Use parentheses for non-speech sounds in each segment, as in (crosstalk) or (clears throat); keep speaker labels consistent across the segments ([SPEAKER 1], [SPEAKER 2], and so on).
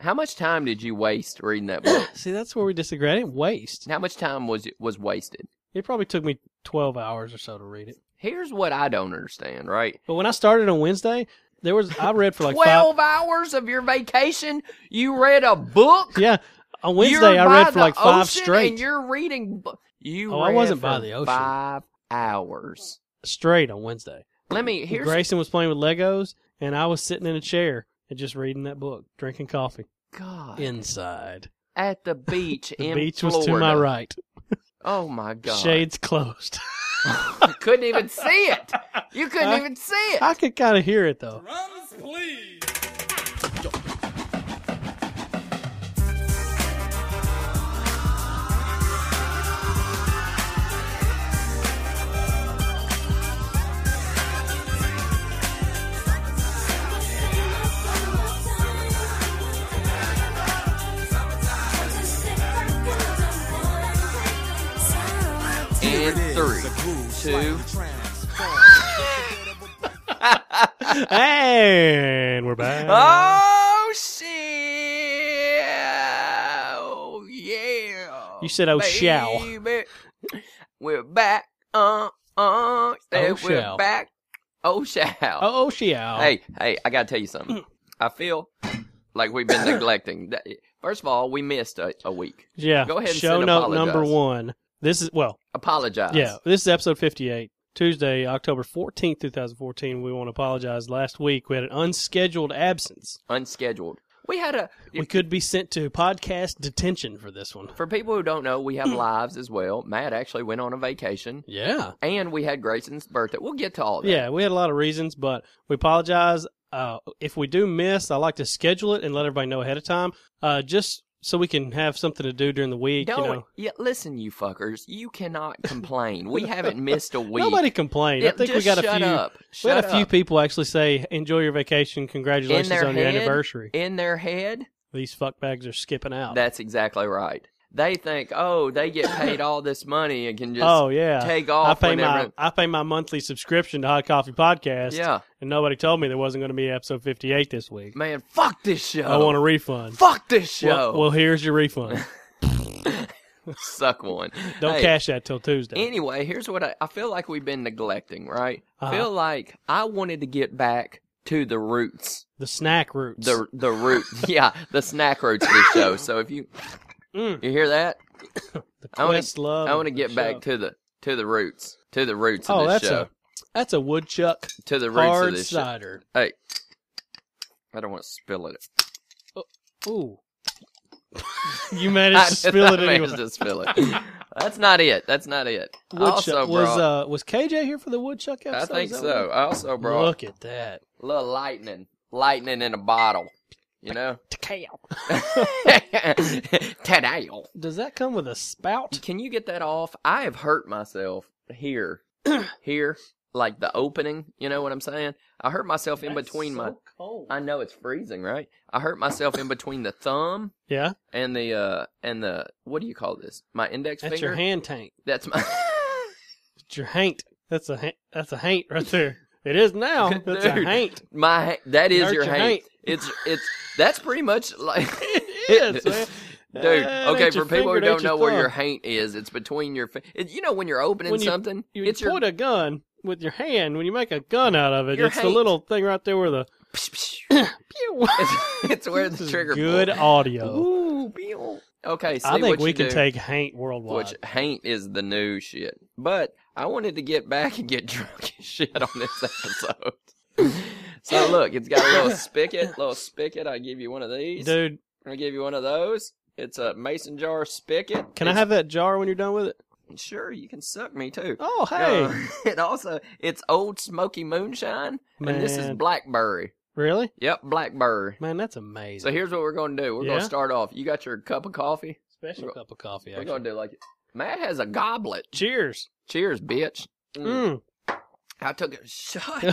[SPEAKER 1] How much time did you waste reading that book?
[SPEAKER 2] See, that's where we disagree. I didn't waste.
[SPEAKER 1] How much time was it was wasted?
[SPEAKER 2] It probably took me 12 hours or so to read it.
[SPEAKER 1] Here's what I don't understand, right?
[SPEAKER 2] But when I started on Wednesday, there was I read for like five.
[SPEAKER 1] Twelve hours of your vacation, you read a book.
[SPEAKER 2] Yeah, on
[SPEAKER 1] You're
[SPEAKER 2] Wednesday I
[SPEAKER 1] by
[SPEAKER 2] read for
[SPEAKER 1] the
[SPEAKER 2] like five
[SPEAKER 1] ocean And
[SPEAKER 2] straight.
[SPEAKER 1] you're reading. bu- You.
[SPEAKER 2] Oh, I
[SPEAKER 1] read
[SPEAKER 2] wasn't
[SPEAKER 1] for
[SPEAKER 2] by the ocean.
[SPEAKER 1] Five hours.
[SPEAKER 2] Straight on Wednesday.
[SPEAKER 1] Let me. Here's
[SPEAKER 2] Grayson was playing with Legos, and I was sitting in a chair and just reading that book, drinking coffee
[SPEAKER 1] God
[SPEAKER 2] inside.
[SPEAKER 1] at the beach
[SPEAKER 2] (laughs) The
[SPEAKER 1] in
[SPEAKER 2] beach
[SPEAKER 1] Florida.
[SPEAKER 2] was to my right.
[SPEAKER 1] Oh my God!
[SPEAKER 2] Shades closed. (laughs)
[SPEAKER 1] You couldn't even see it. You couldn't
[SPEAKER 2] I-
[SPEAKER 1] even see it.
[SPEAKER 2] I could kind of hear it though.
[SPEAKER 1] In three, two. (laughs)
[SPEAKER 2] and we're back.
[SPEAKER 1] Oh shit! Oh yeah!
[SPEAKER 2] You said, "Oh, shall."
[SPEAKER 1] Baby. We're back. Uh uh. Said
[SPEAKER 2] Oh,
[SPEAKER 1] we're
[SPEAKER 2] shall.
[SPEAKER 1] back. Oh shall.
[SPEAKER 2] Oh, Mm. she out.
[SPEAKER 1] Hey hey! I gotta tell you something. I feel like we've been neglecting. that- First of all, we missed a, a week.
[SPEAKER 2] yeah.
[SPEAKER 1] go ahead and
[SPEAKER 2] Show
[SPEAKER 1] send
[SPEAKER 2] note
[SPEAKER 1] apologize.
[SPEAKER 2] number one. This is well,
[SPEAKER 1] Apologize.
[SPEAKER 2] yeah. This is episode fifty-eight, Tuesday, October fourteenth, two thousand fourteen. We want to apologize. Last week we had an unscheduled absence.
[SPEAKER 1] Unscheduled. We had a.
[SPEAKER 2] We could be sent to podcast detention for this one.
[SPEAKER 1] For people who don't know, we have
[SPEAKER 2] Mm.
[SPEAKER 1] lives as well. Matt actually went on a vacation,
[SPEAKER 2] Yeah.
[SPEAKER 1] and we had Grayson's birthday. We'll get to all that.
[SPEAKER 2] Yeah, we had a lot of reasons, but we apologize. Uh, if we do miss, I like to schedule it and let everybody know ahead of time, uh, just so we can have something to do during the week.
[SPEAKER 1] Don't
[SPEAKER 2] you know,
[SPEAKER 1] yeah, listen, you fuckers. You cannot complain. we haven't
[SPEAKER 2] (laughs)
[SPEAKER 1] missed a week.
[SPEAKER 2] nobody complained.
[SPEAKER 1] Yeah,
[SPEAKER 2] I think we
[SPEAKER 1] just
[SPEAKER 2] got a
[SPEAKER 1] shut
[SPEAKER 2] few.
[SPEAKER 1] Up.
[SPEAKER 2] We had
[SPEAKER 1] Shut
[SPEAKER 2] a few
[SPEAKER 1] up.
[SPEAKER 2] people actually say, "Enjoy your vacation. Congratulations
[SPEAKER 1] In their
[SPEAKER 2] on your
[SPEAKER 1] head-
[SPEAKER 2] anniversary."
[SPEAKER 1] in their head.
[SPEAKER 2] These fuckbags are skipping out.
[SPEAKER 1] That's exactly right. They think, oh, they get paid all this money and can just
[SPEAKER 2] oh yeah,
[SPEAKER 1] take
[SPEAKER 2] I
[SPEAKER 1] off
[SPEAKER 2] pay
[SPEAKER 1] whenever.
[SPEAKER 2] my I pay my monthly subscription to Hot Coffee Podcast,
[SPEAKER 1] yeah,
[SPEAKER 2] and nobody told me there wasn't going to be episode fifty eight this week.
[SPEAKER 1] man, fuck this show.
[SPEAKER 2] I want a refund.
[SPEAKER 1] fuck this show.
[SPEAKER 2] Well, well, here's
[SPEAKER 1] (laughs)
[SPEAKER 2] your refund.
[SPEAKER 1] Suck one.
[SPEAKER 2] Don't
[SPEAKER 1] Hey,
[SPEAKER 2] cash that till Tuesday.
[SPEAKER 1] Anyway, here's what I, I feel like we've been neglecting. Right?
[SPEAKER 2] Uh-huh.
[SPEAKER 1] Feel like I wanted to get back to the roots.
[SPEAKER 2] the snack roots.
[SPEAKER 1] the the root (laughs) yeah the snack roots of the show so if you
[SPEAKER 2] Mm.
[SPEAKER 1] you hear that
[SPEAKER 2] the
[SPEAKER 1] I wanna-
[SPEAKER 2] quest love.
[SPEAKER 1] i want to
[SPEAKER 2] of
[SPEAKER 1] get
[SPEAKER 2] the
[SPEAKER 1] back
[SPEAKER 2] show.
[SPEAKER 1] to the to the roots to the roots
[SPEAKER 2] oh,
[SPEAKER 1] of this
[SPEAKER 2] that's
[SPEAKER 1] show
[SPEAKER 2] a that's a woodchuck
[SPEAKER 1] to the roots of
[SPEAKER 2] hard
[SPEAKER 1] this
[SPEAKER 2] cider.
[SPEAKER 1] show i don't want to spill
[SPEAKER 2] (laughs)
[SPEAKER 1] it
[SPEAKER 2] Ooh, (laughs)
[SPEAKER 1] (laughs)
[SPEAKER 2] you managed
[SPEAKER 1] I
[SPEAKER 2] to spill it
[SPEAKER 1] managed
[SPEAKER 2] anyway.
[SPEAKER 1] to spill it that's not it that's not it I also
[SPEAKER 2] (laughs) Woodchuck was
[SPEAKER 1] brought
[SPEAKER 2] uh was KJ here for the woodchuck
[SPEAKER 1] i
[SPEAKER 2] episode?
[SPEAKER 1] think
[SPEAKER 2] Is that
[SPEAKER 1] so
[SPEAKER 2] what-
[SPEAKER 1] i also brought
[SPEAKER 2] Look at that.
[SPEAKER 1] a little lightning lightning in a bottle you
[SPEAKER 2] (laughs)
[SPEAKER 1] know (laughs) today
[SPEAKER 2] Does that come with a spout?
[SPEAKER 1] Can you get that off? I have hurt myself
[SPEAKER 2] (clears throat)
[SPEAKER 1] here, here, like the opening. You know what I'm saying? I hurt myself in between my. I know it's freezing, right? I hurt myself in between the thumb
[SPEAKER 2] Yeah,
[SPEAKER 1] and the uh and the what do you call this? My index
[SPEAKER 2] that's
[SPEAKER 1] finger.
[SPEAKER 2] your hand tank.
[SPEAKER 1] That's my. (laughs)
[SPEAKER 2] It's your haint. That's a ha- that's a haint right there. It is
[SPEAKER 1] (laughs)
[SPEAKER 2] now. That's a
[SPEAKER 1] Dude.
[SPEAKER 2] haint.
[SPEAKER 1] My ha- that is
[SPEAKER 2] Hurt
[SPEAKER 1] your
[SPEAKER 2] your
[SPEAKER 1] hand.
[SPEAKER 2] hand.
[SPEAKER 1] It's it's that's pretty much like
[SPEAKER 2] (laughs) It is, man.
[SPEAKER 1] (laughs) dude.
[SPEAKER 2] That
[SPEAKER 1] okay,
[SPEAKER 2] ain't
[SPEAKER 1] for people
[SPEAKER 2] your
[SPEAKER 1] who
[SPEAKER 2] finger, that
[SPEAKER 1] don't
[SPEAKER 2] ain't
[SPEAKER 1] know where
[SPEAKER 2] thumb.
[SPEAKER 1] your haint is, it's between your. Fi- it, you know when you're opening
[SPEAKER 2] When you-
[SPEAKER 1] something,
[SPEAKER 2] you
[SPEAKER 1] it's your
[SPEAKER 2] point a gun with your hand when you make a gun out of it.
[SPEAKER 1] Your
[SPEAKER 2] it's the
[SPEAKER 1] haint.
[SPEAKER 2] little thing right there where the (laughs) pew.
[SPEAKER 1] (laughs) it's, it's where
[SPEAKER 2] This
[SPEAKER 1] the
[SPEAKER 2] is
[SPEAKER 1] trigger.
[SPEAKER 2] Good
[SPEAKER 1] pull.
[SPEAKER 2] audio.
[SPEAKER 1] Ooh, pew. Okay, see
[SPEAKER 2] I think
[SPEAKER 1] what
[SPEAKER 2] we
[SPEAKER 1] you
[SPEAKER 2] can
[SPEAKER 1] do,
[SPEAKER 2] take haint worldwide.
[SPEAKER 1] Which haint is the new shit. But I wanted to get back and get (laughs) drunk as shit on this episode. (laughs) so look, it's got a
[SPEAKER 2] (laughs)
[SPEAKER 1] little spigot, little spigot. I give you one of these.
[SPEAKER 2] Dude,
[SPEAKER 1] I give you one of those. It's a mason jar spigot.
[SPEAKER 2] can I
[SPEAKER 1] It's-
[SPEAKER 2] have that jar when you're done with it?
[SPEAKER 1] Sure, you can suck me too.
[SPEAKER 2] Oh, hey,
[SPEAKER 1] No, it also it's old smoky moonshine, (laughs) and this is
[SPEAKER 2] Man.
[SPEAKER 1] blackberry.
[SPEAKER 2] really?
[SPEAKER 1] Yep, blackberry.
[SPEAKER 2] Man, that's amazing.
[SPEAKER 1] So here's what we're gonna do. We're
[SPEAKER 2] Yeah?
[SPEAKER 1] gonna start off. You got your cup of coffee.
[SPEAKER 2] special
[SPEAKER 1] we're-
[SPEAKER 2] cup of coffee.
[SPEAKER 1] We're
[SPEAKER 2] Actually.
[SPEAKER 1] gonna do like Matt has a goblet.
[SPEAKER 2] Cheers.
[SPEAKER 1] Cheers, bitch. Mm.
[SPEAKER 2] Mm.
[SPEAKER 1] I took a shot.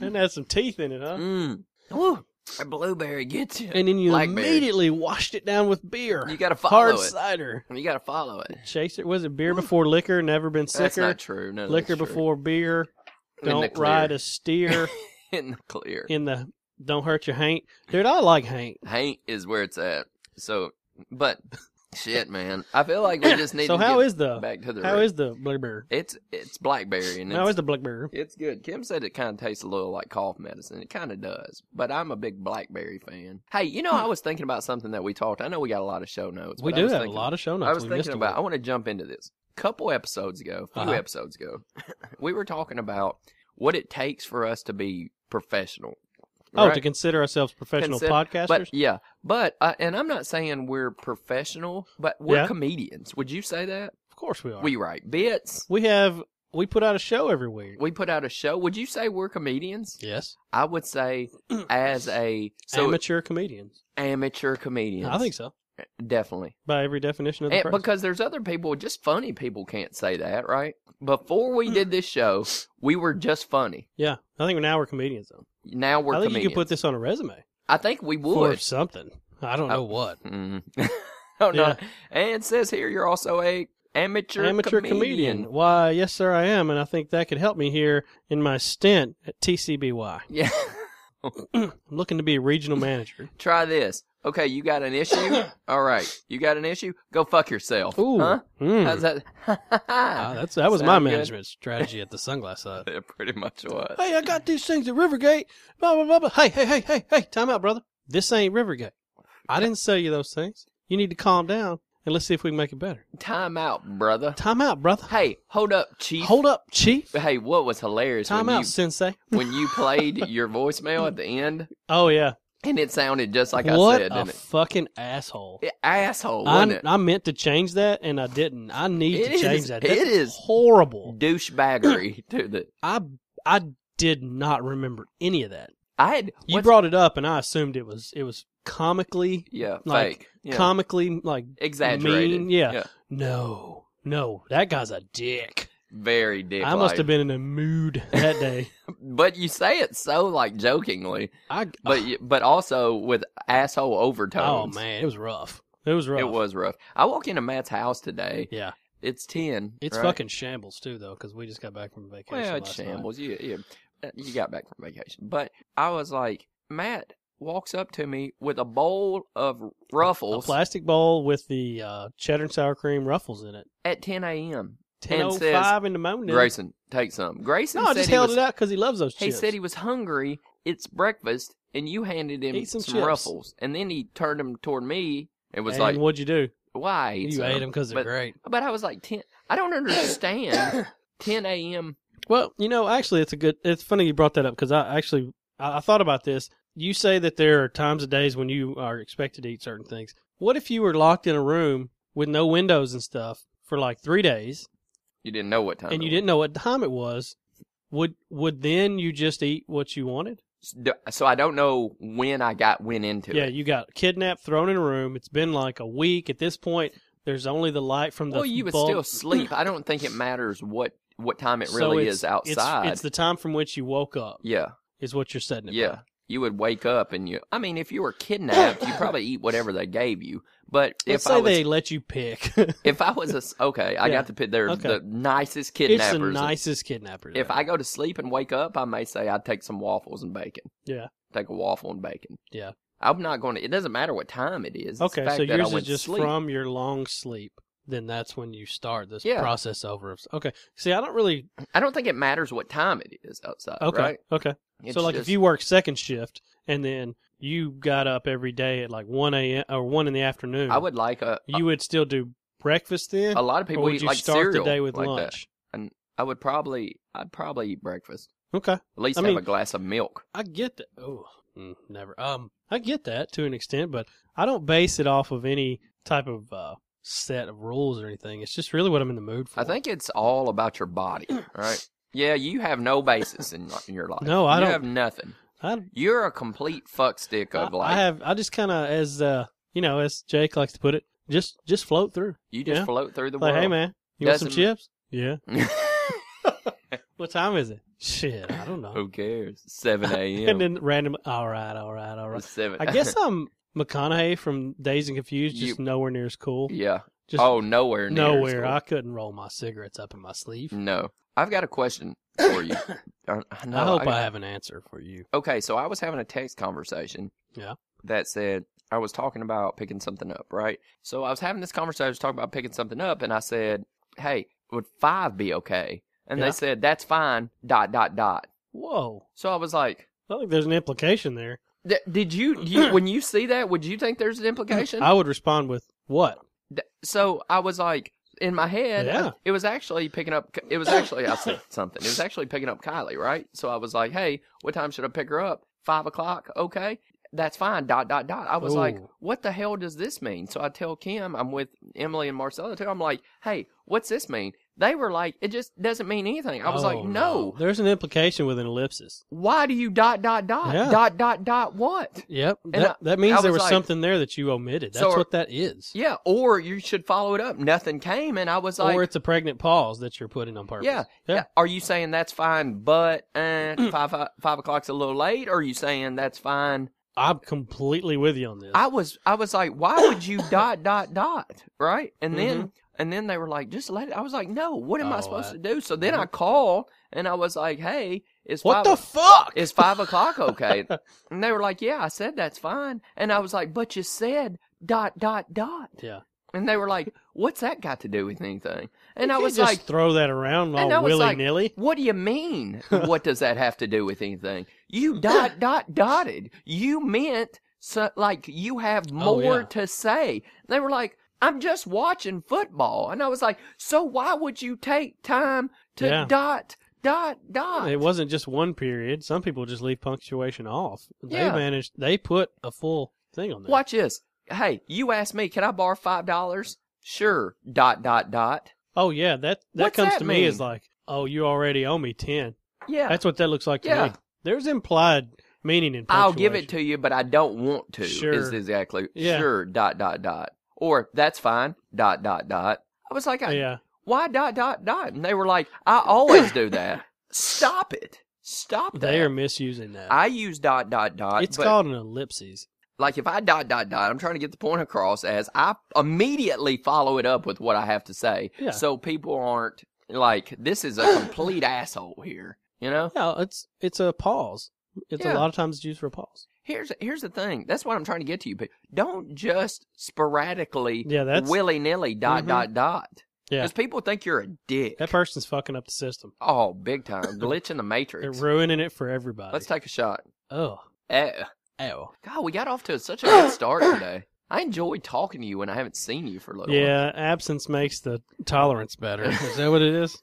[SPEAKER 2] and has some teeth in Mm. it, huh?
[SPEAKER 1] mm.
[SPEAKER 2] Woo.
[SPEAKER 1] A blueberry gets you.
[SPEAKER 2] And then you
[SPEAKER 1] Blackberry.
[SPEAKER 2] immediately washed it down with beer,
[SPEAKER 1] You gotta follow
[SPEAKER 2] hard
[SPEAKER 1] it.
[SPEAKER 2] cider.
[SPEAKER 1] You gotta follow it.
[SPEAKER 2] Chase it. Was it beer before liquor? Never been
[SPEAKER 1] That's
[SPEAKER 2] sicker.
[SPEAKER 1] not true. No,
[SPEAKER 2] Liquor before beer. Don't ride a steer
[SPEAKER 1] (laughs) in the clear.
[SPEAKER 2] in the Don't hurt your Hank. Dude, I like Hank.
[SPEAKER 1] Hank is where it's at. So, but shit, man, I feel like
[SPEAKER 2] (coughs)
[SPEAKER 1] we just need
[SPEAKER 2] So
[SPEAKER 1] to
[SPEAKER 2] how
[SPEAKER 1] get
[SPEAKER 2] is the
[SPEAKER 1] back to the
[SPEAKER 2] how
[SPEAKER 1] root.
[SPEAKER 2] is the blueberry?
[SPEAKER 1] it's it's blackberry and
[SPEAKER 2] How
[SPEAKER 1] it's,
[SPEAKER 2] is the blackberry?
[SPEAKER 1] it's good. Kim said it kind of tastes a little like cough medicine. It kind of does, but I'm a big blackberry fan. Hey, you know, I was thinking about something that we talked. I know we got a lot of show notes.
[SPEAKER 2] Hmm. We
[SPEAKER 1] but I
[SPEAKER 2] do
[SPEAKER 1] was
[SPEAKER 2] have
[SPEAKER 1] thinking-
[SPEAKER 2] a lot of show notes.
[SPEAKER 1] I was
[SPEAKER 2] we
[SPEAKER 1] thinking
[SPEAKER 2] missed
[SPEAKER 1] about. I
[SPEAKER 2] one.
[SPEAKER 1] want to jump into this. Couple episodes ago, few
[SPEAKER 2] Uh-huh.
[SPEAKER 1] episodes ago, (laughs) we were talking about what it takes for us to be professional.
[SPEAKER 2] Oh,
[SPEAKER 1] right?
[SPEAKER 2] to consider ourselves professional
[SPEAKER 1] Consider-
[SPEAKER 2] podcasters.
[SPEAKER 1] but yeah, but uh, and I'm not saying we're professional, but we're
[SPEAKER 2] Yeah.
[SPEAKER 1] comedians. Would you say that
[SPEAKER 2] of course we are.
[SPEAKER 1] we write bits?
[SPEAKER 2] we have we put out a show every week.
[SPEAKER 1] We put out a show. Would you say we're comedians?
[SPEAKER 2] Yes,
[SPEAKER 1] I would say as a so amateur,
[SPEAKER 2] amateur comedians.
[SPEAKER 1] comedians.
[SPEAKER 2] I think so.
[SPEAKER 1] definitely,
[SPEAKER 2] By every definition of the
[SPEAKER 1] And-
[SPEAKER 2] phrase.
[SPEAKER 1] because there's other people, just funny people can't say that, right? Before
[SPEAKER 2] Hmm.
[SPEAKER 1] we did this show, we were just funny.
[SPEAKER 2] yeah, I think now we're comedians though.
[SPEAKER 1] Now we're
[SPEAKER 2] I think you
[SPEAKER 1] comedians.
[SPEAKER 2] could put this on a resume
[SPEAKER 1] I think we
[SPEAKER 2] for
[SPEAKER 1] would.
[SPEAKER 2] something. I don't
[SPEAKER 1] Uh,
[SPEAKER 2] know what.
[SPEAKER 1] Mm. (laughs) oh no! And it says here you're also a amateur
[SPEAKER 2] amateur
[SPEAKER 1] comedian.
[SPEAKER 2] comedian. Why? Yes, sir, I am, and I think that could help me here in my stint at TCBY.
[SPEAKER 1] Yeah. (laughs)
[SPEAKER 2] I'm looking to be a regional manager.
[SPEAKER 1] Try this. Okay, you got an
[SPEAKER 2] (coughs)
[SPEAKER 1] issue? All right. You got an issue? Go fuck yourself.
[SPEAKER 2] (laughs) Ooh,
[SPEAKER 1] Huh?
[SPEAKER 2] mm.
[SPEAKER 1] How's that? (laughs)
[SPEAKER 2] Ah, that's that was my
[SPEAKER 1] Sound good?
[SPEAKER 2] management strategy at the sunglass hut. (laughs)
[SPEAKER 1] It pretty much was.
[SPEAKER 2] hey, I got these things at Rivergate. Blah blah blah. blah. Hey, hey, hey, hey, hey! Time out, brother. This ain't Rivergate. I didn't sell you those things. You need to calm down and let's see if we can make it better.
[SPEAKER 1] Time out, brother.
[SPEAKER 2] Time out, brother.
[SPEAKER 1] Hey, hold up, chief.
[SPEAKER 2] Hold up, chief.
[SPEAKER 1] Hey, what was hilarious
[SPEAKER 2] Time
[SPEAKER 1] when
[SPEAKER 2] out, (laughs) sensei.
[SPEAKER 1] you when you played your voicemail at the end
[SPEAKER 2] Oh yeah.
[SPEAKER 1] and it sounded just like I
[SPEAKER 2] what
[SPEAKER 1] said,
[SPEAKER 2] a
[SPEAKER 1] didn't it?
[SPEAKER 2] fucking asshole.
[SPEAKER 1] Yeah, Asshole, wasn't
[SPEAKER 2] I,
[SPEAKER 1] it?
[SPEAKER 2] I meant to change that and I didn't. I need
[SPEAKER 1] It
[SPEAKER 2] to change
[SPEAKER 1] is-
[SPEAKER 2] that.
[SPEAKER 1] it
[SPEAKER 2] That's
[SPEAKER 1] is.
[SPEAKER 2] horrible. (clears throat)
[SPEAKER 1] Douchebaggery to the
[SPEAKER 2] I I did not remember any of that.
[SPEAKER 1] I had
[SPEAKER 2] You
[SPEAKER 1] what's-
[SPEAKER 2] brought it up and I assumed it was it was comically
[SPEAKER 1] yeah,
[SPEAKER 2] like,
[SPEAKER 1] fake. Yeah.
[SPEAKER 2] comically like
[SPEAKER 1] exaggerated.
[SPEAKER 2] mean, yeah. no no that guy's a dick.
[SPEAKER 1] Very dick.
[SPEAKER 2] I must have been in a mood that
[SPEAKER 1] (laughs)
[SPEAKER 2] day.
[SPEAKER 1] But you say it so like jokingly,
[SPEAKER 2] I (sighs)
[SPEAKER 1] but you, but also with asshole
[SPEAKER 2] oh
[SPEAKER 1] overtones.
[SPEAKER 2] man, it was rough. It was rough.
[SPEAKER 1] it was rough. I walk into Matt's house today.
[SPEAKER 2] Yeah,
[SPEAKER 1] It's ten.
[SPEAKER 2] it's
[SPEAKER 1] right?
[SPEAKER 2] fucking shambles too though because we just got back from vacation.
[SPEAKER 1] well, it's
[SPEAKER 2] last Uh, night.
[SPEAKER 1] shambles. You, you you got back from vacation, but I was like Matt walks up to me with a bowl of
[SPEAKER 2] A
[SPEAKER 1] ruffles
[SPEAKER 2] plastic bowl with the uh, cheddar and sour cream ruffles in it.
[SPEAKER 1] at ten a.m.
[SPEAKER 2] Ten
[SPEAKER 1] And
[SPEAKER 2] oh
[SPEAKER 1] says,
[SPEAKER 2] five in the morning.
[SPEAKER 1] Grayson, take some. Grayson
[SPEAKER 2] no, I
[SPEAKER 1] said
[SPEAKER 2] just
[SPEAKER 1] he
[SPEAKER 2] held
[SPEAKER 1] was,
[SPEAKER 2] it out because he loves those
[SPEAKER 1] He
[SPEAKER 2] chips.
[SPEAKER 1] said he was hungry. It's breakfast, and you handed him
[SPEAKER 2] Eat some
[SPEAKER 1] some
[SPEAKER 2] chips.
[SPEAKER 1] ruffles, and then he turned them toward me. and was
[SPEAKER 2] and
[SPEAKER 1] like,
[SPEAKER 2] "What'd you do?
[SPEAKER 1] why? I ate
[SPEAKER 2] You
[SPEAKER 1] some.
[SPEAKER 2] ate them because they're
[SPEAKER 1] but,
[SPEAKER 2] great."
[SPEAKER 1] But I was like ten. I don't understand. ten a.m.
[SPEAKER 2] Well, you know, actually, it's a good. It's funny you brought that up because I actually I, I thought about this. You say that there are times of days when you are expected to eat certain things. What if you were locked in a room with no windows and stuff for like three days,
[SPEAKER 1] You didn't know what time.
[SPEAKER 2] and
[SPEAKER 1] it
[SPEAKER 2] you
[SPEAKER 1] was.
[SPEAKER 2] didn't know what time it was? Would would then you just eat what you wanted?
[SPEAKER 1] D- So I don't know when I got went into
[SPEAKER 2] yeah,
[SPEAKER 1] it.
[SPEAKER 2] you got kidnapped, thrown in a room. It's been like a week at this point. There's only the light from the
[SPEAKER 1] Well, you would
[SPEAKER 2] bulb.
[SPEAKER 1] still sleep. I don't think it matters what what time it
[SPEAKER 2] So
[SPEAKER 1] really
[SPEAKER 2] it's-
[SPEAKER 1] is
[SPEAKER 2] it's-
[SPEAKER 1] outside.
[SPEAKER 2] It's, the time from which you woke up
[SPEAKER 1] yeah,
[SPEAKER 2] is what you're setting it.
[SPEAKER 1] yeah.
[SPEAKER 2] by.
[SPEAKER 1] You would wake up and you. I mean, if you were kidnapped, you probably eat whatever they gave you. But
[SPEAKER 2] (laughs) Let's
[SPEAKER 1] if
[SPEAKER 2] say
[SPEAKER 1] I was
[SPEAKER 2] they let you pick.
[SPEAKER 1] (laughs)
[SPEAKER 2] (laughs)
[SPEAKER 1] If I was a s- okay, I
[SPEAKER 2] Yeah.
[SPEAKER 1] got the pit. They're
[SPEAKER 2] Okay.
[SPEAKER 1] the nicest
[SPEAKER 2] it's the
[SPEAKER 1] kidnappers.
[SPEAKER 2] nicest kidnappers.
[SPEAKER 1] if I go to sleep and wake up, I may say I'd take some waffles and bacon.
[SPEAKER 2] Yeah.
[SPEAKER 1] take a waffel and bacon.
[SPEAKER 2] Yeah.
[SPEAKER 1] I'm not going to. It doesn't matter what time it is. It's the
[SPEAKER 2] okay,
[SPEAKER 1] fact
[SPEAKER 2] so
[SPEAKER 1] that I
[SPEAKER 2] yours is
[SPEAKER 1] went to
[SPEAKER 2] just
[SPEAKER 1] sleep.
[SPEAKER 2] from your long sleep. Then that's when you start this
[SPEAKER 1] Yeah.
[SPEAKER 2] process over. of- Okay, see, I don't really.
[SPEAKER 1] I don't think it matters what time it is outside.
[SPEAKER 2] Okay,
[SPEAKER 1] right?
[SPEAKER 2] okay.
[SPEAKER 1] It's
[SPEAKER 2] so like,
[SPEAKER 1] just-
[SPEAKER 2] if you work second shift and then you got up every day at like one a.m. or one in the afternoon,
[SPEAKER 1] I would like a.
[SPEAKER 2] You would still do breakfast then,
[SPEAKER 1] A lot of
[SPEAKER 2] (laughs) or
[SPEAKER 1] people
[SPEAKER 2] would
[SPEAKER 1] eat
[SPEAKER 2] you
[SPEAKER 1] like
[SPEAKER 2] start the
[SPEAKER 1] cereal
[SPEAKER 2] day with
[SPEAKER 1] like
[SPEAKER 2] lunch?
[SPEAKER 1] That. I would probably. I'd probably eat breakfast.
[SPEAKER 2] Okay,
[SPEAKER 1] At least
[SPEAKER 2] I
[SPEAKER 1] have
[SPEAKER 2] mean-
[SPEAKER 1] a glass of milk.
[SPEAKER 2] I get that. Oh, mm, never. Um, I get that to an extent, but I don't base it off of any type of uh, set of rules or anything. It's just really what I'm in the mood for.
[SPEAKER 1] I think it's all about your
[SPEAKER 2] (clears throat)
[SPEAKER 1] body, right? Yeah, you have no basis in, in your life.
[SPEAKER 2] No, I
[SPEAKER 1] you
[SPEAKER 2] don't-
[SPEAKER 1] have nothing.
[SPEAKER 2] I,
[SPEAKER 1] You're a complete fuckstick
[SPEAKER 2] I,
[SPEAKER 1] of like
[SPEAKER 2] I have. I just kind of, as uh, you know, as Jake likes to put it, just just float through.
[SPEAKER 1] you just
[SPEAKER 2] yeah.
[SPEAKER 1] float through the
[SPEAKER 2] Like, hey
[SPEAKER 1] world.
[SPEAKER 2] man, you want some
[SPEAKER 1] Doesn't-
[SPEAKER 2] chips? Yeah.
[SPEAKER 1] man.
[SPEAKER 2] What time is it? Shit, I don't know.
[SPEAKER 1] (laughs) Who cares?
[SPEAKER 2] (laughs)
[SPEAKER 1] Seven a.m.
[SPEAKER 2] and then random. All right, all right, all
[SPEAKER 1] It's
[SPEAKER 2] right.
[SPEAKER 1] Seven. (laughs)
[SPEAKER 2] I guess I'm McConaughey from Dazed and Confused. Just
[SPEAKER 1] You-
[SPEAKER 2] nowhere near as cool.
[SPEAKER 1] yeah.
[SPEAKER 2] (laughs) Just
[SPEAKER 1] oh, nowhere. Near
[SPEAKER 2] nowhere.
[SPEAKER 1] is
[SPEAKER 2] I couldn't roll my cigarettes up in my sleeve.
[SPEAKER 1] cool. No. I've got a question. for
[SPEAKER 2] (coughs)
[SPEAKER 1] you. I, I know,
[SPEAKER 2] I hope I, have an answer for you.
[SPEAKER 1] Okay, so I was having a text conversation.
[SPEAKER 2] Yeah.
[SPEAKER 1] That said, I was talking about picking something up, right? So I was having this conversation, I was talking about picking something up, and I said, "Hey, would five be okay?" And
[SPEAKER 2] Yeah.
[SPEAKER 1] they said, "That's fine." Dot dot dot.
[SPEAKER 2] Whoa.
[SPEAKER 1] So I was like,
[SPEAKER 2] I think there's an implication there.
[SPEAKER 1] "Th- "Did you,
[SPEAKER 2] (clears throat)
[SPEAKER 1] you when you see that? Would you think there's an implication?"
[SPEAKER 2] I would respond with what?
[SPEAKER 1] Th- so I was like, in my head,
[SPEAKER 2] Yeah.
[SPEAKER 1] I- it was actually picking up. It was actually I said something. It was actually picking up Kylie, right? So I was like, hey, what time should I pick her up? Five o'clock, okay. That's fine. Dot dot dot. I was like,
[SPEAKER 2] Ooh.
[SPEAKER 1] what the hell does this mean? So I tell Kim, I'm with Emily and Marcella too. I'm like, hey, what's this mean? They were like, it just doesn't mean anything. I was
[SPEAKER 2] Oh,
[SPEAKER 1] like, no.
[SPEAKER 2] There's an implication with an ellipsis.
[SPEAKER 1] Why do you dot dot dot
[SPEAKER 2] Yeah.
[SPEAKER 1] dot dot dot what?
[SPEAKER 2] Yep.
[SPEAKER 1] And
[SPEAKER 2] That,
[SPEAKER 1] I-
[SPEAKER 2] that means
[SPEAKER 1] I
[SPEAKER 2] there
[SPEAKER 1] was
[SPEAKER 2] was
[SPEAKER 1] like-
[SPEAKER 2] something there that you omitted. That's
[SPEAKER 1] So-
[SPEAKER 2] what that is.
[SPEAKER 1] Yeah, or you should follow it up. Nothing came, and I was like,
[SPEAKER 2] or it's a pregnant pause that you're putting on purpose.
[SPEAKER 1] Yeah,
[SPEAKER 2] Yeah. Mm.
[SPEAKER 1] yeah. Are you saying that's fine, but uh, five, five five o'clock's a little late? Or are you saying that's fine?
[SPEAKER 2] I'm completely with you on this.
[SPEAKER 1] I was I was like, why would
[SPEAKER 2] (coughs)
[SPEAKER 1] you dot dot dot right? And then and then they were like, just let it. I was like, no. What am I
[SPEAKER 2] Mm-hmm. Oh,
[SPEAKER 1] supposed
[SPEAKER 2] I-
[SPEAKER 1] to do? So then I called and I was like, hey, it's
[SPEAKER 2] what the
[SPEAKER 1] five,
[SPEAKER 2] fuck?
[SPEAKER 1] is five o'clock
[SPEAKER 2] (laughs)
[SPEAKER 1] okay? and they were like, yeah. I said that's fine. And I was like, but you said dot dot dot.
[SPEAKER 2] Yeah.
[SPEAKER 1] And they were like, what's that got to do with anything? And I
[SPEAKER 2] You
[SPEAKER 1] was
[SPEAKER 2] just
[SPEAKER 1] like,
[SPEAKER 2] throw that around
[SPEAKER 1] And I
[SPEAKER 2] all
[SPEAKER 1] was
[SPEAKER 2] willy
[SPEAKER 1] like-
[SPEAKER 2] nilly.
[SPEAKER 1] what do you
[SPEAKER 2] (laughs)
[SPEAKER 1] mean? what does that have to do with anything? You dot dot dotted. You meant so, like you have more
[SPEAKER 2] Oh, yeah.
[SPEAKER 1] to say. They were like, I'm just watching football, and I was like, so why would you take time to
[SPEAKER 2] Yeah.
[SPEAKER 1] dot dot dot?
[SPEAKER 2] It wasn't just one period. Some people just leave punctuation off. They
[SPEAKER 1] Yeah.
[SPEAKER 2] managed. They put a full thing on there.
[SPEAKER 1] Watch this. Hey, you asked me, can I borrow five dollars? Sure. Dot dot dot.
[SPEAKER 2] Oh yeah, that that
[SPEAKER 1] What's
[SPEAKER 2] comes
[SPEAKER 1] that
[SPEAKER 2] to me as
[SPEAKER 1] mean?
[SPEAKER 2] like, oh, you already owe me ten.
[SPEAKER 1] Yeah.
[SPEAKER 2] That's what that looks like to me.
[SPEAKER 1] Yeah.
[SPEAKER 2] There's implied meaning in.
[SPEAKER 1] I'll give it
[SPEAKER 2] punctuation.
[SPEAKER 1] to you, but I don't want to. Is
[SPEAKER 2] Sure.
[SPEAKER 1] exactly
[SPEAKER 2] Yeah.
[SPEAKER 1] sure. Dot dot dot. Or that's fine. Dot dot dot. I was like, I,
[SPEAKER 2] Yeah,
[SPEAKER 1] why dot dot dot? And they were like, I always do that. Stop it. Stop that.
[SPEAKER 2] they are misusing that.
[SPEAKER 1] I use dot dot dot.
[SPEAKER 2] it's
[SPEAKER 1] but
[SPEAKER 2] called an ellipses.
[SPEAKER 1] like if I dot dot dot, I'm trying to get the point across as I immediately follow it up with what I have to say,
[SPEAKER 2] Yeah.
[SPEAKER 1] so people aren't like this is a
[SPEAKER 2] (laughs)
[SPEAKER 1] complete asshole here. You know.
[SPEAKER 2] Yeah, it's it's a pause. It's
[SPEAKER 1] Yeah.
[SPEAKER 2] a lot of times it's used for a pause.
[SPEAKER 1] Here's here's the thing. That's what I'm trying to get to you. But don't just sporadically,
[SPEAKER 2] Yeah, that's
[SPEAKER 1] willy nilly, dot
[SPEAKER 2] Mhm.
[SPEAKER 1] dot dot.
[SPEAKER 2] Yeah.
[SPEAKER 1] because people think you're a dick.
[SPEAKER 2] that person's fucking up the system.
[SPEAKER 1] oh, big
[SPEAKER 2] (laughs)
[SPEAKER 1] time glitch in the
[SPEAKER 2] They're
[SPEAKER 1] matrix.
[SPEAKER 2] ruining it for everybody.
[SPEAKER 1] Let's take a shot.
[SPEAKER 2] oh,
[SPEAKER 1] Eh.
[SPEAKER 2] ow.
[SPEAKER 1] God, we got off to such a good
[SPEAKER 2] (coughs)
[SPEAKER 1] start today. I enjoy talking to you when I haven't seen you for a little. while.
[SPEAKER 2] Yeah, absence makes the
[SPEAKER 1] (laughs)
[SPEAKER 2] tolerance better. Is that what it is?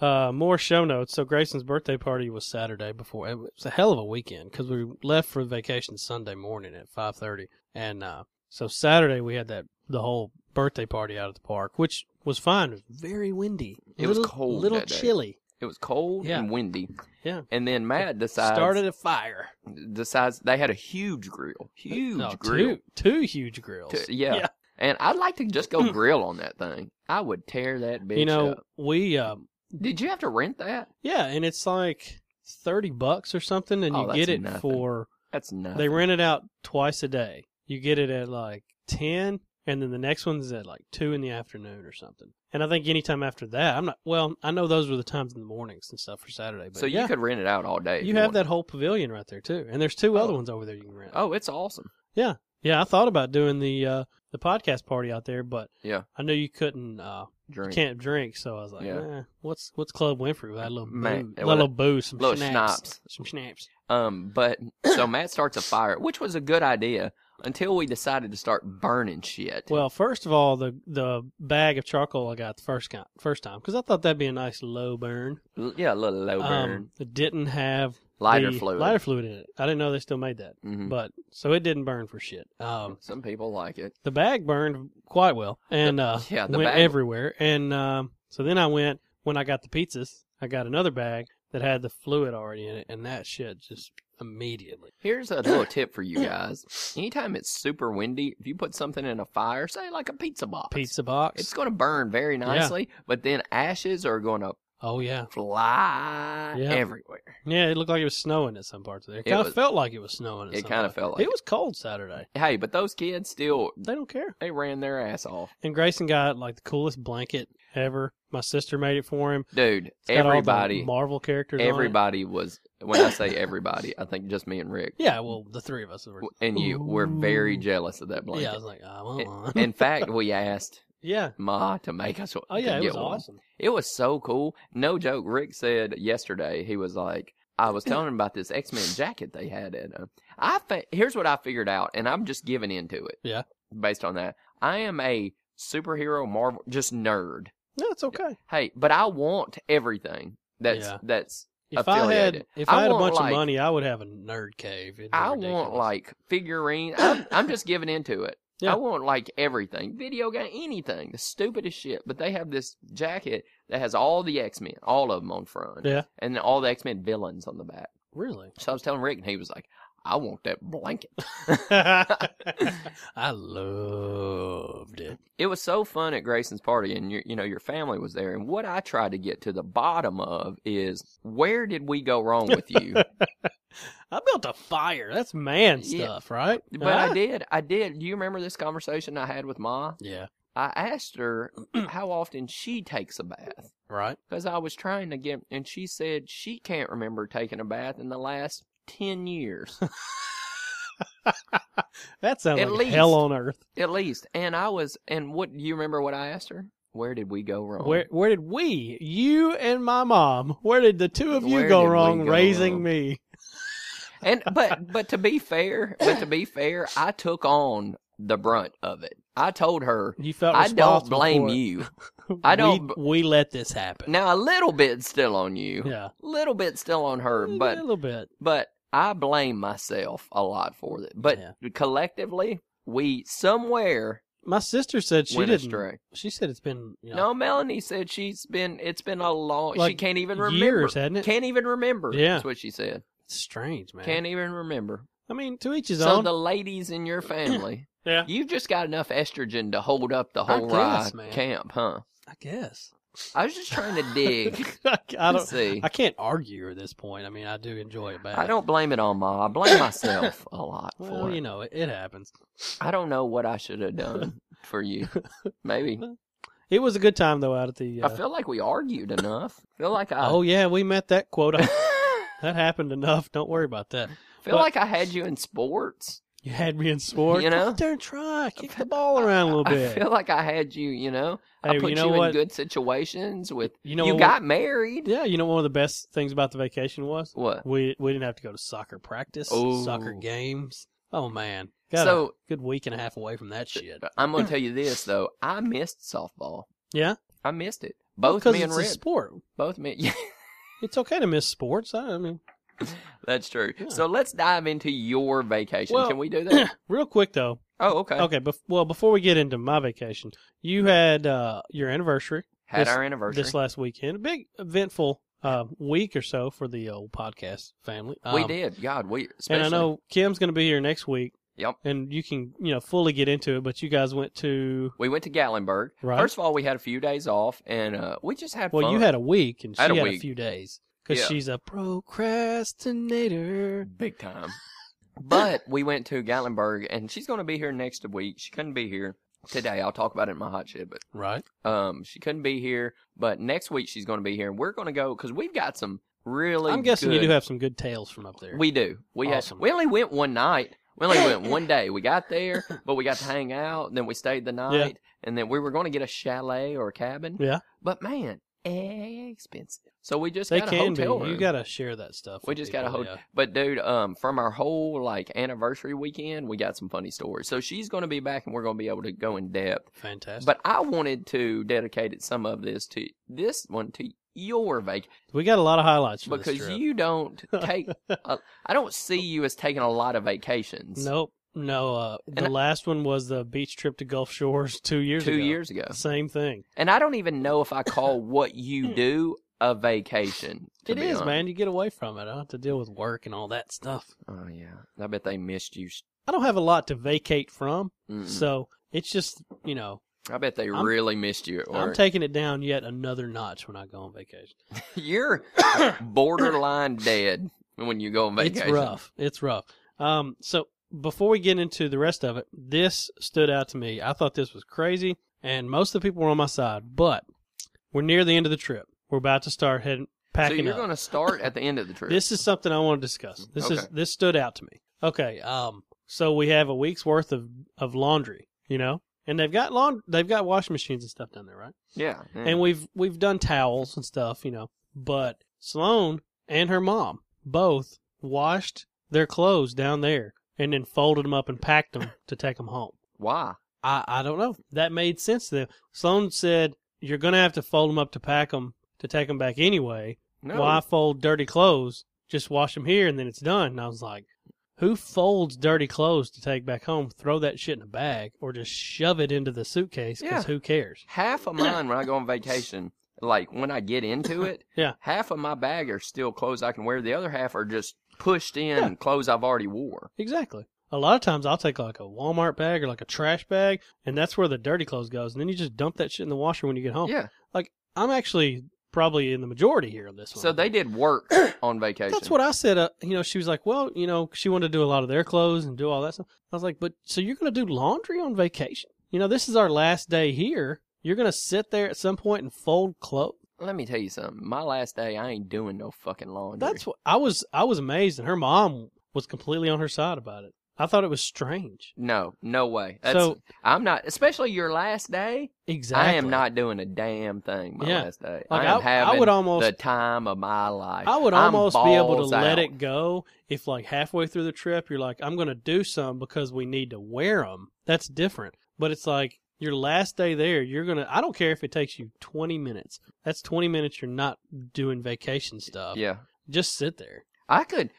[SPEAKER 2] Uh, more show notes. So Grayson's birthday party was Saturday before. It was a hell of a weekend because we left for vacation Sunday morning at five thirty, and uh, so Saturday we had that the whole birthday party out at the park, which was fine. It was very windy.
[SPEAKER 1] It was
[SPEAKER 2] Little-
[SPEAKER 1] cold
[SPEAKER 2] little
[SPEAKER 1] that day.
[SPEAKER 2] chilly.
[SPEAKER 1] It was cold
[SPEAKER 2] Yeah.
[SPEAKER 1] and windy.
[SPEAKER 2] Yeah.
[SPEAKER 1] And then Matt decides
[SPEAKER 2] Started a fire.
[SPEAKER 1] decides they had a huge grill, huge
[SPEAKER 2] No,
[SPEAKER 1] grill.
[SPEAKER 2] Oh, Two, two huge grills.
[SPEAKER 1] Two- yeah. And I'd like to just go grill on that thing. I would tear that bitch
[SPEAKER 2] Hmm. You know,
[SPEAKER 1] up.
[SPEAKER 2] we um,
[SPEAKER 1] Did you have to rent that?
[SPEAKER 2] yeah, and it's like thirty bucks or something, and
[SPEAKER 1] Oh,
[SPEAKER 2] you
[SPEAKER 1] that's
[SPEAKER 2] get it
[SPEAKER 1] nothing.
[SPEAKER 2] for
[SPEAKER 1] That's nothing.
[SPEAKER 2] They rent it out twice a day. You get it at like 10, and then the next one's at like 2 in the afternoon or something. And I think anytime after that, I'm not, well, I know those were the times in the mornings and stuff for Saturday. But
[SPEAKER 1] so you
[SPEAKER 2] yeah,
[SPEAKER 1] could rent it out all day. if
[SPEAKER 2] you have
[SPEAKER 1] wanted.
[SPEAKER 2] that whole pavilion right there too. And there's two other
[SPEAKER 1] Oh.
[SPEAKER 2] ones over there you can rent.
[SPEAKER 1] Oh, it's awesome.
[SPEAKER 2] Yeah, I thought about doing the, uh, the podcast party out there, but
[SPEAKER 1] Yeah.
[SPEAKER 2] I knew you couldn't, uh,
[SPEAKER 1] Drink.
[SPEAKER 2] can't drink. So I was like,
[SPEAKER 1] Yeah.
[SPEAKER 2] eh, what's, what's Club Winfrey without a little
[SPEAKER 1] Man,
[SPEAKER 2] booze?
[SPEAKER 1] it
[SPEAKER 2] little booze, some
[SPEAKER 1] little
[SPEAKER 2] schnapps,
[SPEAKER 1] schnapps.
[SPEAKER 2] some schnapps.
[SPEAKER 1] Um, but so Matt starts a fire, which was a good idea until we decided to start burning shit.
[SPEAKER 2] Well, first of all, the the bag of charcoal I got the first time, first time because I thought that'd be a nice low burn.
[SPEAKER 1] L- yeah, a little low burn,
[SPEAKER 2] Um, it didn't have
[SPEAKER 1] lighter
[SPEAKER 2] the
[SPEAKER 1] fluid.
[SPEAKER 2] lighter fluid in it. I didn't know they still made that,
[SPEAKER 1] Mhm.
[SPEAKER 2] but so it didn't burn for shit. Um,
[SPEAKER 1] Some people like it.
[SPEAKER 2] the bag burned quite well and uh,
[SPEAKER 1] (laughs) yeah, the
[SPEAKER 2] went
[SPEAKER 1] bag-
[SPEAKER 2] everywhere. And um, so then I went when I got the pizzas, I got another bag that had the fluid already in it, and that shit just immediately.
[SPEAKER 1] Here's a little tip for
[SPEAKER 2] (coughs)
[SPEAKER 1] you guys. Anytime it's super windy, if you put something in a fire, say like a pizza box,
[SPEAKER 2] Pizza box.
[SPEAKER 1] it's going to burn very nicely, but then ashes are going to
[SPEAKER 2] Oh yeah,
[SPEAKER 1] fly
[SPEAKER 2] Yeah.
[SPEAKER 1] everywhere.
[SPEAKER 2] yeah. It looked like it was snowing at some parts of there. It
[SPEAKER 1] It
[SPEAKER 2] kind of
[SPEAKER 1] was-
[SPEAKER 2] felt like it was snowing. At
[SPEAKER 1] It
[SPEAKER 2] some
[SPEAKER 1] kind of
[SPEAKER 2] parts.
[SPEAKER 1] felt like
[SPEAKER 2] it was cold Saturday.
[SPEAKER 1] Hey, but those kids still
[SPEAKER 2] They don't care.
[SPEAKER 1] they ran their ass off.
[SPEAKER 2] And Grayson got like the coolest blanket ever. My sister made it for him.
[SPEAKER 1] Dude,
[SPEAKER 2] It's got all the
[SPEAKER 1] everybody
[SPEAKER 2] Marvel characters. on it.
[SPEAKER 1] everybody was when I say everybody, I think just me and Rick
[SPEAKER 2] Yeah, well, the three of us were.
[SPEAKER 1] and you were very
[SPEAKER 2] Ooh.
[SPEAKER 1] jealous of that
[SPEAKER 2] Yeah, I
[SPEAKER 1] blanket.
[SPEAKER 2] was like, I want one.
[SPEAKER 1] In fact, we asked
[SPEAKER 2] (laughs) yeah.
[SPEAKER 1] Ma to make us
[SPEAKER 2] Oh yeah,
[SPEAKER 1] to
[SPEAKER 2] it
[SPEAKER 1] get
[SPEAKER 2] was
[SPEAKER 1] one.
[SPEAKER 2] awesome.
[SPEAKER 1] It was so cool. No joke. Rick said yesterday he was like, I
[SPEAKER 2] (laughs)
[SPEAKER 1] was telling him about this X Men jacket they had at. Uh, I fa- here's what I figured out, and I'm just giving into it.
[SPEAKER 2] Yeah.
[SPEAKER 1] Based on that, I am a superhero Marvel just nerd.
[SPEAKER 2] No, it's okay.
[SPEAKER 1] Hey, but I want everything. That's
[SPEAKER 2] Yeah.
[SPEAKER 1] that's.
[SPEAKER 2] If I had
[SPEAKER 1] Affiliated.
[SPEAKER 2] if
[SPEAKER 1] I
[SPEAKER 2] I, had a
[SPEAKER 1] want,
[SPEAKER 2] bunch
[SPEAKER 1] like-
[SPEAKER 2] of money, I would have a nerd cave. It'd be
[SPEAKER 1] I
[SPEAKER 2] ridiculous.
[SPEAKER 1] want like figurine. I'm, I'm just giving into it.
[SPEAKER 2] (laughs) Yeah.
[SPEAKER 1] I want like everything, video game, anything, the stupidest shit. But they have this jacket that has all the X Men, all of them on front,
[SPEAKER 2] Yeah.
[SPEAKER 1] and all the X Men villains on the back. (laughs)
[SPEAKER 2] really. (laughs)
[SPEAKER 1] So I was telling Rick, and he was like, "I want that blanket."
[SPEAKER 2] I loved it.
[SPEAKER 1] It was so fun at Grayson's party, and your, you know your family was there. And what I tried to get to the bottom of is where did we go wrong with
[SPEAKER 2] (laughs)
[SPEAKER 1] you?
[SPEAKER 2] I built a fire. That's man
[SPEAKER 1] Yeah.
[SPEAKER 2] stuff, right?
[SPEAKER 1] but I
[SPEAKER 2] Huh?
[SPEAKER 1] did, I did. Do you remember this conversation I had with Ma?
[SPEAKER 2] Yeah.
[SPEAKER 1] I asked
[SPEAKER 2] (clears throat)
[SPEAKER 1] her how often she takes a bath
[SPEAKER 2] Right.
[SPEAKER 1] because I was trying to get, and she said she can't remember taking a bath in the last ten
[SPEAKER 2] (laughs)
[SPEAKER 1] years.
[SPEAKER 2] That sounds
[SPEAKER 1] At
[SPEAKER 2] like
[SPEAKER 1] least.
[SPEAKER 2] hell on earth.
[SPEAKER 1] At least. And I was, and what, do you remember what I asked her? Where did we go wrong?
[SPEAKER 2] Where where did we, you and my mom, where did the two of you
[SPEAKER 1] Where
[SPEAKER 2] go
[SPEAKER 1] did we
[SPEAKER 2] wrong
[SPEAKER 1] go
[SPEAKER 2] raising
[SPEAKER 1] wrong?
[SPEAKER 2] me?
[SPEAKER 1] (laughs) And,
[SPEAKER 2] (laughs)
[SPEAKER 1] but, but to be fair, but to be fair, I took on the brunt of it. I told her,
[SPEAKER 2] You felt
[SPEAKER 1] I don't
[SPEAKER 2] responsible
[SPEAKER 1] blame
[SPEAKER 2] for it.
[SPEAKER 1] you. I don't-
[SPEAKER 2] (laughs) We, we let this happen.
[SPEAKER 1] Now, a little bit's still on you.
[SPEAKER 2] yeah,
[SPEAKER 1] Little bit still on her, but
[SPEAKER 2] a little bit.
[SPEAKER 1] but I blame myself a lot for it. But
[SPEAKER 2] Yeah.
[SPEAKER 1] collectively, we somewhere
[SPEAKER 2] My sister said she
[SPEAKER 1] went
[SPEAKER 2] didn't.
[SPEAKER 1] astray.
[SPEAKER 2] She said it's been you know,
[SPEAKER 1] No, Melanie said she's been. It's been a long. she
[SPEAKER 2] Like,
[SPEAKER 1] can't even remember.
[SPEAKER 2] years, hadn't it?
[SPEAKER 1] Can't even remember.
[SPEAKER 2] Yeah.
[SPEAKER 1] that's what she said.
[SPEAKER 2] It's strange, man.
[SPEAKER 1] Can't even remember.
[SPEAKER 2] I mean, to each his
[SPEAKER 1] So
[SPEAKER 2] own.
[SPEAKER 1] the ladies in your family,
[SPEAKER 2] (clears throat) yeah,
[SPEAKER 1] you've just got enough estrogen to hold up the whole
[SPEAKER 2] guess,
[SPEAKER 1] ride
[SPEAKER 2] man.
[SPEAKER 1] camp, huh?
[SPEAKER 2] I guess.
[SPEAKER 1] I was just (laughs) trying
[SPEAKER 2] (laughs)
[SPEAKER 1] to dig.
[SPEAKER 2] I
[SPEAKER 1] Let's (laughs)
[SPEAKER 2] don't.
[SPEAKER 1] see.
[SPEAKER 2] I can't argue at this point. I mean, I do enjoy it back.
[SPEAKER 1] I don't blame it on Ma. I blame myself a lot for
[SPEAKER 2] Well,
[SPEAKER 1] it.
[SPEAKER 2] you know, it, it happens.
[SPEAKER 1] I don't know what I should have done for
[SPEAKER 2] (laughs)
[SPEAKER 1] you. Maybe
[SPEAKER 2] It was a good time though out at the.
[SPEAKER 1] I
[SPEAKER 2] Uh,
[SPEAKER 1] feel like we argued enough. feel like I (laughs)
[SPEAKER 2] oh yeah, we met that quota.
[SPEAKER 1] feel
[SPEAKER 2] that happened enough. Don't worry about that. but-
[SPEAKER 1] like I had you in sports.
[SPEAKER 2] You had me in sport.
[SPEAKER 1] You know?
[SPEAKER 2] Go out there and try. Kick the ball around a little
[SPEAKER 1] I
[SPEAKER 2] bit.
[SPEAKER 1] feel like I had you. You know,
[SPEAKER 2] Hey,
[SPEAKER 1] I put
[SPEAKER 2] you know
[SPEAKER 1] you
[SPEAKER 2] what?
[SPEAKER 1] in good situations with.
[SPEAKER 2] you
[SPEAKER 1] You,
[SPEAKER 2] know what?
[SPEAKER 1] got married.
[SPEAKER 2] Yeah, you know one of the best things about the vacation was
[SPEAKER 1] What?
[SPEAKER 2] we we didn't have to go to soccer practice,
[SPEAKER 1] Ooh.
[SPEAKER 2] soccer games. Oh man, got a
[SPEAKER 1] so
[SPEAKER 2] good week and a half away from that shit.
[SPEAKER 1] I'm
[SPEAKER 2] (clears throat)
[SPEAKER 1] gonna tell you this though. I missed softball.
[SPEAKER 2] Yeah,
[SPEAKER 1] I missed it. Both
[SPEAKER 2] because
[SPEAKER 1] me and
[SPEAKER 2] it's a
[SPEAKER 1] Rick.
[SPEAKER 2] sport.
[SPEAKER 1] both me. (laughs) Yeah,
[SPEAKER 2] It's okay to miss sports. I, I mean,
[SPEAKER 1] that's true.
[SPEAKER 2] Yeah.
[SPEAKER 1] So let's dive into your vacation.
[SPEAKER 2] Well-
[SPEAKER 1] Can we do
[SPEAKER 2] (clears throat)
[SPEAKER 1] that?
[SPEAKER 2] real quick though.
[SPEAKER 1] oh, okay.
[SPEAKER 2] Okay, bef- well before we get into my vacation, you had uh, your anniversary
[SPEAKER 1] Had
[SPEAKER 2] this-
[SPEAKER 1] our anniversary.
[SPEAKER 2] this last weekend. A big eventful uh, week or so for the old podcast family.
[SPEAKER 1] we
[SPEAKER 2] Um,
[SPEAKER 1] did. God, we. Especially,
[SPEAKER 2] And I know Kim's going to be here next week.
[SPEAKER 1] Yep.
[SPEAKER 2] And you can, you know, fully get into it, but you guys went to
[SPEAKER 1] we went to Gatlinburg.
[SPEAKER 2] Right.
[SPEAKER 1] First of all, we had a few days off, and uh, we just had
[SPEAKER 2] Well,
[SPEAKER 1] fun.
[SPEAKER 2] you had a week, and she
[SPEAKER 1] I
[SPEAKER 2] had
[SPEAKER 1] had
[SPEAKER 2] a,
[SPEAKER 1] a week.
[SPEAKER 2] few days because
[SPEAKER 1] Yeah.
[SPEAKER 2] she's a procrastinator.
[SPEAKER 1] big
[SPEAKER 2] (laughs)
[SPEAKER 1] time. But we went to Gatlinburg, and she's going to be here next week. She couldn't be here today. I'll talk about it in my hot shit, but
[SPEAKER 2] Right?
[SPEAKER 1] um, she couldn't be here. But next week she's going to be here, and we're going to go because we've got some really.
[SPEAKER 2] I'm guessing you
[SPEAKER 1] good-
[SPEAKER 2] do have some good tales from up there.
[SPEAKER 1] We do. We had-
[SPEAKER 2] Awesome.
[SPEAKER 1] we only went one night. We only
[SPEAKER 2] (laughs)
[SPEAKER 1] went one day. We got there, but we got to hang out. Then we stayed the night, and then we were going to get a chalet or a cabin.
[SPEAKER 2] Yeah.
[SPEAKER 1] But man, expensive. So we just
[SPEAKER 2] they
[SPEAKER 1] got a
[SPEAKER 2] can be.
[SPEAKER 1] hotel room.
[SPEAKER 2] You got to share that stuff.
[SPEAKER 1] We
[SPEAKER 2] with
[SPEAKER 1] just got a
[SPEAKER 2] people,
[SPEAKER 1] hotel. But dude, um, from our whole like anniversary weekend, we got some funny stories. So she's going to be back, and we're going to be able to go in depth.
[SPEAKER 2] yeah. Fantastic.
[SPEAKER 1] But I wanted to dedicate some of this to this one to your vacation
[SPEAKER 2] we got a lot of highlights from this
[SPEAKER 1] because
[SPEAKER 2] trip.
[SPEAKER 1] you
[SPEAKER 2] (laughs)
[SPEAKER 1] don't take. a, I don't see you as taking a lot of vacations.
[SPEAKER 2] Nope. No. Uh, the
[SPEAKER 1] And I-
[SPEAKER 2] last one was the beach trip to Gulf Shores (laughs) two years
[SPEAKER 1] two
[SPEAKER 2] ago.
[SPEAKER 1] years ago,
[SPEAKER 2] Same thing.
[SPEAKER 1] and I don't even know if I
[SPEAKER 2] (laughs)
[SPEAKER 1] call what you do a vacation. to
[SPEAKER 2] Hmm. It
[SPEAKER 1] be
[SPEAKER 2] is,
[SPEAKER 1] honest.
[SPEAKER 2] man. You get away from it. I don't have to deal with work and all that stuff.
[SPEAKER 1] Oh yeah, I bet they missed you.
[SPEAKER 2] I don't have a lot to vacate from.
[SPEAKER 1] Mm-mm.
[SPEAKER 2] So it's just, you know,
[SPEAKER 1] I bet they
[SPEAKER 2] I'm-
[SPEAKER 1] really missed you. At
[SPEAKER 2] I'm
[SPEAKER 1] work.
[SPEAKER 2] taking it down yet another notch when I go on vacation. (coughs)
[SPEAKER 1] You're borderline dead when you go on vacation.
[SPEAKER 2] It's rough. It's rough. Um, so before we get into the rest of it, this stood out to me. I thought this was crazy, and most of the people were on my side. But we're near the end of the trip. We're about to start heading
[SPEAKER 1] so
[SPEAKER 2] packing
[SPEAKER 1] you're
[SPEAKER 2] up.
[SPEAKER 1] going to start at the end of the trip.
[SPEAKER 2] This is something I want to discuss. This is
[SPEAKER 1] Okay.
[SPEAKER 2] this stood out to me. Okay, um, so we have a week's worth of of laundry, you know, and they've got laund- they've got washing machines and stuff down there, right?
[SPEAKER 1] yeah, yeah.
[SPEAKER 2] And we've we've done towels and stuff, you know, but Sloane and her mom both washed their clothes down there and then folded them up and packed them to take them home.
[SPEAKER 1] why?
[SPEAKER 2] I, I don't know. That made sense to them. Sloan said, "You're gonna have to fold them up to pack them to take them back anyway."
[SPEAKER 1] No.
[SPEAKER 2] why fold dirty clothes? Just wash them here and then it's done. And I was like, who folds dirty clothes to take back home? Throw that shit in a bag or just shove it into the suitcase
[SPEAKER 1] Yeah.
[SPEAKER 2] because who cares?
[SPEAKER 1] Half of mine when I go on vacation, like when I get into it,
[SPEAKER 2] (laughs) Yeah.
[SPEAKER 1] half of my bag are still clothes I can wear. The other half are just pushed in
[SPEAKER 2] Yeah.
[SPEAKER 1] clothes I've already wore.
[SPEAKER 2] Exactly. A lot of times I'll take like a Walmart bag or like a trash bag and that's where the dirty clothes goes. And then you just dump that shit in the washer when you get home.
[SPEAKER 1] Yeah.
[SPEAKER 2] I'm actually probably in the majority here on this one.
[SPEAKER 1] So they did
[SPEAKER 2] (coughs)
[SPEAKER 1] work on vacation.
[SPEAKER 2] That's what I said. Uh, you know, she was like, well, you know, she wanted to do a lot of their clothes and do all that stuff. I was like, but so you're going to do laundry on vacation? You know, this is our last day here. You're going to sit there at some point and fold clothes.
[SPEAKER 1] Let me tell you something. My last day, I ain't doing no fucking laundry.
[SPEAKER 2] That's what I was. I was amazed, and her mom was completely on her side about it. I thought it was strange.
[SPEAKER 1] no, no way. That's,
[SPEAKER 2] so
[SPEAKER 1] I'm not, especially your last day.
[SPEAKER 2] exactly,
[SPEAKER 1] I am not doing a damn thing my
[SPEAKER 2] Yeah.
[SPEAKER 1] last day.
[SPEAKER 2] Like,
[SPEAKER 1] I am
[SPEAKER 2] I- I
[SPEAKER 1] having
[SPEAKER 2] would almost-
[SPEAKER 1] the time of my life.
[SPEAKER 2] I would
[SPEAKER 1] I'm
[SPEAKER 2] almost be able to
[SPEAKER 1] balls
[SPEAKER 2] let
[SPEAKER 1] out.
[SPEAKER 2] it go if, like, halfway through the trip, you're like, I'm going to do some because we need to wear them. That's different. But it's like your last day there, you're going to, I don't care if it takes you 20 minutes. That's 20 minutes you're not doing vacation stuff.
[SPEAKER 1] Yeah.
[SPEAKER 2] Just sit there.
[SPEAKER 1] I could,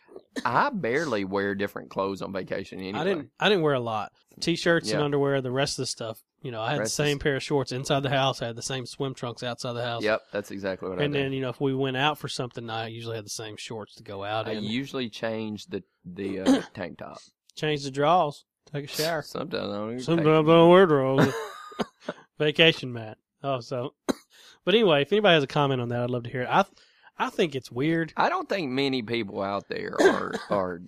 [SPEAKER 1] I barely wear different clothes on vacation anyway.
[SPEAKER 2] I didn't, I didn't wear a lot. T shirts and
[SPEAKER 1] Yeah.
[SPEAKER 2] underwear, the rest of the stuff. You know, I had
[SPEAKER 1] Rest is-
[SPEAKER 2] the same pair of shorts inside the house. I had the same swim trunks outside the house.
[SPEAKER 1] Yep, that's exactly what
[SPEAKER 2] And
[SPEAKER 1] I did.
[SPEAKER 2] then, you know, if we went out for something, I usually had the same shorts to go out
[SPEAKER 1] I
[SPEAKER 2] in.
[SPEAKER 1] usually change the the
[SPEAKER 2] (coughs)
[SPEAKER 1] uh, tank top.
[SPEAKER 2] Change the drawers, take a shower.
[SPEAKER 1] Sometimes I don't even
[SPEAKER 2] Sometimes
[SPEAKER 1] take- (laughs)
[SPEAKER 2] I don't wear drawers. (laughs) Vacation mat. Oh, so. (coughs) But anyway, if anybody has a comment on that, I'd love to hear it. I, I think it's weird.
[SPEAKER 1] I don't think many people out there are are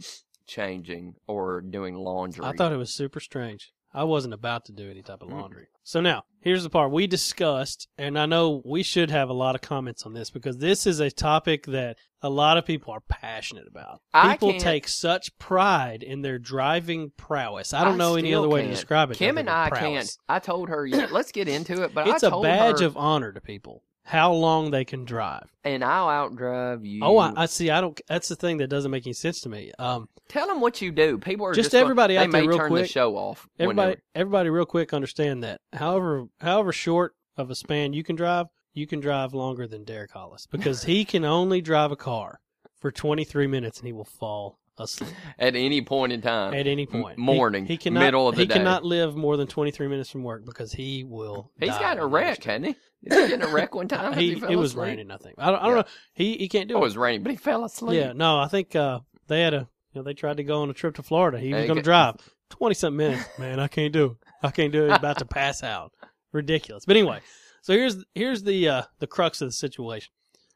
[SPEAKER 1] changing or doing laundry.
[SPEAKER 2] I thought it was super strange. I wasn't about to do any type
[SPEAKER 1] Hmm.
[SPEAKER 2] of laundry. So now, here's the part we discussed, and I know we should have a lot of comments on this because this is a topic that a lot of people are passionate about.
[SPEAKER 1] I
[SPEAKER 2] People
[SPEAKER 1] can't-
[SPEAKER 2] take such pride in their driving prowess. I don't know any
[SPEAKER 1] still
[SPEAKER 2] other way to
[SPEAKER 1] can't.
[SPEAKER 2] describe it.
[SPEAKER 1] Kim
[SPEAKER 2] other
[SPEAKER 1] and
[SPEAKER 2] than
[SPEAKER 1] I
[SPEAKER 2] prowess.
[SPEAKER 1] can't. I told her, yeah, let's get into it, but
[SPEAKER 2] It's
[SPEAKER 1] I
[SPEAKER 2] a
[SPEAKER 1] told
[SPEAKER 2] badge
[SPEAKER 1] her,
[SPEAKER 2] of honor to people how long they can drive.
[SPEAKER 1] and I'll outdrive you.
[SPEAKER 2] Oh, I, I see. I don't. That's the thing that doesn't make any sense to me. Um,
[SPEAKER 1] Tell them what you do. People are
[SPEAKER 2] Just
[SPEAKER 1] going-
[SPEAKER 2] everybody
[SPEAKER 1] they
[SPEAKER 2] out there
[SPEAKER 1] may
[SPEAKER 2] real
[SPEAKER 1] turn the
[SPEAKER 2] quick.
[SPEAKER 1] show off.
[SPEAKER 2] everybody,
[SPEAKER 1] whenever-
[SPEAKER 2] everybody, real quick, understand that. However, however short of a span you can drive, you can drive longer than Derek Hollis because he can only drive a car for 23 minutes and he will fall asleep
[SPEAKER 1] at any point in time.
[SPEAKER 2] at any
[SPEAKER 1] Uh, M-
[SPEAKER 2] point.
[SPEAKER 1] morning,
[SPEAKER 2] he, he cannot,
[SPEAKER 1] middle of the
[SPEAKER 2] he
[SPEAKER 1] day.
[SPEAKER 2] cannot live more than 23 minutes from work because he will.
[SPEAKER 1] He's
[SPEAKER 2] die
[SPEAKER 1] got a
[SPEAKER 2] when he
[SPEAKER 1] wreck,
[SPEAKER 2] gets-
[SPEAKER 1] hadn't he? Did he get in a wreck one
[SPEAKER 2] (laughs)
[SPEAKER 1] time? 'cause
[SPEAKER 2] He,
[SPEAKER 1] fell
[SPEAKER 2] it was
[SPEAKER 1] asleep?
[SPEAKER 2] raining. I think. I don't, I don't
[SPEAKER 1] Yeah.
[SPEAKER 2] know. He he can't do
[SPEAKER 1] Oh, it
[SPEAKER 2] it.
[SPEAKER 1] was raining, but he fell asleep.
[SPEAKER 2] Yeah, no, I think uh, they had a. You know, they tried to go on a trip to Florida. He was
[SPEAKER 1] Hey,
[SPEAKER 2] going to
[SPEAKER 1] g-
[SPEAKER 2] drive twenty something minutes. (laughs) Man, I can't do. It. I can't do. it. He's about to pass out. Ridiculous. But anyway, so here's here's the uh, the crux of the situation.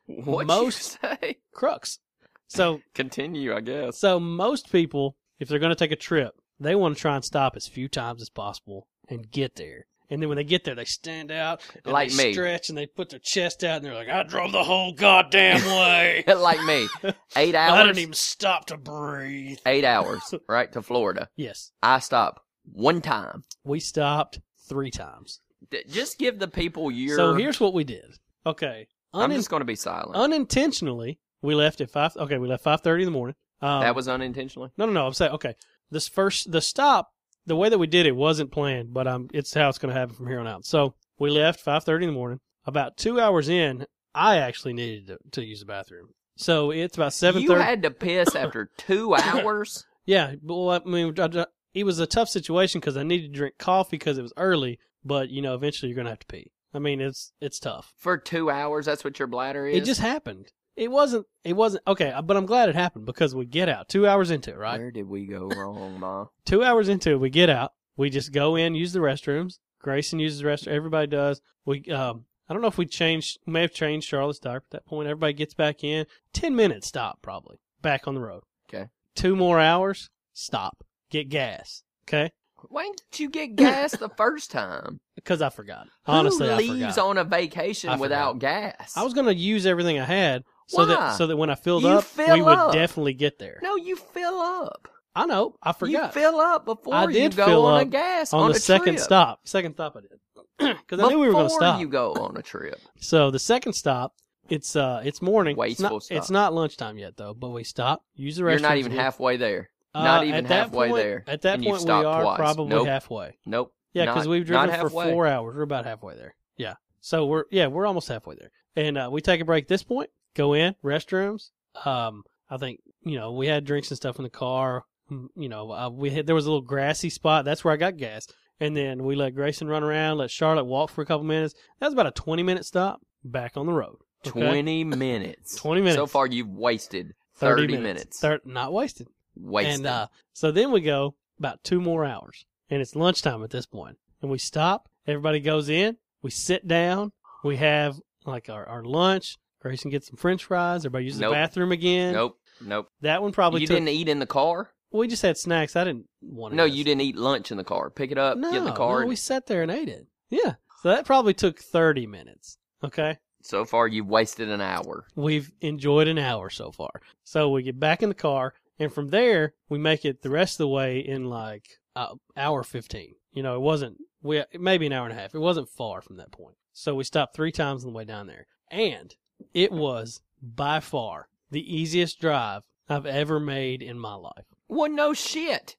[SPEAKER 1] What
[SPEAKER 2] Most-
[SPEAKER 1] you (laughs) say?
[SPEAKER 2] Crux. So
[SPEAKER 1] Continue, I
[SPEAKER 2] (laughs)
[SPEAKER 1] guess. (laughs)
[SPEAKER 2] so most people, if they're going to take a trip, they want to try and stop as few times as possible and get there. And then when they get there, they stand out, and
[SPEAKER 1] Like
[SPEAKER 2] they
[SPEAKER 1] me.
[SPEAKER 2] stretch, and they put their chest out, and they're like, "I drove the whole goddamn
[SPEAKER 1] (laughs)
[SPEAKER 2] way.
[SPEAKER 1] like me, eight
[SPEAKER 2] I
[SPEAKER 1] hours.
[SPEAKER 2] didn't even stop to breathe."
[SPEAKER 1] Eight
[SPEAKER 2] (laughs)
[SPEAKER 1] hours, right to Florida.
[SPEAKER 2] Yes.
[SPEAKER 1] I stop one time.
[SPEAKER 2] We stopped three times.
[SPEAKER 1] D- just give the people your.
[SPEAKER 2] So here's what we did. Okay,
[SPEAKER 1] I'm
[SPEAKER 2] Unin-
[SPEAKER 1] just going to be silent.
[SPEAKER 2] unintentionally, we left at five. Okay, we left five thirty in the morning. Um,
[SPEAKER 1] that was unintentionally.
[SPEAKER 2] no, no, no. I'm saying okay. This first the stop, the way that we did it wasn't planned, but um, it's how it's going to happen from here on out. So we left five thirty in the morning. About two hours in, I actually needed to, to use the bathroom. So it's about seven
[SPEAKER 1] You
[SPEAKER 2] thirty.
[SPEAKER 1] had to piss after
[SPEAKER 2] (laughs)
[SPEAKER 1] two hours.
[SPEAKER 2] Yeah, well, I mean, I- I- it was a tough situation because I needed to drink coffee because it was early. But you know, eventually you're going to have to pee. I mean, it's it's tough.
[SPEAKER 1] For two hours, that's what your bladder is.
[SPEAKER 2] It just happened. It wasn't. It wasn't okay. uh, But I'm glad it happened because we get out two hours into it, right?
[SPEAKER 1] Where did we go wrong, Ma?
[SPEAKER 2] Two hours into it, we get out. We just go in, use the restrooms. Grayson uses the restroom. Everybody does. We um, I don't know if we changed. We may have changed Charlotte's diaper at that point. Everybody gets back in. Ten minutes stop probably. Back on the road.
[SPEAKER 1] Okay.
[SPEAKER 2] Two more hours. Stop. Get gas. Okay.
[SPEAKER 1] (laughs) Why didn't you get gas the first time?
[SPEAKER 2] Because I forgot. (laughs) Honestly,
[SPEAKER 1] Who
[SPEAKER 2] I
[SPEAKER 1] leaves
[SPEAKER 2] forgot.
[SPEAKER 1] on a vacation
[SPEAKER 2] I forgot.
[SPEAKER 1] without gas?
[SPEAKER 2] I was gonna use everything I had so
[SPEAKER 1] Why?
[SPEAKER 2] that so that when I filled
[SPEAKER 1] You
[SPEAKER 2] up,
[SPEAKER 1] fill
[SPEAKER 2] we
[SPEAKER 1] up.
[SPEAKER 2] would definitely get there.
[SPEAKER 1] no, you fill up.
[SPEAKER 2] I know. I forgot.
[SPEAKER 1] You fill up before
[SPEAKER 2] I
[SPEAKER 1] you
[SPEAKER 2] did
[SPEAKER 1] go
[SPEAKER 2] fill
[SPEAKER 1] on a
[SPEAKER 2] up
[SPEAKER 1] gas
[SPEAKER 2] on, the
[SPEAKER 1] a
[SPEAKER 2] second
[SPEAKER 1] trip.
[SPEAKER 2] stop. Second stop, I did (clears throat) because I knew we were going to
[SPEAKER 1] Before
[SPEAKER 2] stop.
[SPEAKER 1] You go on a trip.
[SPEAKER 2] So the second stop, it's uh, it's morning.
[SPEAKER 1] Wasteful
[SPEAKER 2] it's not,
[SPEAKER 1] stop.
[SPEAKER 2] It's not lunchtime yet though, but we stop. Use the restroom.
[SPEAKER 1] You're not even halfway there. not even halfway there,
[SPEAKER 2] At that
[SPEAKER 1] and you've
[SPEAKER 2] point, we
[SPEAKER 1] stopped
[SPEAKER 2] are
[SPEAKER 1] twice.
[SPEAKER 2] probably
[SPEAKER 1] Nope.
[SPEAKER 2] halfway.
[SPEAKER 1] Nope.
[SPEAKER 2] Yeah, because
[SPEAKER 1] Not-
[SPEAKER 2] we've
[SPEAKER 1] not
[SPEAKER 2] driven for
[SPEAKER 1] halfway.
[SPEAKER 2] four hours. We're about halfway there. Yeah. So we're yeah we're almost halfway there, and uh, we take a break. At this point, go in restrooms. Um, I think you know we had drinks and stuff in the car. Mm, You know, uh, we had, there was a little grassy spot. That's where I got gas, and then we let Grayson run around, let Charlotte walk for a couple minutes. That was about a twenty minute stop back on the road. Okay? (laughs)
[SPEAKER 1] 20 minutes.
[SPEAKER 2] 20 minutes.
[SPEAKER 1] So far, you've wasted 30,
[SPEAKER 2] 30
[SPEAKER 1] minutes.
[SPEAKER 2] Thir- not wasted.
[SPEAKER 1] wasted.
[SPEAKER 2] And uh, so then we go about two more hours, and it's lunchtime at this point. And we stop. Everybody goes in. We sit down. We have like our, our lunch. Grayson gets some French fries. Everybody uses
[SPEAKER 1] Nope.
[SPEAKER 2] the bathroom again.
[SPEAKER 1] nope. Nope.
[SPEAKER 2] That one probably
[SPEAKER 1] You
[SPEAKER 2] took.
[SPEAKER 1] didn't eat in the car?
[SPEAKER 2] We just had snacks. I didn't want. to
[SPEAKER 1] No,
[SPEAKER 2] have-
[SPEAKER 1] you didn't eat lunch in the car. Pick it up,
[SPEAKER 2] No,
[SPEAKER 1] get in the car.
[SPEAKER 2] no,
[SPEAKER 1] and-
[SPEAKER 2] we sat there and ate it. Yeah. So that probably took thirty minutes. Okay.
[SPEAKER 1] So far, you've wasted an hour.
[SPEAKER 2] We've enjoyed an hour so far. So we get back in the car, and from there we make it the rest of the way in like uh, hour fifteen. You know, it wasn't we maybe an hour and a half. It wasn't far from that point. So we stopped three times on the way down there, and it was by far the easiest drive I've ever made in my life. (laughs)
[SPEAKER 1] Well, no (coughs) shit.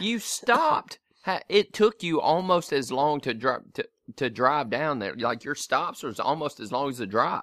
[SPEAKER 1] you stopped. Ha- It took you almost as long to drive to, to drive down there. Like your stops was almost as long as the drive.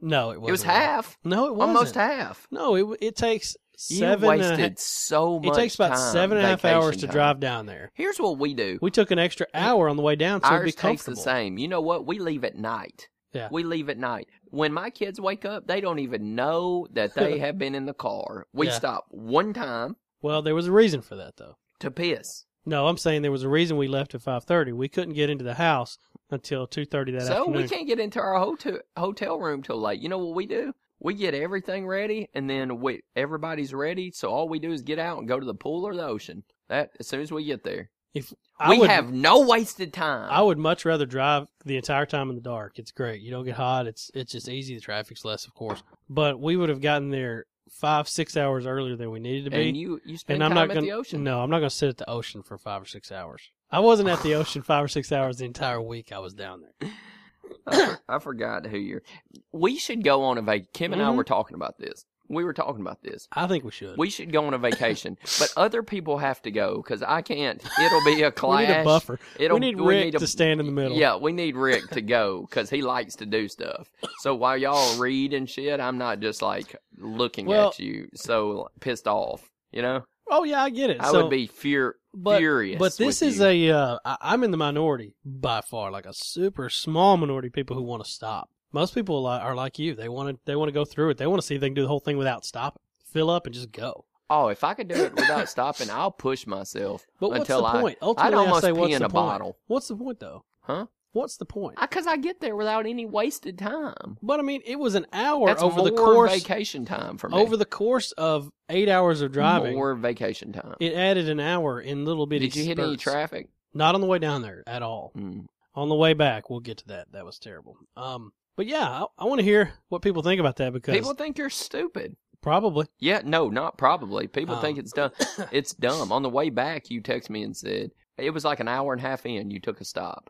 [SPEAKER 2] no, it wasn't.
[SPEAKER 1] it was half,
[SPEAKER 2] No, it wasn't.
[SPEAKER 1] almost half.
[SPEAKER 2] No, it it takes
[SPEAKER 1] You
[SPEAKER 2] seven. and a
[SPEAKER 1] wasted
[SPEAKER 2] half-
[SPEAKER 1] so much.
[SPEAKER 2] it takes about
[SPEAKER 1] time,
[SPEAKER 2] seven and a half hours
[SPEAKER 1] vacation
[SPEAKER 2] to
[SPEAKER 1] time.
[SPEAKER 2] drive down there.
[SPEAKER 1] Here's what we do.
[SPEAKER 2] We took an extra hour on the way down, so it'd be
[SPEAKER 1] Ours takes the
[SPEAKER 2] comfortable.
[SPEAKER 1] same. You know what? We leave at night.
[SPEAKER 2] Yeah.
[SPEAKER 1] We leave at night. When my kids wake up, they don't even know that
[SPEAKER 2] (laughs)
[SPEAKER 1] they have been in the car. We
[SPEAKER 2] Yeah.
[SPEAKER 1] stop one time
[SPEAKER 2] Well, there was a reason for that, though.
[SPEAKER 1] to piss.
[SPEAKER 2] No, I'm saying there was a reason we left at 5:30. We couldn't get into the house until 2:30 that
[SPEAKER 1] so
[SPEAKER 2] afternoon.
[SPEAKER 1] we can't get into our hotel hotel room till late. You know what we do? We get everything ready, and then we everybody's ready. So all we do is get out and go to the pool or the ocean. That as soon as we get there,
[SPEAKER 2] I
[SPEAKER 1] we
[SPEAKER 2] would,
[SPEAKER 1] have no wasted time.
[SPEAKER 2] I would much rather drive the entire time in the dark. It's great. You don't get hot. It's it's just easy. The traffic's less, of course. But we would have gotten there five six hours earlier than we needed to be.
[SPEAKER 1] and you you spend
[SPEAKER 2] and I'm
[SPEAKER 1] time
[SPEAKER 2] not
[SPEAKER 1] at
[SPEAKER 2] gonna
[SPEAKER 1] the ocean.
[SPEAKER 2] no, I'm not gonna sit at the ocean for five or six hours. I wasn't at the ocean five or six hours the entire week I was down there.
[SPEAKER 1] I, for- I forgot who you're. We should go on a vacation. Kim and I
[SPEAKER 2] Mhm.
[SPEAKER 1] were talking about this. We were talking about this.
[SPEAKER 2] I think we should.
[SPEAKER 1] We should go on a vacation, but other people have to go because I can't. It'll be a
[SPEAKER 2] (laughs) We
[SPEAKER 1] clash.
[SPEAKER 2] need a buffer.
[SPEAKER 1] It'll,
[SPEAKER 2] we need Rick
[SPEAKER 1] a-
[SPEAKER 2] to stand in the middle.
[SPEAKER 1] Yeah, we need Rick to go because he likes to do stuff. So while y'all read and shit, I'm not just like looking
[SPEAKER 2] Well-
[SPEAKER 1] at you so pissed off. You know,
[SPEAKER 2] Oh yeah, I get it.
[SPEAKER 1] I
[SPEAKER 2] so,
[SPEAKER 1] would be fear
[SPEAKER 2] but,
[SPEAKER 1] furious.
[SPEAKER 2] But this
[SPEAKER 1] with
[SPEAKER 2] is
[SPEAKER 1] you.
[SPEAKER 2] a uh, I, I'm in the minority by far, like a super small minority of people who want to stop. Most people li- are like you. They want to they want to go through it. They want to see if they can do the whole thing without stopping. Fill up and just go.
[SPEAKER 1] oh, if I could do it without stopping, I'll push myself
[SPEAKER 2] But what's
[SPEAKER 1] Until
[SPEAKER 2] the
[SPEAKER 1] I-
[SPEAKER 2] point?
[SPEAKER 1] I'd
[SPEAKER 2] Ultimately, I
[SPEAKER 1] almost
[SPEAKER 2] say,
[SPEAKER 1] pee
[SPEAKER 2] what's
[SPEAKER 1] in
[SPEAKER 2] the
[SPEAKER 1] a
[SPEAKER 2] point?
[SPEAKER 1] bottle.
[SPEAKER 2] What's the point though?
[SPEAKER 1] Huh?
[SPEAKER 2] What's the point?
[SPEAKER 1] because I get there without any wasted time.
[SPEAKER 2] but I mean, it was an hour
[SPEAKER 1] That's
[SPEAKER 2] over
[SPEAKER 1] more
[SPEAKER 2] the course
[SPEAKER 1] vacation time for me.
[SPEAKER 2] over the course of eight hours of driving.
[SPEAKER 1] more vacation time.
[SPEAKER 2] It added an hour in little bitty.
[SPEAKER 1] Did you hit any
[SPEAKER 2] spurts.
[SPEAKER 1] traffic?
[SPEAKER 2] Not on the way down there at all.
[SPEAKER 1] Mm.
[SPEAKER 2] on the way back we'll get to that that was terrible um but yeah i, I want to hear what people think about that because
[SPEAKER 1] People think you're stupid.
[SPEAKER 2] probably
[SPEAKER 1] Yeah, no, not probably. People think
[SPEAKER 2] Um,
[SPEAKER 1] it's dumb. It's dumb. On the way back, you text me and said it was like an hour and a half in. You took a stop.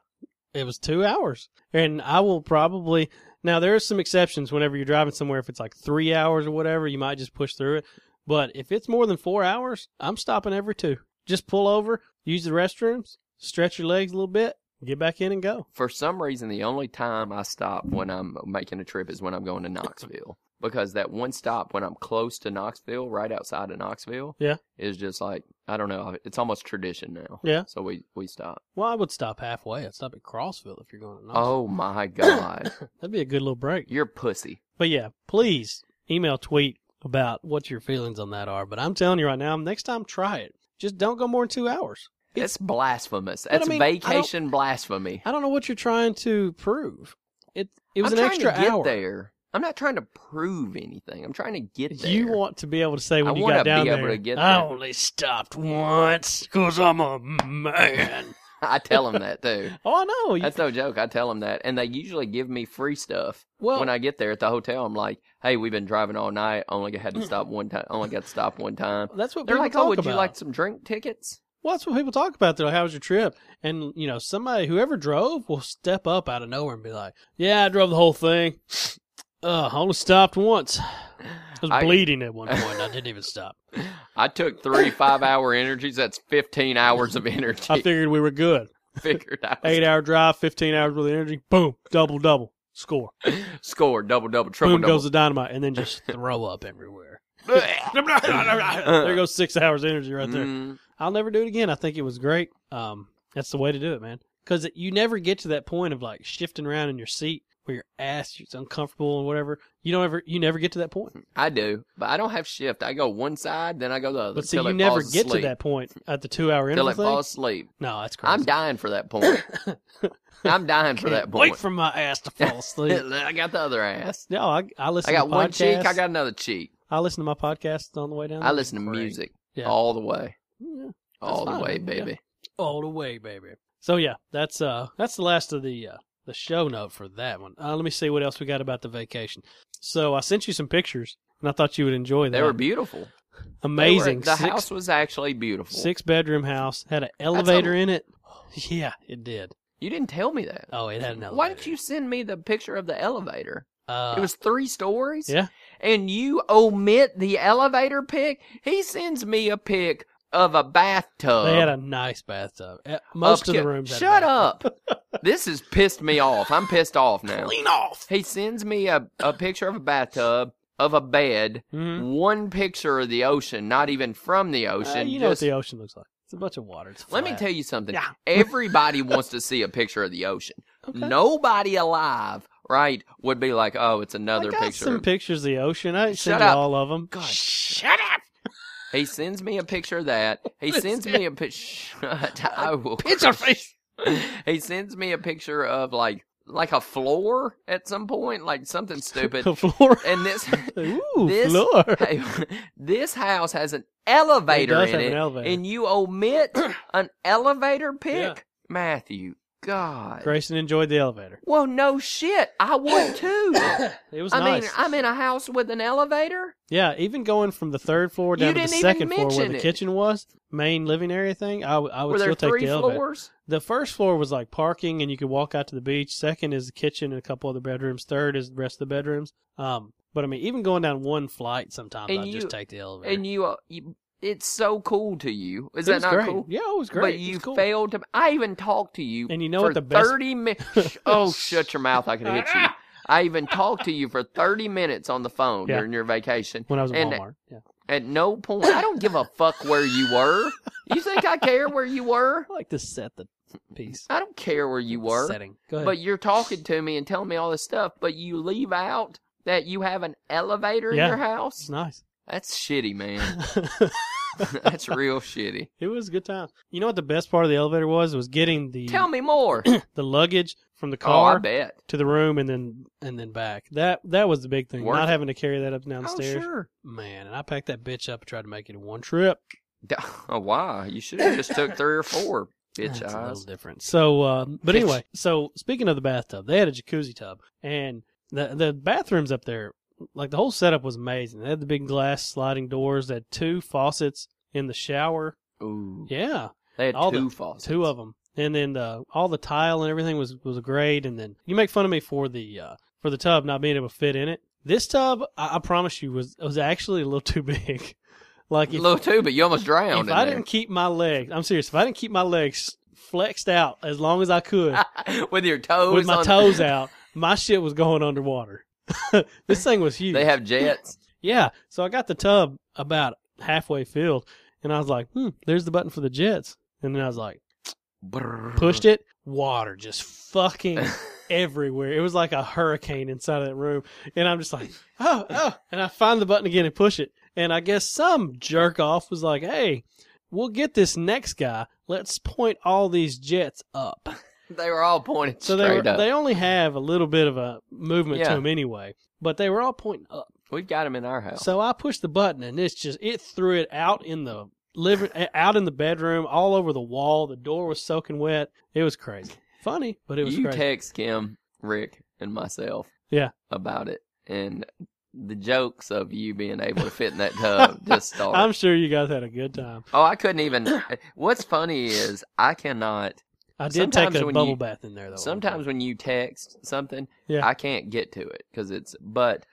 [SPEAKER 2] it was two hours and i will probably now there are some exceptions whenever you're driving somewhere if it's like three hours or whatever you might just push through it but if it's more than four hours i'm stopping every two just pull over use the restrooms stretch your legs a little bit get back in and go
[SPEAKER 1] For some reason, the only time I stop when I'm making a trip is when I'm going to Knoxville (laughs) because that one stop when I'm close to Knoxville, right outside of Knoxville,
[SPEAKER 2] Yeah.
[SPEAKER 1] is just like I don't know. It's almost tradition now.
[SPEAKER 2] Yeah.
[SPEAKER 1] So we we stop.
[SPEAKER 2] well i would stop halfway i'd stop at crossville if you're going to Knoxville.
[SPEAKER 1] Oh my god,
[SPEAKER 2] (laughs) that'd be a good little break
[SPEAKER 1] you're pussy.
[SPEAKER 2] But yeah, please email, tweet about what your feelings on that are. But I'm telling you right now, next time try it. Just don't go more than two hours.
[SPEAKER 1] It's blasphemous.
[SPEAKER 2] I
[SPEAKER 1] That's
[SPEAKER 2] mean, I don't-
[SPEAKER 1] vacation blasphemy.
[SPEAKER 2] I don't know what you're trying to prove. It it was
[SPEAKER 1] I'm
[SPEAKER 2] an
[SPEAKER 1] trying
[SPEAKER 2] extra
[SPEAKER 1] to get
[SPEAKER 2] hour.
[SPEAKER 1] there. I'm not trying to prove anything. I'm trying to get there.
[SPEAKER 2] You want to be able to say when
[SPEAKER 1] I
[SPEAKER 2] you
[SPEAKER 1] wanna
[SPEAKER 2] got down
[SPEAKER 1] be
[SPEAKER 2] there.
[SPEAKER 1] able to get
[SPEAKER 2] I
[SPEAKER 1] there."
[SPEAKER 2] only stopped once because I'm a man.
[SPEAKER 1] (laughs) I tell them that too.
[SPEAKER 2] oh, I know. You-
[SPEAKER 1] That's no joke. I tell them that, and they usually give me free stuff
[SPEAKER 2] well,
[SPEAKER 1] when I get there at the hotel. I'm like, "Hey, we've been driving all night. Only had to stop one time. Only got to stop one time."
[SPEAKER 2] that's what
[SPEAKER 1] They're
[SPEAKER 2] people
[SPEAKER 1] like,
[SPEAKER 2] talk
[SPEAKER 1] "Oh, would
[SPEAKER 2] about.
[SPEAKER 1] you like some drink tickets?"
[SPEAKER 2] Well, that's what people talk about. They're like, "How was your trip?" And you know, somebody, whoever drove, will step up out of nowhere and be like, "Yeah, I drove the whole thing. Uh, I only stopped once. I was
[SPEAKER 1] I-
[SPEAKER 2] bleeding at one point. and I didn't
[SPEAKER 1] (laughs)
[SPEAKER 2] even stop.
[SPEAKER 1] I took three five-hour energies. That's 15 hours of (laughs) energy.
[SPEAKER 2] I figured we were good.
[SPEAKER 1] figured I was
[SPEAKER 2] Eight hour drive, fifteen hours worth of energy. Boom, double, double, score.
[SPEAKER 1] scored double, double, triple,
[SPEAKER 2] Boom goes
[SPEAKER 1] double.
[SPEAKER 2] the dynamite, and then just throw
[SPEAKER 1] (laughs)
[SPEAKER 2] up everywhere. (laughs) there
[SPEAKER 1] there
[SPEAKER 2] goes six hours of energy
[SPEAKER 1] Mm.
[SPEAKER 2] right there. I'll never do it again. I think it was great. Um, that's the way to do it, man. Because you never get to that point of like shifting around in your seat where your ass is uncomfortable and whatever. You don't ever, you never get to that point.
[SPEAKER 1] I do, but I don't have shift. I go one side, then I go the other.
[SPEAKER 2] But see,
[SPEAKER 1] till
[SPEAKER 2] you
[SPEAKER 1] it
[SPEAKER 2] never
[SPEAKER 1] falls
[SPEAKER 2] get
[SPEAKER 1] asleep.
[SPEAKER 2] to that point at the two hour
[SPEAKER 1] till
[SPEAKER 2] interval
[SPEAKER 1] it
[SPEAKER 2] thing.
[SPEAKER 1] falls asleep.
[SPEAKER 2] No, that's crazy.
[SPEAKER 1] I'm dying for that point. I'm dying for that
[SPEAKER 2] Can't
[SPEAKER 1] point.
[SPEAKER 2] Wait for my ass
[SPEAKER 1] (laughs)
[SPEAKER 2] to fall asleep.
[SPEAKER 1] I got the other ass.
[SPEAKER 2] no, I, I listen.
[SPEAKER 1] I got
[SPEAKER 2] to
[SPEAKER 1] one cheek.
[SPEAKER 2] podcasts.
[SPEAKER 1] I got another cheek.
[SPEAKER 2] I listen to my podcast on the way down.
[SPEAKER 1] I
[SPEAKER 2] there.
[SPEAKER 1] listen to
[SPEAKER 2] Great.
[SPEAKER 1] music
[SPEAKER 2] Yeah.
[SPEAKER 1] all the way,
[SPEAKER 2] Yeah.
[SPEAKER 1] all the
[SPEAKER 2] fine,
[SPEAKER 1] way,
[SPEAKER 2] yeah.
[SPEAKER 1] baby.
[SPEAKER 2] all the way, baby. So yeah, that's uh that's the last of the uh the show note for that one. Uh, let me see what else we got about the vacation. So I sent you some pictures, and I thought you would enjoy that.
[SPEAKER 1] They were beautiful. They were-
[SPEAKER 2] amazing.
[SPEAKER 1] the
[SPEAKER 2] six,
[SPEAKER 1] house was actually beautiful.
[SPEAKER 2] six bedroom house had an elevator in it.
[SPEAKER 1] Oh.
[SPEAKER 2] Yeah, it did.
[SPEAKER 1] You didn't tell me that.
[SPEAKER 2] Oh, it had an elevator.
[SPEAKER 1] Why didn't you send me the picture of the elevator?
[SPEAKER 2] Uh,
[SPEAKER 1] it was three stories.
[SPEAKER 2] yeah.
[SPEAKER 1] And you omit the elevator pic. He sends me a pic of a bathtub.
[SPEAKER 2] They had a nice bathtub. Uh, Most of
[SPEAKER 1] upca-
[SPEAKER 2] the rooms. had a
[SPEAKER 1] Shut
[SPEAKER 2] bathtub.
[SPEAKER 1] up. this has pissed me off. I'm pissed
[SPEAKER 2] (laughs)
[SPEAKER 1] off now.
[SPEAKER 2] Clean off.
[SPEAKER 1] He sends me a, a picture of a bathtub, of a bed,
[SPEAKER 2] Mhm.
[SPEAKER 1] one picture of the ocean, not even from the
[SPEAKER 2] Uh,
[SPEAKER 1] ocean.
[SPEAKER 2] you know what
[SPEAKER 1] just-
[SPEAKER 2] the ocean looks like. It's a bunch of water. It's
[SPEAKER 1] let me
[SPEAKER 2] flat.
[SPEAKER 1] tell you something.
[SPEAKER 2] Yeah. (laughs)
[SPEAKER 1] Everybody wants to see a picture of the ocean.
[SPEAKER 2] Okay.
[SPEAKER 1] Nobody alive, right, would be like, oh, it's
[SPEAKER 2] I
[SPEAKER 1] another
[SPEAKER 2] got
[SPEAKER 1] picture.
[SPEAKER 2] some pictures of the ocean. I didn't
[SPEAKER 1] Shut
[SPEAKER 2] send you
[SPEAKER 1] up.
[SPEAKER 2] all of them.
[SPEAKER 1] God.
[SPEAKER 2] Shut up.
[SPEAKER 1] He sends me a picture of that. He
[SPEAKER 2] What is
[SPEAKER 1] sends me a (laughs) picture.
[SPEAKER 2] (laughs)
[SPEAKER 1] I will.
[SPEAKER 2] Pizza face.
[SPEAKER 1] (laughs) he sends me a picture of like like a floor at some point, like something stupid.
[SPEAKER 2] (laughs) The
[SPEAKER 1] (laughs)
[SPEAKER 2] floor.
[SPEAKER 1] and
[SPEAKER 2] (laughs)
[SPEAKER 1] this
[SPEAKER 2] Ooh,
[SPEAKER 1] this- (laughs)
[SPEAKER 2] floor.
[SPEAKER 1] this house has an elevator
[SPEAKER 2] It does
[SPEAKER 1] in
[SPEAKER 2] have
[SPEAKER 1] it,
[SPEAKER 2] an elevator.
[SPEAKER 1] and you
[SPEAKER 2] (clears throat)
[SPEAKER 1] omit an elevator pick,
[SPEAKER 2] Yeah.
[SPEAKER 1] Matthew. God.
[SPEAKER 2] Grayson enjoyed the elevator.
[SPEAKER 1] Well, no shit. I
[SPEAKER 2] (coughs)
[SPEAKER 1] would too.
[SPEAKER 2] It was
[SPEAKER 1] I
[SPEAKER 2] nice.
[SPEAKER 1] mean, I'm in a house with an elevator.
[SPEAKER 2] yeah, even going from the third floor
[SPEAKER 1] You
[SPEAKER 2] down to the
[SPEAKER 1] didn't even
[SPEAKER 2] second floor where
[SPEAKER 1] mention
[SPEAKER 2] the
[SPEAKER 1] it.
[SPEAKER 2] kitchen was, main living area thing, I, w- I would
[SPEAKER 1] Were there
[SPEAKER 2] still Oh, take
[SPEAKER 1] three
[SPEAKER 2] the elevator.
[SPEAKER 1] floors?
[SPEAKER 2] The first floor was like parking and you could walk out to the beach. Second is the kitchen and a couple other bedrooms. Third is the rest of the bedrooms. Um, but I mean, even going down one flight sometimes,
[SPEAKER 1] And
[SPEAKER 2] I'd
[SPEAKER 1] you-
[SPEAKER 2] just take the elevator.
[SPEAKER 1] and you, uh, you it's so cool to you. Is
[SPEAKER 2] It
[SPEAKER 1] that
[SPEAKER 2] was
[SPEAKER 1] not
[SPEAKER 2] great.
[SPEAKER 1] cool?
[SPEAKER 2] Yeah, it was great. It
[SPEAKER 1] But
[SPEAKER 2] was
[SPEAKER 1] you
[SPEAKER 2] cool.
[SPEAKER 1] failed to. I even talked to you.
[SPEAKER 2] And you know
[SPEAKER 1] for
[SPEAKER 2] what the best-
[SPEAKER 1] Thirty (laughs)
[SPEAKER 2] (laughs)
[SPEAKER 1] minutes. oh, shut your mouth! I can hit you. I even talked to you for thirty minutes on the phone
[SPEAKER 2] Yeah.
[SPEAKER 1] during your vacation.
[SPEAKER 2] When I was at
[SPEAKER 1] And-
[SPEAKER 2] Walmart. Yeah.
[SPEAKER 1] At no point, I don't give a fuck where you were. You think I care where you were?
[SPEAKER 2] I like to set the
[SPEAKER 1] (laughs)
[SPEAKER 2] piece.
[SPEAKER 1] I don't care where you were.
[SPEAKER 2] Setting. Go ahead.
[SPEAKER 1] But you're talking to me and telling me all this stuff, but you leave out that you have an elevator in
[SPEAKER 2] Yeah.
[SPEAKER 1] your
[SPEAKER 2] it's
[SPEAKER 1] house.
[SPEAKER 2] nice. (laughs)
[SPEAKER 1] That's shitty, man. That's real shitty.
[SPEAKER 2] it was a good time. You know what the best part of the elevator was? Was getting the
[SPEAKER 1] Tell me
[SPEAKER 2] (clears throat)
[SPEAKER 1] more.
[SPEAKER 2] the luggage from the
[SPEAKER 1] Oh, I
[SPEAKER 2] car
[SPEAKER 1] bet.
[SPEAKER 2] to the room and then and then back. That that was the big thing.
[SPEAKER 1] Worth
[SPEAKER 2] Not
[SPEAKER 1] it.
[SPEAKER 2] having to carry that up and down the stairs.
[SPEAKER 1] Oh, sure.
[SPEAKER 2] Man, and I packed that bitch up and tried to make it in one trip.
[SPEAKER 1] D- (laughs) Oh, wow. You should have just took three or four, bitch
[SPEAKER 2] (laughs) That's a little
[SPEAKER 1] eyes.
[SPEAKER 2] different. So, um, but
[SPEAKER 1] Bitch.
[SPEAKER 2] anyway, so speaking of the bathtub, they had a jacuzzi tub, and the the bathrooms up there, like the whole setup was amazing. They had the big glass sliding doors, they had two faucets in the shower.
[SPEAKER 1] Ooh.
[SPEAKER 2] Yeah,
[SPEAKER 1] They had
[SPEAKER 2] all
[SPEAKER 1] two
[SPEAKER 2] the-
[SPEAKER 1] faucets.
[SPEAKER 2] two of them and then the, all the tile and everything was was great and then you make fun of me for the uh, for the tub not being able to fit in it this tub i, I promise you was was actually a little (laughs) too big like
[SPEAKER 1] A
[SPEAKER 2] if,
[SPEAKER 1] little two, but you almost drowned
[SPEAKER 2] if
[SPEAKER 1] in
[SPEAKER 2] i
[SPEAKER 1] there.
[SPEAKER 2] didn't keep my legs i'm serious if i didn't keep my legs flexed out as long as i could
[SPEAKER 1] (laughs) With your toes
[SPEAKER 2] with my
[SPEAKER 1] on- (laughs)
[SPEAKER 2] toes out my shit was going underwater (laughs) this thing was huge
[SPEAKER 1] They have jets.
[SPEAKER 2] yeah. So I got the tub about halfway filled and I was like, hmm, there's the button for the jets. And then I was like, pushed
[SPEAKER 1] Uh-huh.
[SPEAKER 2] it, water
[SPEAKER 1] (laughs)
[SPEAKER 2] just fucking everywhere. It was like a hurricane inside of that room. And
[SPEAKER 1] (laughs)
[SPEAKER 2] I'm just like, oh, oh. And I find the button again and push it. And I guess some jerk off was like, hey, we'll get this next guy. Let's point all these jets
[SPEAKER 1] (laughs)
[SPEAKER 2] up.
[SPEAKER 1] They were all pointed
[SPEAKER 2] So they
[SPEAKER 1] straight
[SPEAKER 2] were,
[SPEAKER 1] up.
[SPEAKER 2] they only have a little bit of a movement to
[SPEAKER 1] Yeah.
[SPEAKER 2] them anyway, but they were all pointing up.
[SPEAKER 1] We've got them in our house.
[SPEAKER 2] So I pushed the button, and it's just it threw it out in the living, eh, out in the bedroom, all over the wall. The door was soaking wet. It was crazy. Funny, but it was
[SPEAKER 1] you
[SPEAKER 2] crazy.
[SPEAKER 1] text Kim, Rick, and myself.
[SPEAKER 2] Yeah.
[SPEAKER 1] About it and the jokes of you being able to fit in
[SPEAKER 2] (laughs)
[SPEAKER 1] that tub just start.
[SPEAKER 2] I'm sure you guys had a good time.
[SPEAKER 1] oh, I couldn't
[SPEAKER 2] (coughs)
[SPEAKER 1] even. What's funny is I cannot.
[SPEAKER 2] I did
[SPEAKER 1] Sometimes
[SPEAKER 2] take a
[SPEAKER 1] when
[SPEAKER 2] bubble
[SPEAKER 1] you-
[SPEAKER 2] bath in there though.
[SPEAKER 1] Sometimes when you text something,
[SPEAKER 2] Yeah.
[SPEAKER 1] I can't get to it because it's. But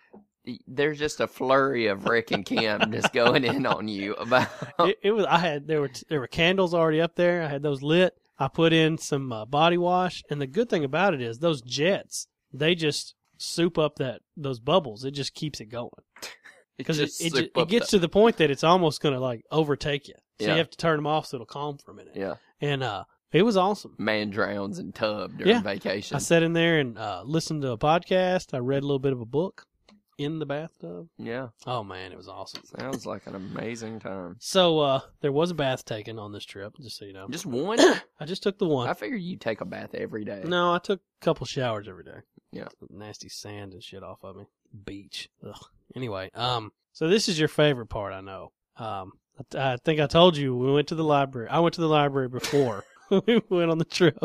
[SPEAKER 1] there's just a flurry of Rick and Kim just going in on you about.
[SPEAKER 2] it, it was I had there were t- there were candles already up there. I had those lit. I put in some uh, body wash, and the good thing about it is those jets they just soup up that those bubbles. It just keeps it going because
[SPEAKER 1] (laughs)
[SPEAKER 2] it
[SPEAKER 1] just
[SPEAKER 2] it, ju-
[SPEAKER 1] slip
[SPEAKER 2] it
[SPEAKER 1] up
[SPEAKER 2] gets to the point that it's almost gonna like overtake you. So
[SPEAKER 1] Yeah.
[SPEAKER 2] you have to turn them off so it'll calm for a minute.
[SPEAKER 1] Yeah. Mm,
[SPEAKER 2] and uh, it was awesome.
[SPEAKER 1] the man drowns in tub during
[SPEAKER 2] Yeah.
[SPEAKER 1] vacation.
[SPEAKER 2] I sat in there and uh, listened to a podcast. I read a little bit of a book in the bathtub.
[SPEAKER 1] yeah,
[SPEAKER 2] Oh man, it was awesome.
[SPEAKER 1] sounds like an amazing time.
[SPEAKER 2] (coughs) So uh, there was a bath taken on this trip, just so you know.
[SPEAKER 1] Just one.
[SPEAKER 2] I just took the one.
[SPEAKER 1] I figure you take a bath every day.
[SPEAKER 2] No, I took a couple showers every day.
[SPEAKER 1] Yeah.
[SPEAKER 2] Nasty sand and shit off of me. Beach. Ugh. Anyway, um, so this is your favorite part, I know. Um, I, I think I told you we went to the library. I went to the library before (laughs) we went on the trip,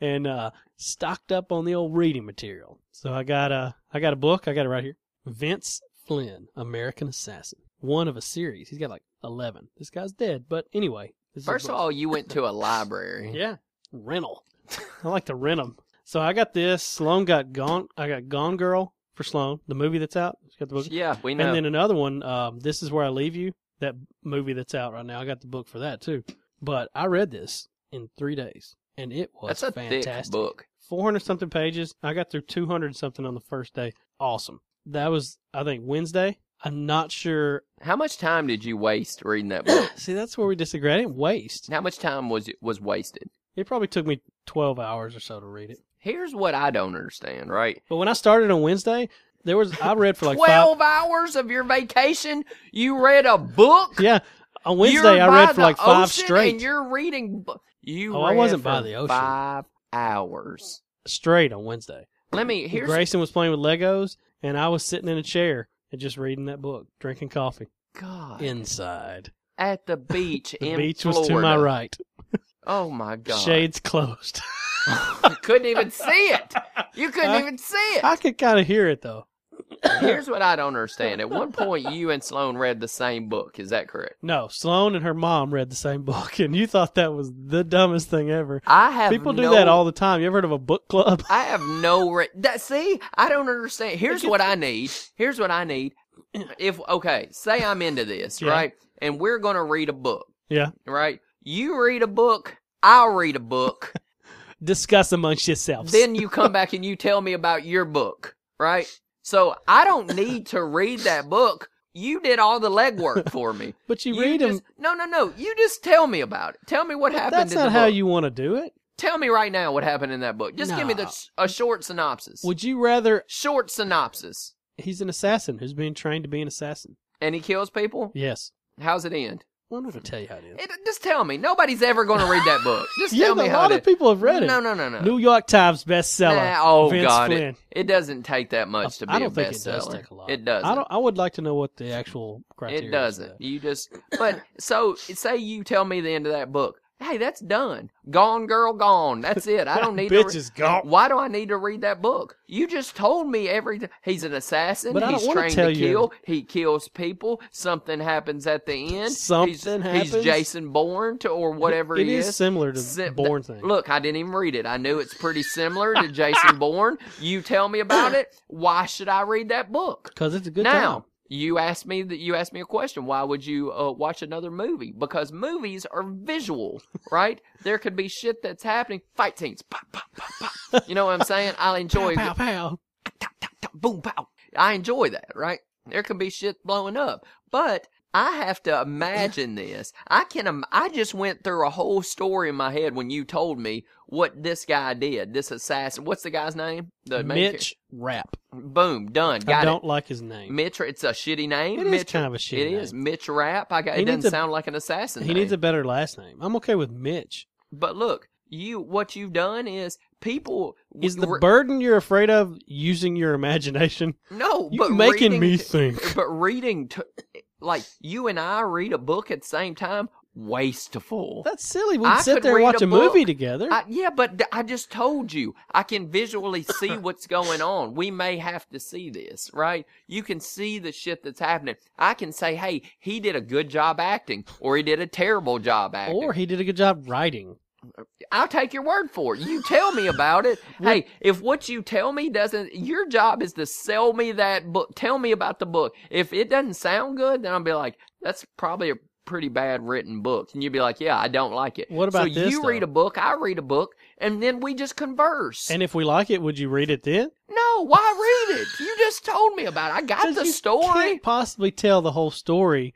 [SPEAKER 2] and uh, stocked up on the old reading material. So I got a, I got a book. I got it right here. Vince Flynn, American Assassin, one of a series. He's got like eleven. This guy's dead, but anyway. This is a
[SPEAKER 1] First of
[SPEAKER 2] book.
[SPEAKER 1] all, you went
[SPEAKER 2] (laughs)
[SPEAKER 1] to a library.
[SPEAKER 2] Yeah, rental. I like to rent them. So I got this. Sloan got Gone. I got Gone Girl for Sloan, the movie that's out. She's got the book.
[SPEAKER 1] Yeah, we know.
[SPEAKER 2] And then another one. Um, this is where I leave you. That movie that's out right now. I got the book for that too. But I read this in three days, and it was
[SPEAKER 1] That's a thick
[SPEAKER 2] fantastic.
[SPEAKER 1] book.
[SPEAKER 2] Four hundred something pages. I got through two hundred something on the first day. Awesome. That was I think Wednesday. I'm not sure. (coughs)
[SPEAKER 1] How much time did you waste reading that book?
[SPEAKER 2] See, that's where we disagree. I didn't waste.
[SPEAKER 1] How much time was was wasted?
[SPEAKER 2] It probably took me twelve hours or so to read it.
[SPEAKER 1] Here's what I don't understand, right?
[SPEAKER 2] But when I started on Wednesday, there was I read for like five.
[SPEAKER 1] 12 hours of your vacation, you read a book?
[SPEAKER 2] Yeah, on
[SPEAKER 1] You're
[SPEAKER 2] Wednesday I
[SPEAKER 1] by
[SPEAKER 2] read for
[SPEAKER 1] the
[SPEAKER 2] like five
[SPEAKER 1] ocean And
[SPEAKER 2] straight,
[SPEAKER 1] you're reading bu- you
[SPEAKER 2] Oh, I
[SPEAKER 1] read
[SPEAKER 2] wasn't
[SPEAKER 1] for
[SPEAKER 2] by the ocean.
[SPEAKER 1] 5 hours.
[SPEAKER 2] straight on Wednesday.
[SPEAKER 1] Let me here's
[SPEAKER 2] Grayson was playing with Legos, and I was sitting in a chair and just reading that book, drinking coffee
[SPEAKER 1] God.
[SPEAKER 2] inside.
[SPEAKER 1] at the beach
[SPEAKER 2] (laughs) The
[SPEAKER 1] in
[SPEAKER 2] beach
[SPEAKER 1] Florida.
[SPEAKER 2] was to my right,
[SPEAKER 1] Oh my god. (laughs)
[SPEAKER 2] shades closed. (laughs)
[SPEAKER 1] couldn't even see it. You couldn't
[SPEAKER 2] I-
[SPEAKER 1] even see it.
[SPEAKER 2] I could kind of hear it though.
[SPEAKER 1] Here's what I don't understand. At one point, you and Sloan read the same book. Is that correct?
[SPEAKER 2] No, Sloan and her mom read the same (laughs) book, and you thought that was the dumbest thing ever.
[SPEAKER 1] I have
[SPEAKER 2] People do
[SPEAKER 1] no-
[SPEAKER 2] that all the time. You ever heard of a book club? (laughs)
[SPEAKER 1] I have no re- that. See, I don't understand. Here's what I need. Here's what I need. If okay, say I'm into this,
[SPEAKER 2] Yeah.
[SPEAKER 1] right? And we're gonna read a book,
[SPEAKER 2] Yeah,
[SPEAKER 1] right? You read a book. I'll read a book.
[SPEAKER 2] discuss amongst yourselves.
[SPEAKER 1] then you come back and you tell me about your book, right? So I don't need to read that book. You did all the
[SPEAKER 2] (laughs)
[SPEAKER 1] legwork for me.
[SPEAKER 2] but you, read them.
[SPEAKER 1] just, No, no, no. You just tell me about it. Tell me what happened.
[SPEAKER 2] That's
[SPEAKER 1] in the
[SPEAKER 2] not how
[SPEAKER 1] book.
[SPEAKER 2] you want to do it.
[SPEAKER 1] Tell me right now what happened in that book. Just give me the
[SPEAKER 2] No.
[SPEAKER 1] a short synopsis.
[SPEAKER 2] Would you rather
[SPEAKER 1] short synopsis.
[SPEAKER 2] he's an assassin who's being trained to be an assassin.
[SPEAKER 1] And he kills people.
[SPEAKER 2] Yes.
[SPEAKER 1] How's it end?
[SPEAKER 2] Well, I'm not gonna tell you how it is.
[SPEAKER 1] It, just tell me. Nobody's ever going to read that
[SPEAKER 2] (laughs)
[SPEAKER 1] book. Just
[SPEAKER 2] yeah,
[SPEAKER 1] tell
[SPEAKER 2] but
[SPEAKER 1] me
[SPEAKER 2] a
[SPEAKER 1] how
[SPEAKER 2] lot
[SPEAKER 1] it
[SPEAKER 2] of people have read it.
[SPEAKER 1] No, no, no, no.
[SPEAKER 2] New York Times bestseller.
[SPEAKER 1] Nah, oh
[SPEAKER 2] Vince
[SPEAKER 1] God,
[SPEAKER 2] Flynn.
[SPEAKER 1] it, it doesn't take that much to be
[SPEAKER 2] I don't
[SPEAKER 1] a
[SPEAKER 2] think
[SPEAKER 1] bestseller.
[SPEAKER 2] it does take a lot.
[SPEAKER 1] It doesn't.
[SPEAKER 2] I don't. I would like to know what the actual criteria.
[SPEAKER 1] it
[SPEAKER 2] is
[SPEAKER 1] doesn't.
[SPEAKER 2] for that.
[SPEAKER 1] You just
[SPEAKER 2] (laughs)
[SPEAKER 1] but so say you tell me the end of that book. Hey, that's done. Gone girl, gone. That's it.
[SPEAKER 2] (laughs)
[SPEAKER 1] I don't need to.
[SPEAKER 2] Bitch
[SPEAKER 1] re-
[SPEAKER 2] is gone.
[SPEAKER 1] Why do I need to read that book? You just told me everything. He's an assassin.
[SPEAKER 2] But I don't
[SPEAKER 1] he's
[SPEAKER 2] wanna
[SPEAKER 1] trained
[SPEAKER 2] tell
[SPEAKER 1] to
[SPEAKER 2] you.
[SPEAKER 1] kill. He kills people. Something happens at
[SPEAKER 2] (laughs)
[SPEAKER 1] the end.
[SPEAKER 2] Something
[SPEAKER 1] he's,
[SPEAKER 2] happens?
[SPEAKER 1] He's Jason Bourne to, or whatever
[SPEAKER 2] It
[SPEAKER 1] he
[SPEAKER 2] is similar to
[SPEAKER 1] Sim-
[SPEAKER 2] the Bourne thing.
[SPEAKER 1] Look, I didn't even read it. I knew it's pretty similar
[SPEAKER 2] (laughs)
[SPEAKER 1] to Jason Bourne. You tell me about it.
[SPEAKER 2] (coughs)
[SPEAKER 1] Why should I read that book?
[SPEAKER 2] because it's a good
[SPEAKER 1] now,
[SPEAKER 2] time.
[SPEAKER 1] you asked me that you asked me a question. Why would you uh, watch another movie? Because movies are visual, (laughs) right? there could be shit that's happening. Fight scenes. Pop, pop, pop, pop. You know what I'm saying? I'll
[SPEAKER 2] (laughs) Pow,
[SPEAKER 1] enjoy
[SPEAKER 2] pow, pow.
[SPEAKER 1] tap, tap, tap, boom, pow. I enjoy that, right? There can be shit blowing up, but I have to imagine this. I can. Im- I just went through a whole story in my head when you told me what this guy did. This assassin. What's the guy's name? The main
[SPEAKER 2] Mitch Rapp.
[SPEAKER 1] char- Boom. Done.
[SPEAKER 2] I
[SPEAKER 1] Got
[SPEAKER 2] don't
[SPEAKER 1] it.
[SPEAKER 2] like his name.
[SPEAKER 1] Mitch. It's a shitty name.
[SPEAKER 2] It is
[SPEAKER 1] Mitch,
[SPEAKER 2] kind of a shitty
[SPEAKER 1] It is Mitch Rap. I got,
[SPEAKER 2] He
[SPEAKER 1] it
[SPEAKER 2] needs
[SPEAKER 1] doesn't
[SPEAKER 2] a-
[SPEAKER 1] sound like an assassin.
[SPEAKER 2] He
[SPEAKER 1] name.
[SPEAKER 2] needs a better last name. I'm okay with Mitch.
[SPEAKER 1] But look, you. What you've done is people.
[SPEAKER 2] Is the
[SPEAKER 1] re-
[SPEAKER 2] burden you're afraid of using your imagination?
[SPEAKER 1] no?
[SPEAKER 2] You're
[SPEAKER 1] but
[SPEAKER 2] making me
[SPEAKER 1] reading- (laughs)
[SPEAKER 2] think.
[SPEAKER 1] but reading to, like you and I read a book at the same time, wasteful.
[SPEAKER 2] That's silly. We'd
[SPEAKER 1] I
[SPEAKER 2] sit
[SPEAKER 1] could
[SPEAKER 2] there and
[SPEAKER 1] read
[SPEAKER 2] watch
[SPEAKER 1] a
[SPEAKER 2] a movie
[SPEAKER 1] book.
[SPEAKER 2] together.
[SPEAKER 1] I, yeah, but th- I just told you I can visually
[SPEAKER 2] (laughs)
[SPEAKER 1] see what's going on. We may have to see this, right? You can see the shit that's happening. I can say, "Hey, he did a good job acting, or he did a terrible job acting."
[SPEAKER 2] or he did a good job writing.
[SPEAKER 1] I'll take your word for it. You tell me about
[SPEAKER 2] (laughs)
[SPEAKER 1] it. hey, if what you tell me doesn't, your job is to sell me that book. Tell me about the book. If it doesn't sound good, then I'll be like, that's probably a pretty bad written book. And you'd be like, yeah, I don't like it.
[SPEAKER 2] What about
[SPEAKER 1] so
[SPEAKER 2] this,
[SPEAKER 1] you
[SPEAKER 2] though?
[SPEAKER 1] read a book, I read a book, and then we just converse.
[SPEAKER 2] And if we like it, would you read it then?
[SPEAKER 1] no, why read it? You just told me about it. I got
[SPEAKER 2] 'Cause
[SPEAKER 1] the
[SPEAKER 2] you
[SPEAKER 1] story.
[SPEAKER 2] Can't possibly tell the whole story.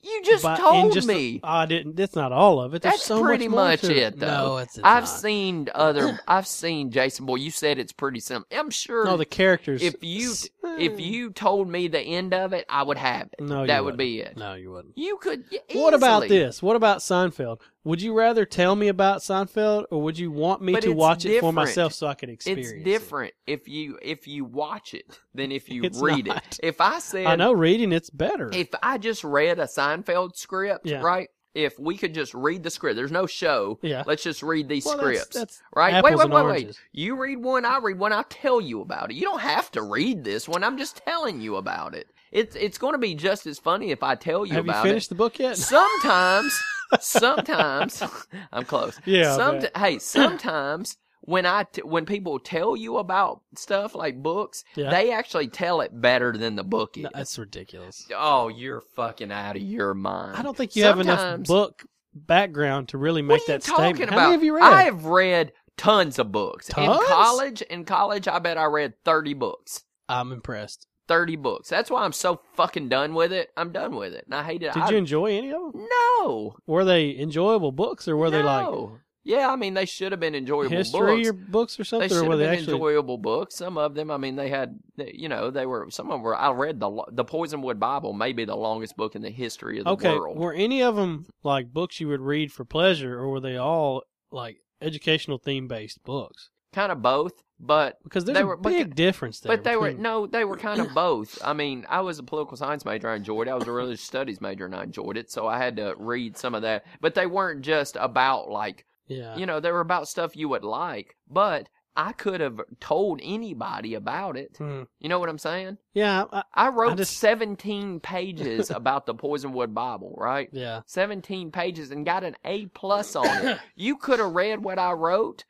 [SPEAKER 1] You just
[SPEAKER 2] by, in
[SPEAKER 1] told
[SPEAKER 2] just a-
[SPEAKER 1] me.
[SPEAKER 2] I didn't. That's not all of it. There's
[SPEAKER 1] That's
[SPEAKER 2] so
[SPEAKER 1] pretty
[SPEAKER 2] much, more
[SPEAKER 1] much,
[SPEAKER 2] to
[SPEAKER 1] it, though.
[SPEAKER 2] No, it's, it's
[SPEAKER 1] I've
[SPEAKER 2] not. (clears throat)
[SPEAKER 1] seen other. I've seen Jason Boy. You said it's pretty simple. I'm sure.
[SPEAKER 2] No, the characters.
[SPEAKER 1] if you if you told me the end of it, I would have it.
[SPEAKER 2] Hmm. no, you
[SPEAKER 1] that would
[SPEAKER 2] wouldn't.
[SPEAKER 1] be it.
[SPEAKER 2] No, you wouldn't.
[SPEAKER 1] You could. y-
[SPEAKER 2] What about
[SPEAKER 1] easily.
[SPEAKER 2] this? What about Seinfeld? Would you rather tell me about Seinfeld, or would you want me
[SPEAKER 1] But
[SPEAKER 2] to
[SPEAKER 1] it's
[SPEAKER 2] watch it for
[SPEAKER 1] different.
[SPEAKER 2] myself so I can experience?
[SPEAKER 1] It's different if you if you watch it than if you
[SPEAKER 2] (laughs) It's
[SPEAKER 1] read it.
[SPEAKER 2] not.
[SPEAKER 1] If I
[SPEAKER 2] It?
[SPEAKER 1] said
[SPEAKER 2] I know reading it's better.
[SPEAKER 1] if I just read a Seinfeld script,
[SPEAKER 2] Yeah.
[SPEAKER 1] right? If we could just read the script, there's no show.
[SPEAKER 2] Yeah.
[SPEAKER 1] Let's just read these
[SPEAKER 2] Well, that's-
[SPEAKER 1] scripts.
[SPEAKER 2] that's
[SPEAKER 1] right? Wait,
[SPEAKER 2] apples
[SPEAKER 1] wait,
[SPEAKER 2] and
[SPEAKER 1] wait, wait.
[SPEAKER 2] oranges.
[SPEAKER 1] You read one, I read one, I'll tell you about it. You don't have to read this one. I'm just telling you about it. It's it's gonna be just as funny if I tell you
[SPEAKER 2] Have you
[SPEAKER 1] about it.
[SPEAKER 2] finished the book
[SPEAKER 1] (laughs)
[SPEAKER 2] yet?
[SPEAKER 1] sometimes sometimes (laughs) i'm close
[SPEAKER 2] (laughs) Yeah, I
[SPEAKER 1] Somet- hey sometimes when i t- when people tell you about stuff like books
[SPEAKER 2] Yeah.
[SPEAKER 1] they actually tell it better than the book is
[SPEAKER 2] No, that's ridiculous.
[SPEAKER 1] oh you're fucking out of your mind
[SPEAKER 2] I don't think you have enough
[SPEAKER 1] Sometimes-
[SPEAKER 2] book background to really
[SPEAKER 1] what
[SPEAKER 2] make
[SPEAKER 1] are you
[SPEAKER 2] that
[SPEAKER 1] talking
[SPEAKER 2] statement.
[SPEAKER 1] about
[SPEAKER 2] How many have you read?
[SPEAKER 1] i have read tons of books
[SPEAKER 2] Tons?
[SPEAKER 1] in college in college i bet i read 30 books
[SPEAKER 2] I'm impressed.
[SPEAKER 1] 30 books that's why i'm so fucking done with it i'm done with it and i hate it
[SPEAKER 2] Did
[SPEAKER 1] I-
[SPEAKER 2] you enjoy any of them?
[SPEAKER 1] no
[SPEAKER 2] Were they enjoyable books, or were they like
[SPEAKER 1] No. Yeah, I mean they should have been enjoyable
[SPEAKER 2] history
[SPEAKER 1] books.
[SPEAKER 2] or books or
[SPEAKER 1] they
[SPEAKER 2] something,
[SPEAKER 1] should
[SPEAKER 2] or
[SPEAKER 1] have
[SPEAKER 2] were
[SPEAKER 1] been
[SPEAKER 2] they actually?
[SPEAKER 1] enjoyable books. Some of them, I mean, they had, they- you know, they were. Some of them were. I read the lo- the Poisonwood Bible, maybe the longest book in the history of the
[SPEAKER 2] okay,
[SPEAKER 1] world.
[SPEAKER 2] were any of them like books you would read for pleasure, or were they all like educational theme based books?
[SPEAKER 1] Kind of both, but
[SPEAKER 2] Because there's
[SPEAKER 1] They
[SPEAKER 2] a
[SPEAKER 1] were- but-
[SPEAKER 2] big difference there.
[SPEAKER 1] but they were
[SPEAKER 2] between-
[SPEAKER 1] no, they were
[SPEAKER 2] (coughs)
[SPEAKER 1] kind of both. I mean, I was a political science major, I enjoyed. it. I was a religious studies major, and I enjoyed it. So I had to read some of that. But they weren't just about like
[SPEAKER 2] yeah.
[SPEAKER 1] you know they were about stuff you would like. But I could have told anybody about it.
[SPEAKER 2] Hmm.
[SPEAKER 1] You know what I'm saying?
[SPEAKER 2] Yeah, I,
[SPEAKER 1] I wrote
[SPEAKER 2] just-
[SPEAKER 1] 17
[SPEAKER 2] (laughs)
[SPEAKER 1] pages about the Poisonwood Bible, right?
[SPEAKER 2] yeah.
[SPEAKER 1] 17 pages and got an A plus on
[SPEAKER 2] (coughs)
[SPEAKER 1] it. You could have read what I wrote.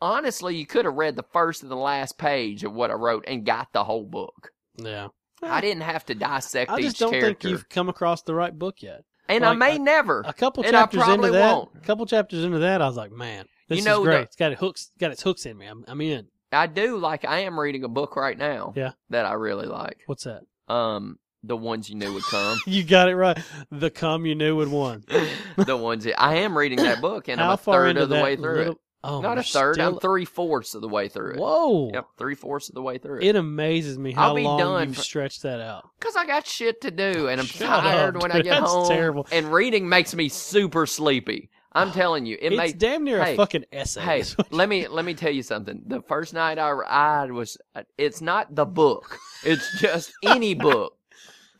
[SPEAKER 1] Honestly, you could have read the first and the last page of what I wrote and got the whole book.
[SPEAKER 2] Yeah.
[SPEAKER 1] I didn't have to dissect
[SPEAKER 2] I
[SPEAKER 1] each
[SPEAKER 2] just don't
[SPEAKER 1] character,
[SPEAKER 2] think you've come across the right book yet.
[SPEAKER 1] and I
[SPEAKER 2] like,
[SPEAKER 1] may
[SPEAKER 2] I-
[SPEAKER 1] never.
[SPEAKER 2] a couple
[SPEAKER 1] And I
[SPEAKER 2] chapters into
[SPEAKER 1] probably
[SPEAKER 2] that,
[SPEAKER 1] won't.
[SPEAKER 2] a couple chapters into that, I was like, man, this
[SPEAKER 1] You know,
[SPEAKER 2] is great.
[SPEAKER 1] the-
[SPEAKER 2] it's got it hooks, got its hooks in me. I'm, I'm in.
[SPEAKER 1] I do like I am reading a book right now.
[SPEAKER 2] Yeah.
[SPEAKER 1] that I really like.
[SPEAKER 2] What's that? (laughs)
[SPEAKER 1] Um, the ones you knew would come.
[SPEAKER 2] You got it right. The cum you knew would won.
[SPEAKER 1] the ones that- I am reading that book, and
[SPEAKER 2] How
[SPEAKER 1] I'm a
[SPEAKER 2] far
[SPEAKER 1] third
[SPEAKER 2] into
[SPEAKER 1] of the
[SPEAKER 2] that
[SPEAKER 1] way through
[SPEAKER 2] little,
[SPEAKER 1] it.
[SPEAKER 2] Oh,
[SPEAKER 1] Not
[SPEAKER 2] you're
[SPEAKER 1] a third.
[SPEAKER 2] Still,
[SPEAKER 1] I'm three fourths of the way through it.
[SPEAKER 2] whoa!
[SPEAKER 1] Yep, three fourths of the way through it.
[SPEAKER 2] It amazes me
[SPEAKER 1] I'll
[SPEAKER 2] how
[SPEAKER 1] be
[SPEAKER 2] long
[SPEAKER 1] done
[SPEAKER 2] you've
[SPEAKER 1] for-
[SPEAKER 2] stretched that out.
[SPEAKER 1] Because I got shit to do, and I'm
[SPEAKER 2] Shut up,
[SPEAKER 1] tired when I
[SPEAKER 2] dude.
[SPEAKER 1] get
[SPEAKER 2] That's
[SPEAKER 1] home.
[SPEAKER 2] terrible.
[SPEAKER 1] And reading makes me super sleepy.
[SPEAKER 2] (sighs)
[SPEAKER 1] I'm telling you, it
[SPEAKER 2] it's
[SPEAKER 1] makes.
[SPEAKER 2] damn near a
[SPEAKER 1] hey,
[SPEAKER 2] fucking essay. (laughs)
[SPEAKER 1] Hey, let me let me tell you something. The first night I, I was, uh, it's not the book. It's
[SPEAKER 2] (laughs)
[SPEAKER 1] just any book.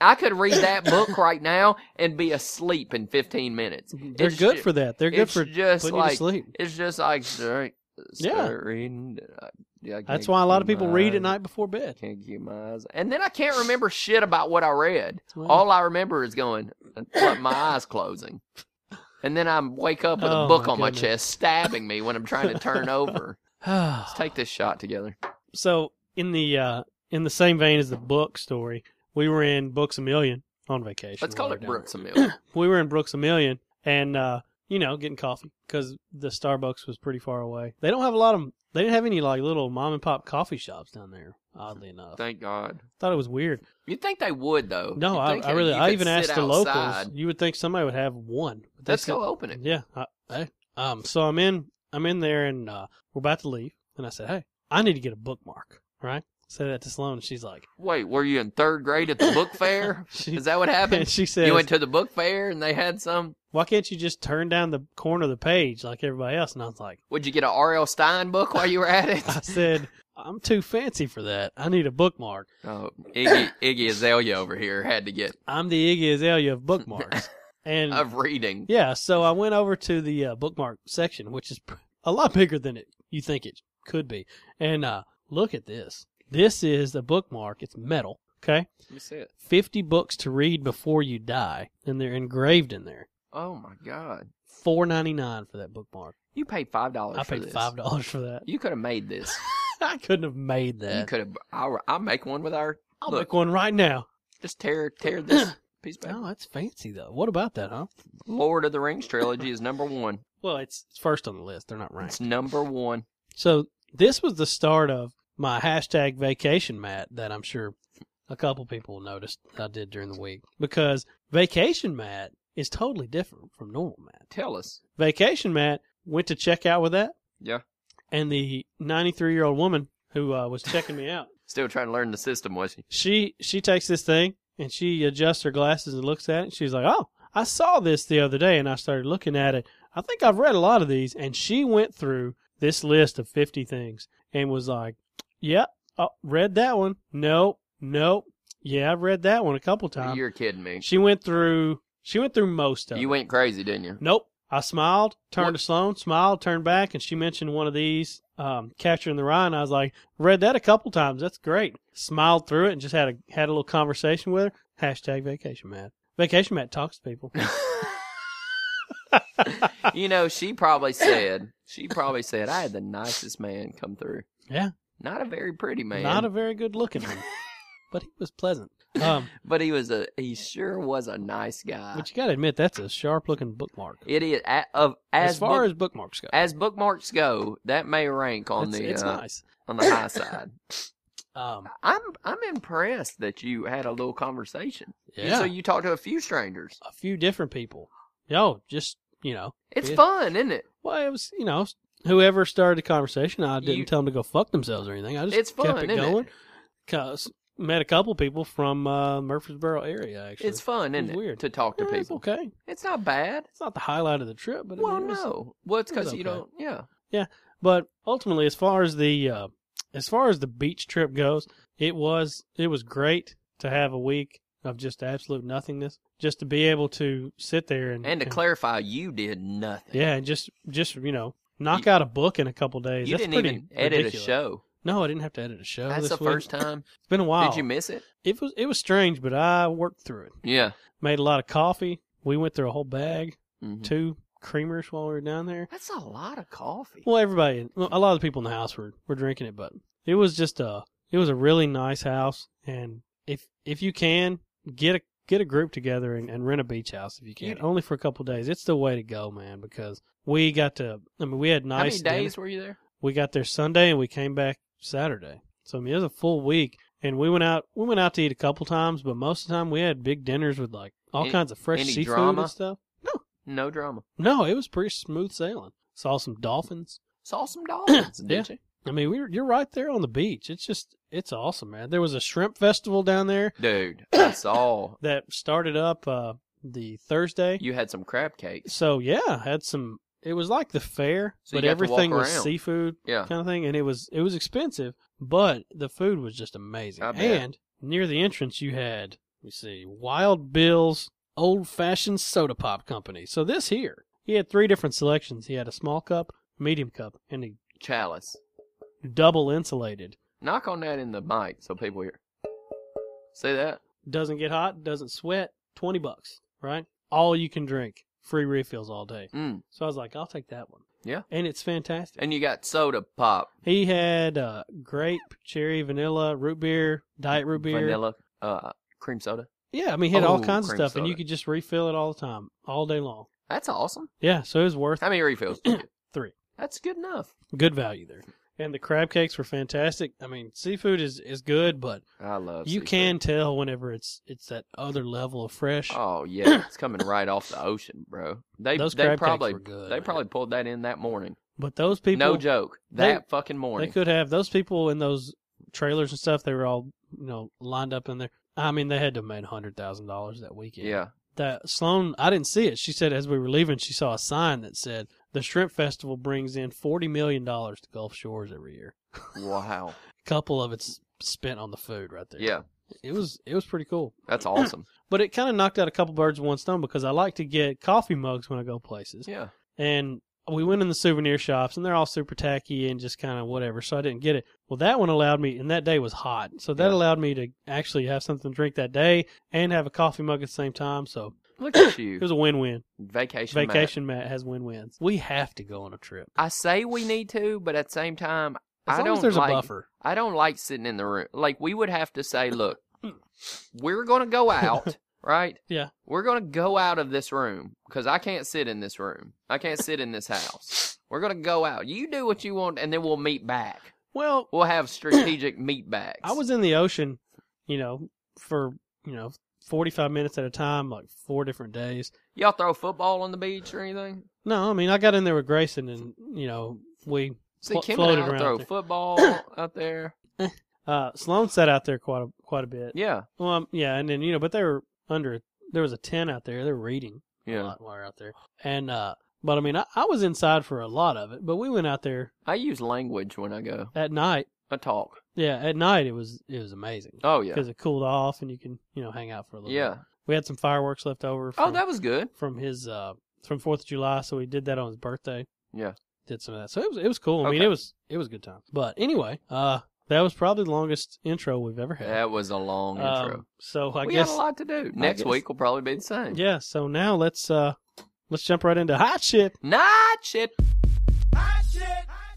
[SPEAKER 1] I could read that book right now and be asleep in 15 minutes.
[SPEAKER 2] they're
[SPEAKER 1] It's
[SPEAKER 2] good
[SPEAKER 1] ju-
[SPEAKER 2] for that. They're good
[SPEAKER 1] it's
[SPEAKER 2] for
[SPEAKER 1] just
[SPEAKER 2] putting you to
[SPEAKER 1] like
[SPEAKER 2] sleep.
[SPEAKER 1] it's just like start,
[SPEAKER 2] Yeah.
[SPEAKER 1] start reading. I- uh, I
[SPEAKER 2] That's
[SPEAKER 1] can't
[SPEAKER 2] why a lot
[SPEAKER 1] keep
[SPEAKER 2] of people
[SPEAKER 1] my
[SPEAKER 2] read
[SPEAKER 1] eyes-
[SPEAKER 2] at night before bed.
[SPEAKER 1] Can't keep my eyes, and then I can't remember shit about what I read.
[SPEAKER 2] Well, (sighs)
[SPEAKER 1] All (sighs) I remember is going, what, my eyes closing, and then I wake up with
[SPEAKER 2] Oh,
[SPEAKER 1] a book
[SPEAKER 2] my
[SPEAKER 1] on my
[SPEAKER 2] goodness.
[SPEAKER 1] chest stabbing me when I'm trying to turn over. Let's take this shot together.
[SPEAKER 2] so in the uh, in the same vein as the book story, we were in Books a Million on vacation.
[SPEAKER 1] Let's
[SPEAKER 2] while
[SPEAKER 1] call
[SPEAKER 2] we
[SPEAKER 1] it
[SPEAKER 2] were down
[SPEAKER 1] Brooks a Million.
[SPEAKER 2] (clears throat) there. We were in Brooks a Million, and uh, you know, getting coffee because the Starbucks was pretty far away. They don't have a lot of. They didn't have any like little mom and pop coffee shops down there. Oddly enough,
[SPEAKER 1] Thank God.
[SPEAKER 2] thought it was weird.
[SPEAKER 1] You think they would though?
[SPEAKER 2] No,
[SPEAKER 1] You'd
[SPEAKER 2] I,
[SPEAKER 1] think
[SPEAKER 2] I
[SPEAKER 1] you-
[SPEAKER 2] really,
[SPEAKER 1] you
[SPEAKER 2] I
[SPEAKER 1] could
[SPEAKER 2] even
[SPEAKER 1] sit
[SPEAKER 2] asked the
[SPEAKER 1] outside.
[SPEAKER 2] locals. You would think somebody would have one. but they
[SPEAKER 1] Let's
[SPEAKER 2] said-
[SPEAKER 1] go open it.
[SPEAKER 2] Yeah. I, I, um. So I'm in. I'm in there, and uh, we're about to leave. And I said, "Hey, I need to get a bookmark." Right? Say that to Sloan. and She's like,
[SPEAKER 1] Wait, were you in third grade at the
[SPEAKER 2] (laughs)
[SPEAKER 1] book fair?
[SPEAKER 2] she,
[SPEAKER 1] Is that what
[SPEAKER 2] and
[SPEAKER 1] happened?
[SPEAKER 2] (laughs) she says,
[SPEAKER 1] You went to the book fair and they had some.
[SPEAKER 2] "Why can't you just turn down the corner of the page like everybody else?" And I was like, (laughs)
[SPEAKER 1] Would you get a R.L. Stein book while you were at
[SPEAKER 2] "I
[SPEAKER 1] it?
[SPEAKER 2] said." I'm too fancy for that. I need a bookmark.
[SPEAKER 1] Oh, Iggy, Iggy Azalea over here had to get
[SPEAKER 2] I'm the Iggy Azalea of
[SPEAKER 1] (laughs)
[SPEAKER 2] bookmarks. And
[SPEAKER 1] of reading.
[SPEAKER 2] Yeah, so I went over to the uh, bookmark section, which is (laughs) pr- a lot bigger than it you think it could be. And uh, look at this. This is the bookmark. It's metal. Okay,
[SPEAKER 1] Let me see it.
[SPEAKER 2] fifty books to read before you die, and they're engraved in there.
[SPEAKER 1] Oh my God!
[SPEAKER 2] Four ninety nine for that bookmark.
[SPEAKER 1] You paid five dollars.
[SPEAKER 2] I paid five dollars for that.
[SPEAKER 1] You could have made this.
[SPEAKER 2] I couldn't have made
[SPEAKER 1] You
[SPEAKER 2] that.
[SPEAKER 1] could have. I'll, I'll make one with our.
[SPEAKER 2] I'll
[SPEAKER 1] look.
[SPEAKER 2] make one right now.
[SPEAKER 1] Just tear (clears throat) tear this piece back.
[SPEAKER 2] Oh, that's fancy though. What about that, huh?
[SPEAKER 1] Lord of the Rings trilogy is number one.
[SPEAKER 2] Well, it's it's first on the list. They're not ranked.
[SPEAKER 1] It's number one.
[SPEAKER 2] So this was the start of my hashtag vacation mat that I'm sure a couple people noticed I did during the week because vacation mat is totally different from normal mat.
[SPEAKER 1] Tell us.
[SPEAKER 2] Vacation mat went to check out with that.
[SPEAKER 1] Yeah.
[SPEAKER 2] And the 93 year old woman who uh, was checking me out,
[SPEAKER 1] Still trying to learn the system, was he?
[SPEAKER 2] she she takes this thing and she adjusts her glasses and looks at it. And she's like, "Oh, I saw this the other day," and I started looking at it. I think I've read a lot of these. And she went through this list of fifty things and was like, "Yep, yeah, read that one. Nope, nope. Yeah, I've read that one a couple times."
[SPEAKER 1] You're kidding me.
[SPEAKER 2] She went through. She went through most of
[SPEAKER 1] You
[SPEAKER 2] it.
[SPEAKER 1] went crazy, didn't you?
[SPEAKER 2] Nope. I smiled, turned
[SPEAKER 1] What-
[SPEAKER 2] to Sloan, smiled, turned back, and she mentioned one of these, um, Catcher in the Rye, and I was like, read that a couple times. That's great. Smiled through it and just had a had a little conversation with her. Hashtag vacation mat. Vacation mat talks to people.
[SPEAKER 1] (laughs) you know, she probably said, she probably said, I had the nicest man come through.
[SPEAKER 2] Yeah.
[SPEAKER 1] Not a very pretty man.
[SPEAKER 2] Not a very good
[SPEAKER 1] (laughs)
[SPEAKER 2] looking one. But he was pleasant. Um,
[SPEAKER 1] but he was a, he sure was a nice guy.
[SPEAKER 2] but you got to admit, that's a sharp looking bookmark.
[SPEAKER 1] it is, a- of, as,
[SPEAKER 2] As, far
[SPEAKER 1] book-
[SPEAKER 2] as bookmarks go,
[SPEAKER 1] as bookmarks go, that may rank on
[SPEAKER 2] it's,
[SPEAKER 1] the,
[SPEAKER 2] it's
[SPEAKER 1] uh,
[SPEAKER 2] nice.
[SPEAKER 1] on the high side.
[SPEAKER 2] Um,
[SPEAKER 1] I'm, I'm impressed that you had a little conversation.
[SPEAKER 2] yeah,
[SPEAKER 1] So you talked to a few strangers.
[SPEAKER 2] a few different people. Yo, just, you know,
[SPEAKER 1] It's
[SPEAKER 2] Yeah.
[SPEAKER 1] fun, isn't it?
[SPEAKER 2] Well, it was you know whoever started the conversation. I didn't
[SPEAKER 1] You-
[SPEAKER 2] tell them to go fuck themselves or anything. I just
[SPEAKER 1] It's fun,
[SPEAKER 2] kept it
[SPEAKER 1] isn't it?
[SPEAKER 2] going. 'Cause- met a couple people from uh, Murfreesboro area actually.
[SPEAKER 1] It's fun,
[SPEAKER 2] It's
[SPEAKER 1] isn't it?
[SPEAKER 2] weird.
[SPEAKER 1] To talk to
[SPEAKER 2] Yeah, it's
[SPEAKER 1] people.
[SPEAKER 2] okay.
[SPEAKER 1] It's not bad.
[SPEAKER 2] It's not the highlight of the trip, but
[SPEAKER 1] Well,
[SPEAKER 2] it was.
[SPEAKER 1] no. Well, it's
[SPEAKER 2] it was
[SPEAKER 1] because you
[SPEAKER 2] okay.
[SPEAKER 1] don't. Yeah.
[SPEAKER 2] But ultimately, as far as the uh, as far as the beach trip goes, it was it was great to have a week of just absolute nothingness, just to be able to sit there and
[SPEAKER 1] And to clarify, you did nothing.
[SPEAKER 2] yeah, and just just you know knock out a book in a couple days.
[SPEAKER 1] You
[SPEAKER 2] That's
[SPEAKER 1] didn't
[SPEAKER 2] pretty
[SPEAKER 1] even edit
[SPEAKER 2] ridiculous.
[SPEAKER 1] a show.
[SPEAKER 2] No, I didn't have to edit a show.
[SPEAKER 1] That's
[SPEAKER 2] this
[SPEAKER 1] the
[SPEAKER 2] week.
[SPEAKER 1] first
[SPEAKER 2] (laughs)
[SPEAKER 1] time.
[SPEAKER 2] It's been a while.
[SPEAKER 1] Did you miss it?
[SPEAKER 2] It was it was strange, but I worked through it.
[SPEAKER 1] Yeah.
[SPEAKER 2] Made a lot of coffee. We went through a whole bag,
[SPEAKER 1] Mhm.
[SPEAKER 2] two creamers while we were down there.
[SPEAKER 1] That's a lot of coffee.
[SPEAKER 2] Well, everybody, well, a lot of the people in the house were were drinking it, but it was just a it was a really nice house. And if if you can get a get a group together and, and rent a beach house if you can,
[SPEAKER 1] You-
[SPEAKER 2] only for a couple days, it's the way to go, man. Because we got to, I mean, we had nice
[SPEAKER 1] How many
[SPEAKER 2] dinner.
[SPEAKER 1] days were you there?
[SPEAKER 2] we got there Sunday and we came back Saturday. So I mean, it was a full week, and we went out. We went out to eat a couple times, but most of the time we had big dinners with like all
[SPEAKER 1] Any-
[SPEAKER 2] kinds of fresh
[SPEAKER 1] any
[SPEAKER 2] seafood
[SPEAKER 1] drama?
[SPEAKER 2] and stuff.
[SPEAKER 1] No drama.
[SPEAKER 2] No, it was pretty smooth sailing. Saw some dolphins. (clears throat)
[SPEAKER 1] Saw some dolphins, did
[SPEAKER 2] Yeah.
[SPEAKER 1] you?
[SPEAKER 2] I mean, we were, you're right there on the beach. It's just it's awesome, man. There was a shrimp festival down there
[SPEAKER 1] Dude, I saw.
[SPEAKER 2] that started up uh, the Thursday.
[SPEAKER 1] You had some crab cakes.
[SPEAKER 2] So yeah, had some. It was like the fair,
[SPEAKER 1] So you got to
[SPEAKER 2] but
[SPEAKER 1] walk
[SPEAKER 2] everything was
[SPEAKER 1] around.
[SPEAKER 2] seafood.
[SPEAKER 1] Yeah.
[SPEAKER 2] kind of thing, and it was it was expensive, but the food was just amazing.
[SPEAKER 1] I bet.
[SPEAKER 2] And near the entrance, you had let me see, Wild Bill's Old Fashioned Soda Pop Company. So this here, he had three different selections. He had a small cup, medium cup, and a
[SPEAKER 1] Chalice.
[SPEAKER 2] double insulated.
[SPEAKER 1] Knock on that in the mic so people hear. See that?
[SPEAKER 2] Doesn't get hot, doesn't sweat. Twenty bucks, right? All you can drink, free refills all day.
[SPEAKER 1] Mm.
[SPEAKER 2] So I was like, I'll take that one.
[SPEAKER 1] Yeah.
[SPEAKER 2] and it's fantastic.
[SPEAKER 1] And you got soda pop,
[SPEAKER 2] he had uh, grape, cherry, vanilla, root beer, diet root beer,
[SPEAKER 1] vanilla, uh, cream soda.
[SPEAKER 2] Yeah, I mean, he had all
[SPEAKER 1] Oh,
[SPEAKER 2] kinds of
[SPEAKER 1] cream
[SPEAKER 2] stuff, and you
[SPEAKER 1] soda.
[SPEAKER 2] could just refill it all the time, all day long.
[SPEAKER 1] That's awesome.
[SPEAKER 2] Yeah, so it was worth
[SPEAKER 1] How many refills? did you get?
[SPEAKER 2] (clears throat) Three.
[SPEAKER 1] That's good enough.
[SPEAKER 2] good value there. and the crab cakes were fantastic. I mean, seafood is, is good, but
[SPEAKER 1] I love.
[SPEAKER 2] you
[SPEAKER 1] seafood.
[SPEAKER 2] can tell whenever it's it's that other level of fresh.
[SPEAKER 1] Oh yeah, it's coming right off the ocean, bro. They
[SPEAKER 2] Those
[SPEAKER 1] they
[SPEAKER 2] crab
[SPEAKER 1] probably
[SPEAKER 2] cakes were good.
[SPEAKER 1] they
[SPEAKER 2] man.
[SPEAKER 1] probably pulled that in that morning.
[SPEAKER 2] but those people
[SPEAKER 1] no joke.
[SPEAKER 2] they-
[SPEAKER 1] That fucking
[SPEAKER 2] they
[SPEAKER 1] morning.
[SPEAKER 2] could have those people in those trailers and stuff. They were all you know lined up in there. I mean, they had to have made hundred thousand dollars that weekend.
[SPEAKER 1] yeah.
[SPEAKER 2] that Sloan, I didn't see it. She said as we were leaving, she saw a sign that said the Shrimp Festival brings in forty million dollars to Gulf Shores every year.
[SPEAKER 1] Wow.
[SPEAKER 2] A couple of it's spent on the food right there.
[SPEAKER 1] Yeah.
[SPEAKER 2] it was it was pretty cool. (coughs)
[SPEAKER 1] That's awesome.
[SPEAKER 2] But it kind of knocked out a couple birds with one stone because I like to get coffee mugs when I go places.
[SPEAKER 1] Yeah.
[SPEAKER 2] And we went in the souvenir shops and they're all super tacky and just kind of whatever. So I didn't get it. Well, that one allowed me, and that day was hot. So that
[SPEAKER 1] Yeah.
[SPEAKER 2] allowed me to actually have something to drink that day and have a coffee mug at the same time. So
[SPEAKER 1] Look at
[SPEAKER 2] it
[SPEAKER 1] you.
[SPEAKER 2] was a win win.
[SPEAKER 1] Vacation. Matt.
[SPEAKER 2] Vacation Matt has win wins. We have to go on a trip.
[SPEAKER 1] I say we need to, but at the same time,
[SPEAKER 2] As
[SPEAKER 1] I
[SPEAKER 2] long
[SPEAKER 1] don't
[SPEAKER 2] as there's
[SPEAKER 1] like.
[SPEAKER 2] a buffer.
[SPEAKER 1] I don't like sitting in the room. Like we would have to say, look, we're gonna go
[SPEAKER 2] (laughs)
[SPEAKER 1] out, right?
[SPEAKER 2] Hmm. Yeah.
[SPEAKER 1] We're gonna go out of this room because I can't sit in this room. I can't sit in this house. We're gonna go out. You do what you want, and then we'll meet back.
[SPEAKER 2] Well,
[SPEAKER 1] We'll
[SPEAKER 2] (clears throat)
[SPEAKER 1] have strategic meet backs.
[SPEAKER 2] I was in the ocean, you know, for, you know, 45 minutes at a time, like four different days.
[SPEAKER 1] Y'all throw football on the beach or anything?
[SPEAKER 2] No, I mean, I got in there with Grayson and, you know, we,
[SPEAKER 1] See,
[SPEAKER 2] Flo-
[SPEAKER 1] Kim and
[SPEAKER 2] floated
[SPEAKER 1] I
[SPEAKER 2] around
[SPEAKER 1] throw
[SPEAKER 2] there.
[SPEAKER 1] football
[SPEAKER 2] (coughs)
[SPEAKER 1] out there.
[SPEAKER 2] uh, Sloan sat out there quite a, quite a bit.
[SPEAKER 1] Yeah,
[SPEAKER 2] Well, um, yeah. And then, you know, but they were under, there was a tent out there. They were reading a
[SPEAKER 1] yeah.
[SPEAKER 2] lot while we were out there. And, uh, but I mean, I, I was inside for a lot of it, but we went out there
[SPEAKER 1] I use language when I go.
[SPEAKER 2] at night.
[SPEAKER 1] I talk.
[SPEAKER 2] Yeah. At night, it was, it was amazing
[SPEAKER 1] Oh yeah,
[SPEAKER 2] because it cooled off and you can, you know, hang out for a little bit.
[SPEAKER 1] yeah.
[SPEAKER 2] We had some fireworks left over. From,
[SPEAKER 1] Oh, that was good.
[SPEAKER 2] from his uh from Fourth of July, so we did that on his birthday.
[SPEAKER 1] Yeah.
[SPEAKER 2] did some of that. So it was it was cool. I mean,
[SPEAKER 1] Okay.
[SPEAKER 2] it was it was a good time. But anyway, uh, that was probably the longest intro we've ever had.
[SPEAKER 1] That was a long
[SPEAKER 2] Um,
[SPEAKER 1] intro.
[SPEAKER 2] So I
[SPEAKER 1] we
[SPEAKER 2] guess
[SPEAKER 1] had a lot to do. Next
[SPEAKER 2] guess-
[SPEAKER 1] week will probably be the same.
[SPEAKER 2] yeah. So now let's uh let's jump right into hot shit.
[SPEAKER 1] Not shit.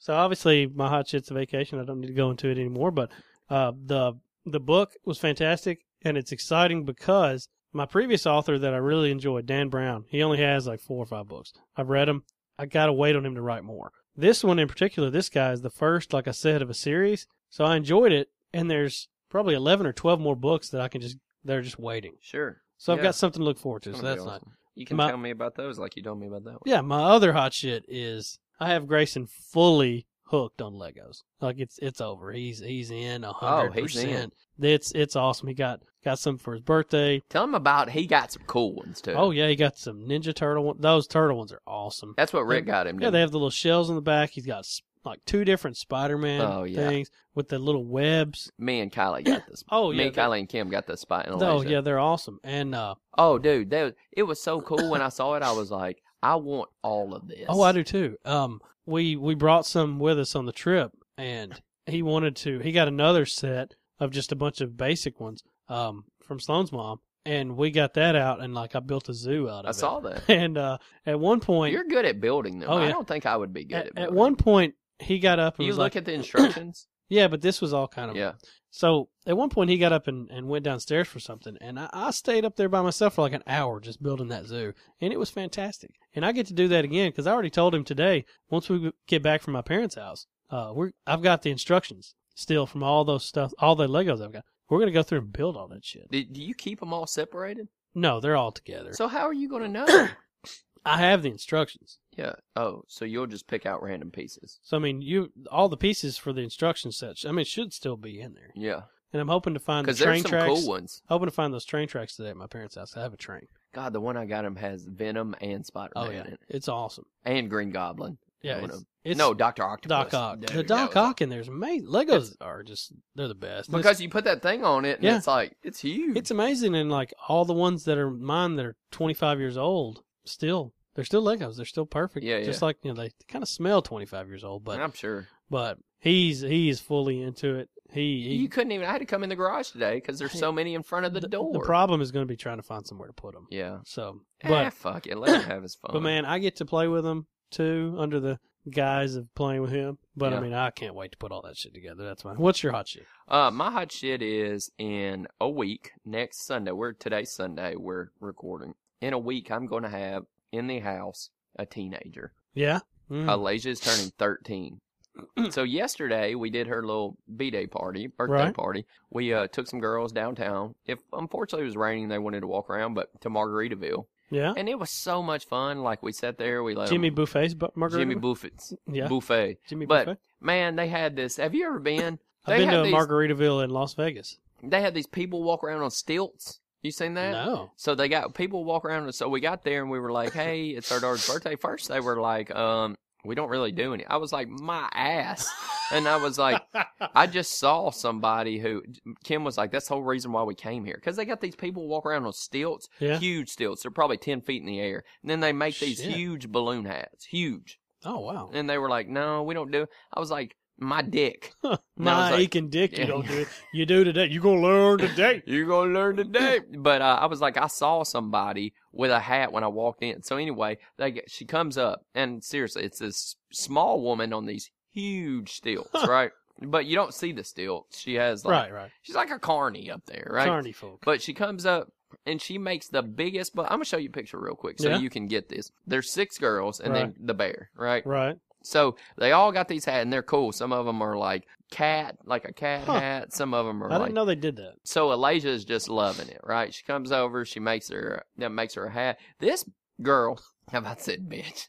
[SPEAKER 2] So obviously my hot shit's a vacation. I don't need to go into it anymore. But uh the the book was fantastic and it's exciting because my previous author that I really enjoyed, Dan Brown, he only has like four or five books. I've read them. I gotta wait on him to write more. This one in particular, this guy is the first, like I said, of a series. So I enjoyed it, and there's probably eleven or twelve more books that I can just they're just waiting.
[SPEAKER 1] Sure.
[SPEAKER 2] So I've
[SPEAKER 1] Yeah.
[SPEAKER 2] got something to look forward to.
[SPEAKER 1] It's
[SPEAKER 2] So
[SPEAKER 1] gonna be
[SPEAKER 2] that's nice.
[SPEAKER 1] awesome. You can
[SPEAKER 2] My-
[SPEAKER 1] tell me about those like you told me about that one.
[SPEAKER 2] Yeah, my other hot shit is I have Grayson fully hooked on Legos. Like it's it's over. He's he's in a hundred
[SPEAKER 1] Oh, he's in.
[SPEAKER 2] percent. It's it's awesome. He got got some for his birthday.
[SPEAKER 1] Tell him about he got some cool ones too.
[SPEAKER 2] Oh yeah, he got some Ninja Turtle. One. Those turtle ones are awesome.
[SPEAKER 1] That's what Rick got him.
[SPEAKER 2] Yeah, they
[SPEAKER 1] didn't
[SPEAKER 2] have the little shells on the back. He's got s- like two different Spider Man
[SPEAKER 1] Oh, yeah.
[SPEAKER 2] things with the little webs.
[SPEAKER 1] he? me and Kylie got this.
[SPEAKER 2] (clears throat) Oh
[SPEAKER 1] me,
[SPEAKER 2] yeah,
[SPEAKER 1] and Kylie, and Kim got the spot in
[SPEAKER 2] they're- oh yeah, they're awesome. And uh,
[SPEAKER 1] Oh dude, that was, it was so cool when I saw it. I was like, I want all of this.
[SPEAKER 2] Oh, I do too. Um, we we brought some with us on the trip, and he wanted to. He got another set of just a bunch of basic ones. Um, from Sloan's mom, and we got that out, and like I built a zoo out of
[SPEAKER 1] I
[SPEAKER 2] it.
[SPEAKER 1] saw that.
[SPEAKER 2] And uh, at one (laughs) point,
[SPEAKER 1] You're good at building them.
[SPEAKER 2] Oh,
[SPEAKER 1] I
[SPEAKER 2] yeah.
[SPEAKER 1] don't think I would be good at.
[SPEAKER 2] at, at
[SPEAKER 1] building
[SPEAKER 2] one
[SPEAKER 1] them.
[SPEAKER 2] point he got up and
[SPEAKER 1] you
[SPEAKER 2] was
[SPEAKER 1] look
[SPEAKER 2] like,
[SPEAKER 1] at the
[SPEAKER 2] (coughs)
[SPEAKER 1] instructions.
[SPEAKER 2] "Yeah, but this was all kind of
[SPEAKER 1] yeah.
[SPEAKER 2] So at one point he got up and, and went downstairs for something, and I, I stayed up there by myself for like an hour just building that zoo, and it was fantastic. And I get to do that again because I already told him today. Once we get back from my parents' house, uh, we're I've got the instructions still from all those stuff, all the Legos I've got. We're gonna go through and build all that shit.
[SPEAKER 1] Did, do you keep them all separated?
[SPEAKER 2] No, they're all together.
[SPEAKER 1] So how are you
[SPEAKER 2] (coughs)
[SPEAKER 1] going to know?
[SPEAKER 2] I have the instructions.
[SPEAKER 1] yeah. Oh, so you'll just pick out random pieces.
[SPEAKER 2] So I mean, you all the pieces for the instruction sets. I mean, it should still be in there.
[SPEAKER 1] Yeah.
[SPEAKER 2] And I'm hoping to find the
[SPEAKER 1] Because
[SPEAKER 2] train
[SPEAKER 1] there's some
[SPEAKER 2] tracks.
[SPEAKER 1] cool ones.
[SPEAKER 2] Hoping to find those train tracks today at my parents' house. I have a train.
[SPEAKER 1] God, the one I got him has Venom and Spider Man
[SPEAKER 2] Oh yeah,
[SPEAKER 1] in it,
[SPEAKER 2] it's awesome.
[SPEAKER 1] and Green Goblin.
[SPEAKER 2] Yeah,
[SPEAKER 1] One
[SPEAKER 2] it's,
[SPEAKER 1] of-
[SPEAKER 2] it's
[SPEAKER 1] no, Doctor Octopus.
[SPEAKER 2] Doc Ock.
[SPEAKER 1] Dude,
[SPEAKER 2] the
[SPEAKER 1] that
[SPEAKER 2] Doc
[SPEAKER 1] was
[SPEAKER 2] Ock in there's amazing. Legos are just they're the best
[SPEAKER 1] awesome. because you put that thing on it, and
[SPEAKER 2] Yeah.
[SPEAKER 1] it's like it's huge.
[SPEAKER 2] it's, it's amazing. And like all the ones that are mine that are 25 years old, still they're still Legos. They're still perfect.
[SPEAKER 1] Yeah,
[SPEAKER 2] just
[SPEAKER 1] yeah.
[SPEAKER 2] like you know they, kind of smell 25 years old, but
[SPEAKER 1] I'm sure
[SPEAKER 2] but he's he's fully into it. He, he
[SPEAKER 1] you couldn't even. I had to come in the garage today because there's so many in front of the, door.
[SPEAKER 2] The problem is going to be trying to find somewhere to put them.
[SPEAKER 1] yeah.
[SPEAKER 2] So,
[SPEAKER 1] ah,
[SPEAKER 2] but
[SPEAKER 1] fuck it. Let him have his fun.
[SPEAKER 2] (coughs) but man, I get to play with him too under the guise of playing with him. But
[SPEAKER 1] Yeah.
[SPEAKER 2] I mean, I can't wait to put all that shit together. That's mine. What's your hot shit?
[SPEAKER 1] Uh, my hot shit is in a week next Sunday. We're today's Sunday. We're recording in a week. I'm going to have in the house a teenager.
[SPEAKER 2] Yeah. Mm.
[SPEAKER 1] Alaysia's turning 13. so yesterday we did her little b day party, birthday
[SPEAKER 2] Right.
[SPEAKER 1] party. We uh, took some girls downtown. If unfortunately it was raining, they wanted to walk around, but to Margaritaville,
[SPEAKER 2] Yeah.
[SPEAKER 1] and it was so much fun. Like we sat there, we let 'em-
[SPEAKER 2] Jimmy Buffet's bu- margarita.
[SPEAKER 1] Jimmy Buffett's
[SPEAKER 2] yeah.
[SPEAKER 1] buffet.
[SPEAKER 2] Jimmy
[SPEAKER 1] but
[SPEAKER 2] Buffet.
[SPEAKER 1] Man, they had this. Have you ever been?
[SPEAKER 2] I've
[SPEAKER 1] they
[SPEAKER 2] been
[SPEAKER 1] had
[SPEAKER 2] to a
[SPEAKER 1] these-
[SPEAKER 2] Margaritaville in Las Vegas.
[SPEAKER 1] They had these people walk around on stilts. You seen that?
[SPEAKER 2] No.
[SPEAKER 1] So they got people walk around. and So we got there and we were like, "Hey, it's our daughter's birthday." First, they were like, "Um, we don't really do any." I was like, "My ass," and I was like, "I just saw somebody who." Kim was like, "That's the whole reason why we came here because they got these people walk around on stilts,
[SPEAKER 2] Yeah.
[SPEAKER 1] huge stilts. They're probably ten feet in the air, and then they make these
[SPEAKER 2] Shit.
[SPEAKER 1] huge balloon hats, huge."
[SPEAKER 2] (laughs) Oh wow.
[SPEAKER 1] And they were like, "No, we don't do." it." I was like, "My dick."
[SPEAKER 2] My
[SPEAKER 1] like-
[SPEAKER 2] aching dick, you
[SPEAKER 1] Yeah.
[SPEAKER 2] don't do it. You do today. You gonna
[SPEAKER 1] (laughs)
[SPEAKER 2] learn today.
[SPEAKER 1] You're gonna learn today. (laughs) But uh, I was like, I saw somebody with a hat when I walked in. So anyway, they get, she comes up, and seriously, it's this small woman on these huge stilts, right? But you don't see the stilts. She has like
[SPEAKER 2] right, right.
[SPEAKER 1] she's like a carny up there, right?
[SPEAKER 2] Carney folk.
[SPEAKER 1] But she comes up and she makes the biggest. But I'm gonna show you a picture real quick so
[SPEAKER 2] Yeah.
[SPEAKER 1] you can get this. There's six girls and then the bear, right?
[SPEAKER 2] Right.
[SPEAKER 1] So they all got these hats and they're cool. Some of them are like cat, like a cat
[SPEAKER 2] Huh.
[SPEAKER 1] hat. Some of them are
[SPEAKER 2] I didn't
[SPEAKER 1] like
[SPEAKER 2] know they did that.
[SPEAKER 1] so Elijah is just loving it, right? She comes over, she makes her that makes her a hat. This girl, (laughs) how about said bitch?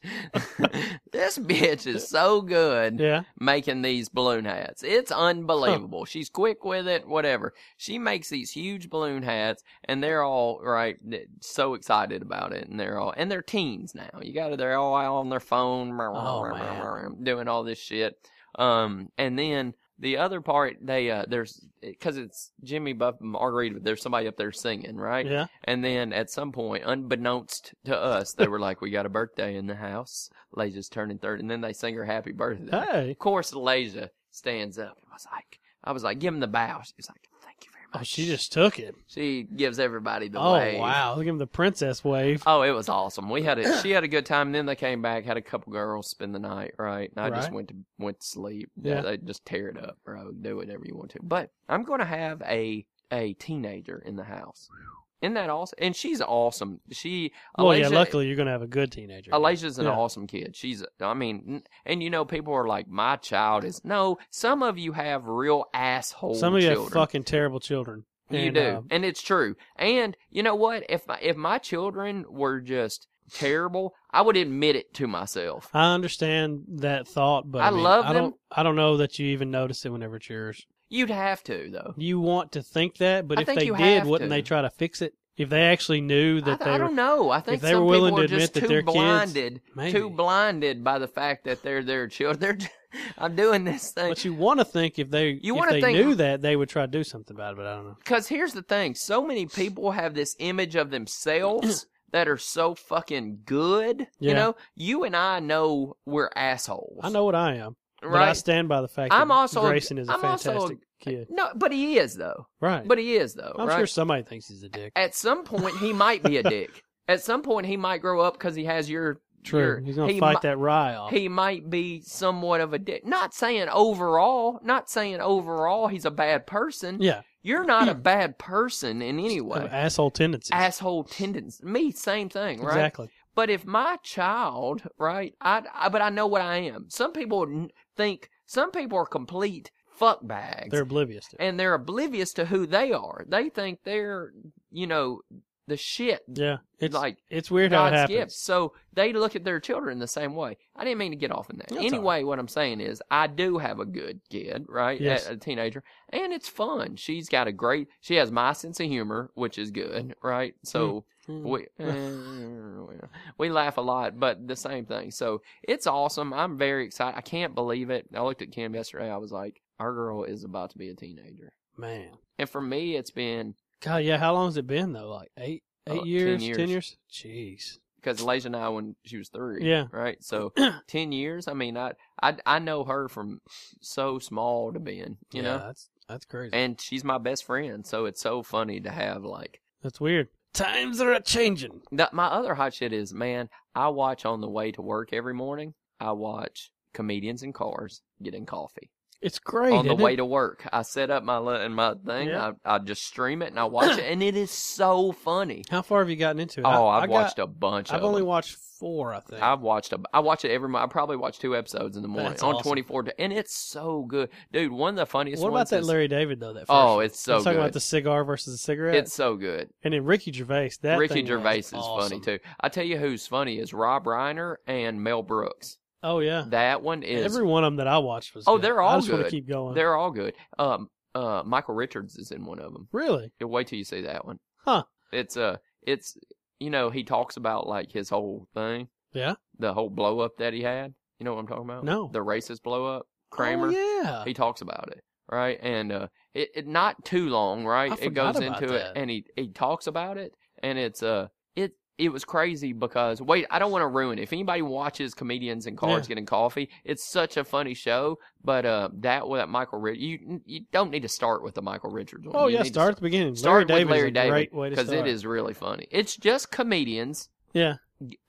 [SPEAKER 1] (laughs) this bitch is so good
[SPEAKER 2] Yeah.
[SPEAKER 1] making these balloon hats. It's unbelievable. She's quick with it, whatever. She makes these huge balloon hats and they're all right th- so excited about it and they're all and they're teens now. You got to they're all out on their phone
[SPEAKER 2] Oh, man.
[SPEAKER 1] doing all this shit. Um and then the other part they uh there's cuz it's Jimmy Buff Margarita but there's somebody up there singing, right?
[SPEAKER 2] Yeah.
[SPEAKER 1] And then at some point, unbeknownst to us, they were like, "We got a birthday in the house. Layja's turning 30. And then they sing her happy birthday.
[SPEAKER 2] Hey.
[SPEAKER 1] Of course, Elijah stands up and was like, "I was like, give him the bow." She was like, "Thank you very much."
[SPEAKER 2] Oh, she just took it.
[SPEAKER 1] she gives everybody the
[SPEAKER 2] Oh
[SPEAKER 1] wave.
[SPEAKER 2] wow. Look at the princess wave.
[SPEAKER 1] Oh, it was awesome. We had a she had a good time. And then they came back, had a couple girls spend the night, right? And I just
[SPEAKER 2] Right.
[SPEAKER 1] went to went to sleep.
[SPEAKER 2] Yeah.
[SPEAKER 1] they just tear it up, bro. Do whatever you want to. But I'm going to have a a teenager in the house. Isn't that awesome? And she's awesome. She
[SPEAKER 2] well, yeah.
[SPEAKER 1] Elijah-
[SPEAKER 2] Luckily, you're gonna have a good teenager.
[SPEAKER 1] Elijah's an
[SPEAKER 2] Yeah.
[SPEAKER 1] awesome kid. She's, I mean, n- and you know, people are like, my child is. No, some of you have real asshole
[SPEAKER 2] Some of you
[SPEAKER 1] children.
[SPEAKER 2] have fucking terrible children.
[SPEAKER 1] you
[SPEAKER 2] And,
[SPEAKER 1] do,
[SPEAKER 2] uh,
[SPEAKER 1] and it's true. And you know what? If my, if my children were just terrible, I would admit it to myself.
[SPEAKER 2] I understand that thought, but I,
[SPEAKER 1] I
[SPEAKER 2] mean,
[SPEAKER 1] love
[SPEAKER 2] I
[SPEAKER 1] them.
[SPEAKER 2] don't. I don't know that you even notice it whenever it's yours.
[SPEAKER 1] You'd have to though.
[SPEAKER 2] You want to think that, but
[SPEAKER 1] I
[SPEAKER 2] if
[SPEAKER 1] think
[SPEAKER 2] they
[SPEAKER 1] you
[SPEAKER 2] did,
[SPEAKER 1] have
[SPEAKER 2] wouldn't
[SPEAKER 1] to.
[SPEAKER 2] they try to fix it? If they actually knew
[SPEAKER 1] I,
[SPEAKER 2] that
[SPEAKER 1] I
[SPEAKER 2] they were,
[SPEAKER 1] don't know. I think
[SPEAKER 2] they
[SPEAKER 1] some
[SPEAKER 2] were willing
[SPEAKER 1] people
[SPEAKER 2] to
[SPEAKER 1] are
[SPEAKER 2] admit
[SPEAKER 1] just
[SPEAKER 2] that
[SPEAKER 1] too
[SPEAKER 2] their kids-
[SPEAKER 1] blinded,
[SPEAKER 2] Maybe.
[SPEAKER 1] too blinded by the fact that they're their children. (laughs) They're, I'm doing this thing.
[SPEAKER 2] but you want to think if they
[SPEAKER 1] You
[SPEAKER 2] if
[SPEAKER 1] wanna
[SPEAKER 2] they
[SPEAKER 1] think-
[SPEAKER 2] knew that they would try to do something about it. But I don't know.
[SPEAKER 1] Because here's the thing so many people have this image of
[SPEAKER 2] (clears throat)
[SPEAKER 1] themselves that are so fucking good.
[SPEAKER 2] Yeah.
[SPEAKER 1] You know, you and I know we're assholes.
[SPEAKER 2] I know what I am, but I
[SPEAKER 1] Right?
[SPEAKER 2] stand by the fact
[SPEAKER 1] I'm
[SPEAKER 2] that
[SPEAKER 1] also-
[SPEAKER 2] Grayson is a
[SPEAKER 1] I'm also-
[SPEAKER 2] fantastic kid.
[SPEAKER 1] no, but he is, though.
[SPEAKER 2] Right.
[SPEAKER 1] But he is, though.
[SPEAKER 2] I'm
[SPEAKER 1] right?
[SPEAKER 2] sure somebody thinks he's a dick.
[SPEAKER 1] At some point, he might
[SPEAKER 2] (laughs)
[SPEAKER 1] be a dick. At some point, he might grow up because he has your.
[SPEAKER 2] True.
[SPEAKER 1] your-
[SPEAKER 2] He's gonna
[SPEAKER 1] he
[SPEAKER 2] fight
[SPEAKER 1] mi-
[SPEAKER 2] that rye off.
[SPEAKER 1] He might be somewhat of a dick. Not saying overall, not saying overall he's a bad person.
[SPEAKER 2] yeah.
[SPEAKER 1] You're not
[SPEAKER 2] (clears throat)
[SPEAKER 1] a bad person in any
[SPEAKER 2] Have
[SPEAKER 1] way.
[SPEAKER 2] Asshole tendencies.
[SPEAKER 1] Asshole tendencies. Me, same thing, right?
[SPEAKER 2] Exactly.
[SPEAKER 1] But if my child, right, I, I but I know what I am. Some people n- think some people are complete fuck bags,
[SPEAKER 2] They're oblivious to it.
[SPEAKER 1] and they're oblivious to who they are. They think they're, you know, the shit.
[SPEAKER 2] Yeah. It's
[SPEAKER 1] like
[SPEAKER 2] it's weird how it
[SPEAKER 1] God's
[SPEAKER 2] happens.
[SPEAKER 1] gift. So they look at their children the same way. I didn't mean to get off on that.
[SPEAKER 2] That's all
[SPEAKER 1] anyway, what I'm saying is I do have a good kid, right?
[SPEAKER 2] Yes.
[SPEAKER 1] A, a teenager. And it's fun. She's got a great she has my sense of humor, which is good, right? So
[SPEAKER 2] Mm.
[SPEAKER 1] we uh, (laughs) we laugh a lot, but the same thing. So it's awesome. I'm very excited. I can't believe it. I looked at Kim yesterday. I was like, our girl is about to be a teenager.
[SPEAKER 2] Man.
[SPEAKER 1] And for me, it's been
[SPEAKER 2] God, yeah. How long has it been though? Like eight,
[SPEAKER 1] Oh,
[SPEAKER 2] eight
[SPEAKER 1] like 10
[SPEAKER 2] years,
[SPEAKER 1] years.
[SPEAKER 2] ten years. Jeez.
[SPEAKER 1] because Elijah and I when she was three.
[SPEAKER 2] Yeah.
[SPEAKER 1] Right.
[SPEAKER 2] (clears throat)
[SPEAKER 1] So ten years. I mean, I I I know her from so small to being, you
[SPEAKER 2] yeah,
[SPEAKER 1] know,
[SPEAKER 2] that's that's crazy.
[SPEAKER 1] and she's my best friend. So it's so funny to have like.
[SPEAKER 2] that's weird. Times are a changing.
[SPEAKER 1] That, my other hot shit is, man, I watch on the way to work every morning. I watch comedians in cars getting coffee.
[SPEAKER 2] It's great.
[SPEAKER 1] on the
[SPEAKER 2] isn't
[SPEAKER 1] way
[SPEAKER 2] it?
[SPEAKER 1] to work. I set up my li- and my thing.
[SPEAKER 2] Yeah.
[SPEAKER 1] I, I just stream it and I watch it, and it is so funny.
[SPEAKER 2] How far have you gotten into it?
[SPEAKER 1] Oh,
[SPEAKER 2] I,
[SPEAKER 1] I've
[SPEAKER 2] I got-
[SPEAKER 1] watched a bunch.
[SPEAKER 2] I've
[SPEAKER 1] of
[SPEAKER 2] only
[SPEAKER 1] them.
[SPEAKER 2] watched four, I think.
[SPEAKER 1] I've watched a. I watch it every. mo- I probably watch two episodes in the morning
[SPEAKER 2] That's
[SPEAKER 1] on
[SPEAKER 2] awesome.
[SPEAKER 1] twenty four, and it's so good, dude. One of the funniest.
[SPEAKER 2] what about
[SPEAKER 1] ones
[SPEAKER 2] that
[SPEAKER 1] is-
[SPEAKER 2] Larry David though? That first
[SPEAKER 1] Oh,
[SPEAKER 2] one?
[SPEAKER 1] it's so
[SPEAKER 2] I'm talking
[SPEAKER 1] good.
[SPEAKER 2] about the cigar versus the cigarette.
[SPEAKER 1] it's so good.
[SPEAKER 2] and then Ricky Gervais. That
[SPEAKER 1] Ricky
[SPEAKER 2] thing was
[SPEAKER 1] Gervais is
[SPEAKER 2] awesome.
[SPEAKER 1] funny too. I tell you who's funny is Rob Reiner and Mel Brooks.
[SPEAKER 2] Oh yeah,
[SPEAKER 1] (laughs) That one is.
[SPEAKER 2] every one of them that I watched was.
[SPEAKER 1] Oh,
[SPEAKER 2] good.
[SPEAKER 1] they're
[SPEAKER 2] I
[SPEAKER 1] all
[SPEAKER 2] just want to
[SPEAKER 1] good.
[SPEAKER 2] keep going.
[SPEAKER 1] they're all good. Um, uh, Michael Richards is in one of them.
[SPEAKER 2] really Oh,
[SPEAKER 1] Yeah, Wait till you see that one.
[SPEAKER 2] Huh.
[SPEAKER 1] It's uh it's you know, he talks about like his whole thing.
[SPEAKER 2] Yeah?
[SPEAKER 1] The whole blow up that he had. You know what I'm talking about?
[SPEAKER 2] No.
[SPEAKER 1] The racist blow up. Kramer.
[SPEAKER 2] Oh, yeah,
[SPEAKER 1] He talks about it. Right? And uh it, it not too long, right?
[SPEAKER 2] I
[SPEAKER 1] it
[SPEAKER 2] forgot
[SPEAKER 1] goes
[SPEAKER 2] about
[SPEAKER 1] into it
[SPEAKER 2] that.
[SPEAKER 1] and he, he talks about it and it's uh it it was crazy because wait, I don't want to ruin it. If anybody watches comedians and cars getting coffee, it's such a funny show. But uh, that with Michael Richards, you you don't need to start with the Michael Richards one.
[SPEAKER 2] Oh
[SPEAKER 1] You
[SPEAKER 2] yeah,
[SPEAKER 1] need to
[SPEAKER 2] start at the beginning.
[SPEAKER 1] Start
[SPEAKER 2] Larry
[SPEAKER 1] with
[SPEAKER 2] David
[SPEAKER 1] Larry
[SPEAKER 2] is a
[SPEAKER 1] David
[SPEAKER 2] great way to
[SPEAKER 1] because
[SPEAKER 2] start.
[SPEAKER 1] it is really funny. It's just comedians
[SPEAKER 2] Yeah,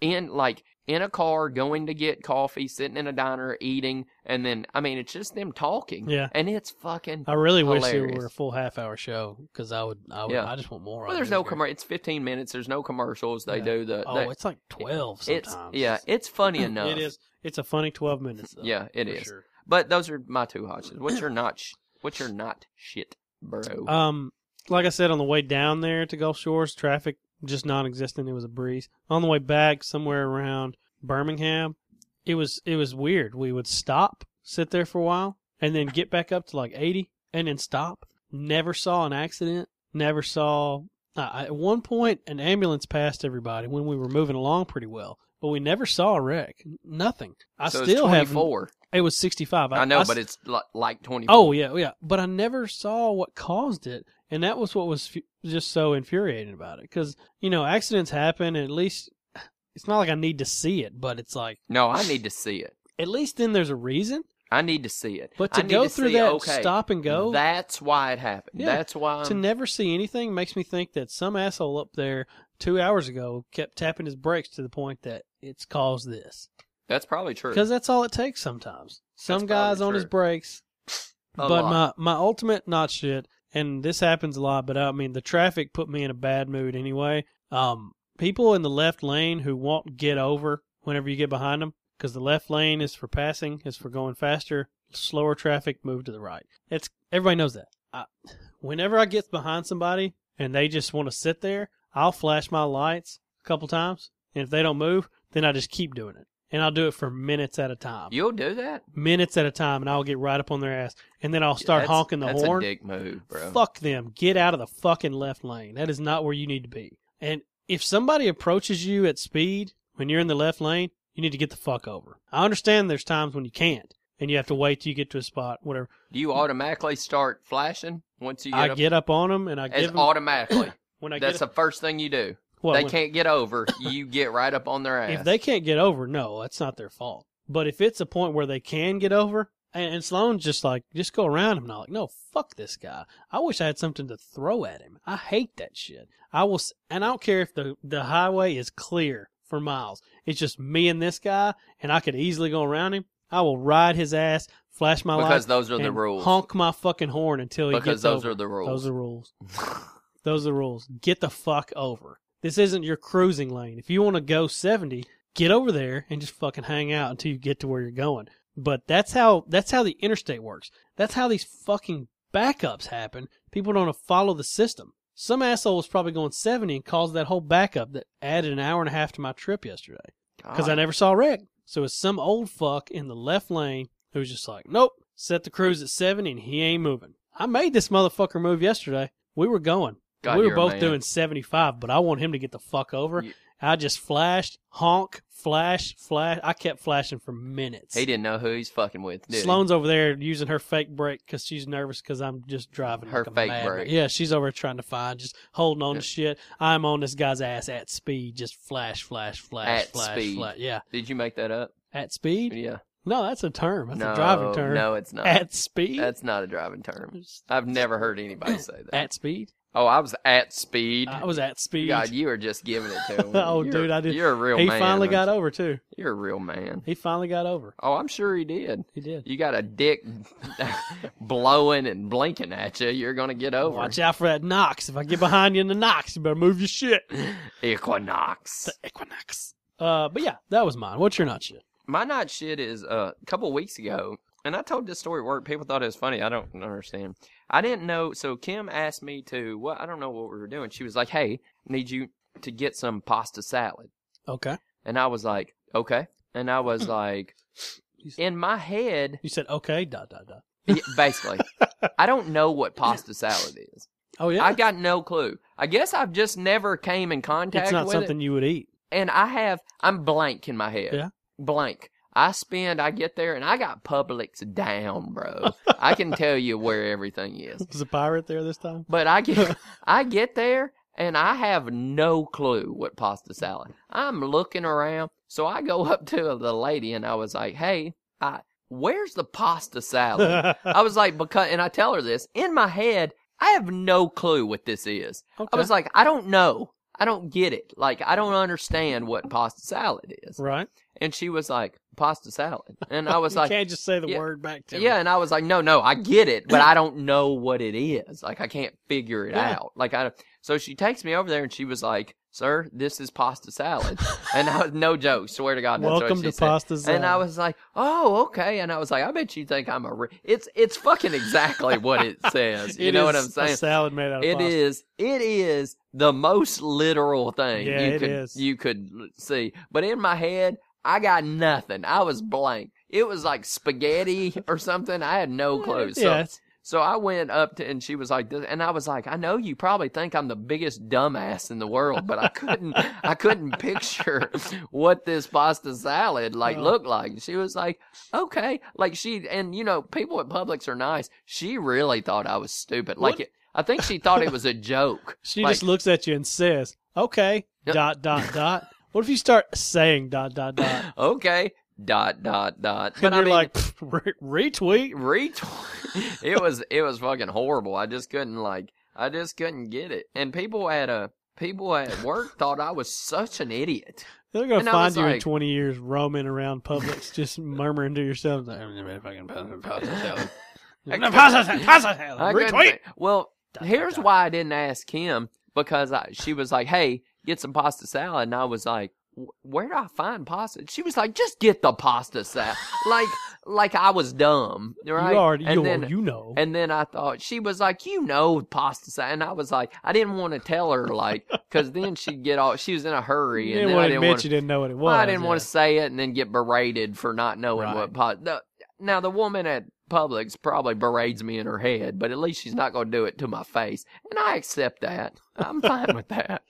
[SPEAKER 1] in like in a car going to get coffee, sitting in a diner eating, and then I mean it's just them talking.
[SPEAKER 2] Yeah.
[SPEAKER 1] and it's fucking.
[SPEAKER 2] I really wish it
[SPEAKER 1] Hilarious.
[SPEAKER 2] were a full half hour show because I would, I would,
[SPEAKER 1] Yeah.
[SPEAKER 2] I just want more.
[SPEAKER 1] Well,
[SPEAKER 2] of it.
[SPEAKER 1] there's
[SPEAKER 2] It's
[SPEAKER 1] no
[SPEAKER 2] great.
[SPEAKER 1] commer. It's 15 minutes. There's no commercials. They
[SPEAKER 2] Yeah.
[SPEAKER 1] do the.
[SPEAKER 2] Oh,
[SPEAKER 1] they-
[SPEAKER 2] it's like twelve
[SPEAKER 1] it's
[SPEAKER 2] sometimes.
[SPEAKER 1] yeah, it's funny enough.
[SPEAKER 2] (clears throat) It is. It's a funny twelve minutes. Though,
[SPEAKER 1] Yeah, it
[SPEAKER 2] for
[SPEAKER 1] is.
[SPEAKER 2] sure.
[SPEAKER 1] But those are my two hotches. What's
[SPEAKER 2] (clears throat)
[SPEAKER 1] your not? Sh- what's your not shit, bro?
[SPEAKER 2] Um, like I said, on the way down there to Gulf Shores, traffic just non-existent. It was a breeze. On the way back, somewhere around Birmingham, it was it was weird. We would stop, sit there for a while, and then get back up to like eighty, and then stop. Never saw an accident. Never saw. Uh, at one point, an ambulance passed everybody when we were moving along pretty well, but we never saw a wreck. Nothing. I
[SPEAKER 1] so
[SPEAKER 2] still
[SPEAKER 1] it's
[SPEAKER 2] have.
[SPEAKER 1] 24.
[SPEAKER 2] It was sixty-five.
[SPEAKER 1] I, know,
[SPEAKER 2] s-
[SPEAKER 1] but it's li- like 24.
[SPEAKER 2] Oh yeah, yeah. But I never saw what caused it, and that was what was fu- just so infuriating about it. Because you know, accidents happen, and at least it's not like I need to see it, but it's like
[SPEAKER 1] No, I need to see it.
[SPEAKER 2] at least then there's a reason.
[SPEAKER 1] I need to see it.
[SPEAKER 2] But
[SPEAKER 1] I
[SPEAKER 2] to
[SPEAKER 1] need
[SPEAKER 2] go
[SPEAKER 1] to
[SPEAKER 2] through
[SPEAKER 1] see,
[SPEAKER 2] that
[SPEAKER 1] okay, um,
[SPEAKER 2] stop and go,
[SPEAKER 1] That's why it happened.
[SPEAKER 2] Yeah.
[SPEAKER 1] That's why.
[SPEAKER 2] to
[SPEAKER 1] I'm-
[SPEAKER 2] never see anything makes me think that some asshole up there two hours ago kept tapping his brakes to the point that it's caused this.
[SPEAKER 1] that's probably true.
[SPEAKER 2] Because that's all it takes sometimes. Some
[SPEAKER 1] That's
[SPEAKER 2] guy's
[SPEAKER 1] probably
[SPEAKER 2] on his
[SPEAKER 1] true.
[SPEAKER 2] brakes,
[SPEAKER 1] A
[SPEAKER 2] but
[SPEAKER 1] lot.
[SPEAKER 2] my my ultimate not shit, and this happens a lot. But I mean, the traffic put me in a bad mood anyway. Um, people in the left lane who won't get over whenever you get behind them, because the left lane is for passing, is for going faster. Slower traffic, move to the right. It's everybody knows that. I, whenever I get behind somebody and they just want to sit there, I'll flash my lights a couple times, and if they don't move, then I just keep doing it, and I'll do it for minutes at a time
[SPEAKER 1] You'll do that.
[SPEAKER 2] minutes at a time, and I'll get right up on their ass, and then I'll start
[SPEAKER 1] That's-
[SPEAKER 2] honking the
[SPEAKER 1] that's
[SPEAKER 2] horn.
[SPEAKER 1] a dick move, bro.
[SPEAKER 2] Fuck them! Get out of the fucking left lane. That is not where you need to be. And if somebody approaches you at speed when you're in the left lane, you need to get the fuck over. I understand there's times when you can't, and you have to wait till you get to a spot, whatever.
[SPEAKER 1] Do you automatically start flashing once you get
[SPEAKER 2] I
[SPEAKER 1] up?
[SPEAKER 2] get up on them, and I
[SPEAKER 1] it's
[SPEAKER 2] give them
[SPEAKER 1] automatically.
[SPEAKER 2] when I
[SPEAKER 1] that's
[SPEAKER 2] get
[SPEAKER 1] the first thing you do.
[SPEAKER 2] well,
[SPEAKER 1] they
[SPEAKER 2] when-
[SPEAKER 1] can't get over. You get right up on their ass.
[SPEAKER 2] If they can't get over, no, that's not their fault. But if it's a point where they can get over, and, and Sloan's just like, just go around him, and I'm like, no, fuck this guy. I wish I had something to throw at him. I hate that shit. I will, s- and I don't care if the the highway is clear for miles. It's just me and this guy, and I could easily go around him. I will ride his ass, flash my
[SPEAKER 1] because
[SPEAKER 2] lights,
[SPEAKER 1] those are the
[SPEAKER 2] and
[SPEAKER 1] rules.
[SPEAKER 2] honk my fucking horn until he
[SPEAKER 1] because
[SPEAKER 2] gets
[SPEAKER 1] those
[SPEAKER 2] over.
[SPEAKER 1] are the rules. (laughs)
[SPEAKER 2] Those are (laughs) rules. Those are rules. Get the fuck over. This isn't your cruising lane. If you want to go 70, get over there and just fucking hang out until you get to where you're going. But that's how that's how the interstate works. That's how these fucking backups happen. People don't follow the system. Some asshole was probably going 70 and caused that whole backup that added an hour and a half to my trip yesterday because I
[SPEAKER 1] God.
[SPEAKER 2] never saw a wreck. So it's some old fuck in the left lane who's just like, nope, set the cruise at 70 and he ain't moving. I made this motherfucker move yesterday. We were going.
[SPEAKER 1] God,
[SPEAKER 2] we
[SPEAKER 1] you're
[SPEAKER 2] were
[SPEAKER 1] a
[SPEAKER 2] both
[SPEAKER 1] man.
[SPEAKER 2] doing 75, but I want him to get the fuck over.
[SPEAKER 1] You-
[SPEAKER 2] I just flashed, honk, flash, flash. I kept flashing for minutes.
[SPEAKER 1] He didn't know who he's fucking with. Did he?
[SPEAKER 2] Sloan's over there using her fake brake because she's nervous because I'm just driving
[SPEAKER 1] Her
[SPEAKER 2] like a
[SPEAKER 1] fake
[SPEAKER 2] madman.
[SPEAKER 1] brake.
[SPEAKER 2] Yeah, she's over there trying to find, just holding on
[SPEAKER 1] Yeah.
[SPEAKER 2] to shit. I'm on this guy's ass at speed, just flash, flash, flash,
[SPEAKER 1] At
[SPEAKER 2] flash,
[SPEAKER 1] speed.
[SPEAKER 2] flash. Yeah,
[SPEAKER 1] Did you make that up?
[SPEAKER 2] at speed.
[SPEAKER 1] Yeah.
[SPEAKER 2] No, that's a term. That's
[SPEAKER 1] no,
[SPEAKER 2] a driving term.
[SPEAKER 1] No, it's not.
[SPEAKER 2] At speed. (laughs)
[SPEAKER 1] That's not a driving term. I've never heard anybody say that.
[SPEAKER 2] At speed.
[SPEAKER 1] Oh, I was at speed.
[SPEAKER 2] I was at speed.
[SPEAKER 1] God, you were just giving it
[SPEAKER 2] (laughs)
[SPEAKER 1] to him.
[SPEAKER 2] Oh,
[SPEAKER 1] You're-
[SPEAKER 2] dude, I did-
[SPEAKER 1] You're a real
[SPEAKER 2] he
[SPEAKER 1] man.
[SPEAKER 2] finally got over too.
[SPEAKER 1] You're a real man.
[SPEAKER 2] He finally got over.
[SPEAKER 1] Oh, I'm sure he did.
[SPEAKER 2] He did.
[SPEAKER 1] You got a dick (laughs) blowing and blinking at you. You're gonna get over.
[SPEAKER 2] Watch out for that Knox. If I get behind you in the Knox, you better move your shit.
[SPEAKER 1] Equinox.
[SPEAKER 2] The Equinox. Uh, but yeah, that was mine. What's your not shit?
[SPEAKER 1] My night shit is uh, a couple weeks ago, and I told this story at work. People thought it was funny. I don't understand. I didn't know. So Kim asked me to. Well, I don't know what we were doing. She was like, "Hey, need you to get some pasta salad,"
[SPEAKER 2] Okay.
[SPEAKER 1] and I was like, "Okay." And I was like, in my head,
[SPEAKER 2] You said okay. Dot dot dot.
[SPEAKER 1] Yeah, basically. I don't know what pasta salad is.
[SPEAKER 2] Oh yeah.
[SPEAKER 1] I've got no clue. I guess I've just never came in contact
[SPEAKER 2] it's not
[SPEAKER 1] with
[SPEAKER 2] something
[SPEAKER 1] it.
[SPEAKER 2] you would eat. (laughs)
[SPEAKER 1] And I have I'm blank in my head.
[SPEAKER 2] Yeah.
[SPEAKER 1] Blank. I spend, I get there, and I got Publix down,
[SPEAKER 2] (laughs)
[SPEAKER 1] bro. I can tell you where everything is.
[SPEAKER 2] Was a pirate there this time?
[SPEAKER 1] But I
[SPEAKER 2] (laughs)
[SPEAKER 1] get I get there and I have no clue what pasta salad. I'm looking around. So I go (laughs) up to the lady and I was like, Hey, I where's the pasta
[SPEAKER 2] (laughs)
[SPEAKER 1] salad? (laughs) I was like, because, and I tell her this in my head, I have no clue what this is. I was like, I don't know. I don't get it. Like, I don't understand what pasta salad is.
[SPEAKER 2] right.
[SPEAKER 1] And she was like, pasta
[SPEAKER 2] (laughs)
[SPEAKER 1] salad. And I was
[SPEAKER 2] you
[SPEAKER 1] like,
[SPEAKER 2] can't just say the
[SPEAKER 1] yeah,
[SPEAKER 2] word back to me.
[SPEAKER 1] yeah. And I was like, no, no, I get it, but
[SPEAKER 2] (laughs)
[SPEAKER 1] I don't know what it is. Like, I can't figure it
[SPEAKER 2] Yeah.
[SPEAKER 1] out. Like, I, so she takes me over there and she was like, sir, this is pasta
[SPEAKER 2] (laughs)
[SPEAKER 1] salad. and I was, no joke, swear to God. That's what
[SPEAKER 2] Welcome
[SPEAKER 1] she
[SPEAKER 2] to
[SPEAKER 1] said.
[SPEAKER 2] pasta salad.
[SPEAKER 1] And I was like, "Oh, okay." And I was like, "I bet you think I'm a re-. it's it's fucking exactly what
[SPEAKER 2] (laughs)
[SPEAKER 1] it says." You
[SPEAKER 2] It
[SPEAKER 1] know what
[SPEAKER 2] is
[SPEAKER 1] I'm saying?
[SPEAKER 2] A salad made out of
[SPEAKER 1] It
[SPEAKER 2] pasta.
[SPEAKER 1] is it is the most literal thing
[SPEAKER 2] Yeah,
[SPEAKER 1] you
[SPEAKER 2] it
[SPEAKER 1] could
[SPEAKER 2] is.
[SPEAKER 1] you could l- see. But in my head, I got nothing. I was blank. It was like spaghetti or something. I had no clue. So,
[SPEAKER 2] Yeah. it's-
[SPEAKER 1] so I went up to and she was like this and I was like, I know you probably think I'm the biggest dumbass in the world, but I couldn't I couldn't picture what this pasta salad like
[SPEAKER 2] No.
[SPEAKER 1] looked like. She was like, Okay. Like she and you know, people at Publix are nice. She really thought I was stupid. Like
[SPEAKER 2] What-
[SPEAKER 1] it, I think she thought it was a joke.
[SPEAKER 2] She
[SPEAKER 1] like-
[SPEAKER 2] just looks at you and says, "Okay."
[SPEAKER 1] Yeah.
[SPEAKER 2] Dot dot dot. What if you start saying dot dot
[SPEAKER 1] (laughs)
[SPEAKER 2] dot?
[SPEAKER 1] Okay. Dot dot dot.
[SPEAKER 2] (laughs) and you're like "Pfft, re- retweet.
[SPEAKER 1] retweet. (laughs) it was it was fucking horrible. I just couldn't like I just couldn't get it. And people at a people at work thought I was such an idiot.
[SPEAKER 2] They're gonna
[SPEAKER 1] And I
[SPEAKER 2] find
[SPEAKER 1] was
[SPEAKER 2] you in
[SPEAKER 1] like-
[SPEAKER 2] 20 years roaming around Publix, (laughs) just murmuring to yourself, like, "I'm gonna fucking
[SPEAKER 1] (laughs)
[SPEAKER 2] pasta salad." No, pasta salad, pasta salad,
[SPEAKER 1] I couldn't
[SPEAKER 2] retweet.
[SPEAKER 1] think- Well,
[SPEAKER 2] Dot, dot,
[SPEAKER 1] here's
[SPEAKER 2] dot.
[SPEAKER 1] why I didn't ask him because I, she was like, "Hey, get some pasta salad," and I was like. "Wh- Where do I find pasta? She was like, "Just get the pasta salad." (laughs) like, like I was dumb, right?
[SPEAKER 2] You already,
[SPEAKER 1] and
[SPEAKER 2] you,
[SPEAKER 1] then,
[SPEAKER 2] you know.
[SPEAKER 1] And then I thought she was like, you know, pasta salad. And I was like, I didn't want to tell her like, because then she'd get all. She was in a hurry,
[SPEAKER 2] you
[SPEAKER 1] and
[SPEAKER 2] didn't
[SPEAKER 1] then
[SPEAKER 2] want
[SPEAKER 1] I
[SPEAKER 2] to
[SPEAKER 1] didn't
[SPEAKER 2] admit
[SPEAKER 1] want.
[SPEAKER 2] you
[SPEAKER 1] to
[SPEAKER 2] didn't know what it was.
[SPEAKER 1] well, I didn't want
[SPEAKER 2] yeah.
[SPEAKER 1] to say it, and then get berated for not knowing
[SPEAKER 2] Right.
[SPEAKER 1] what pasta. The, now the woman at Publix probably berates me in her head, but at least she's not going to do it to my face, and I accept that. I'm fine with that.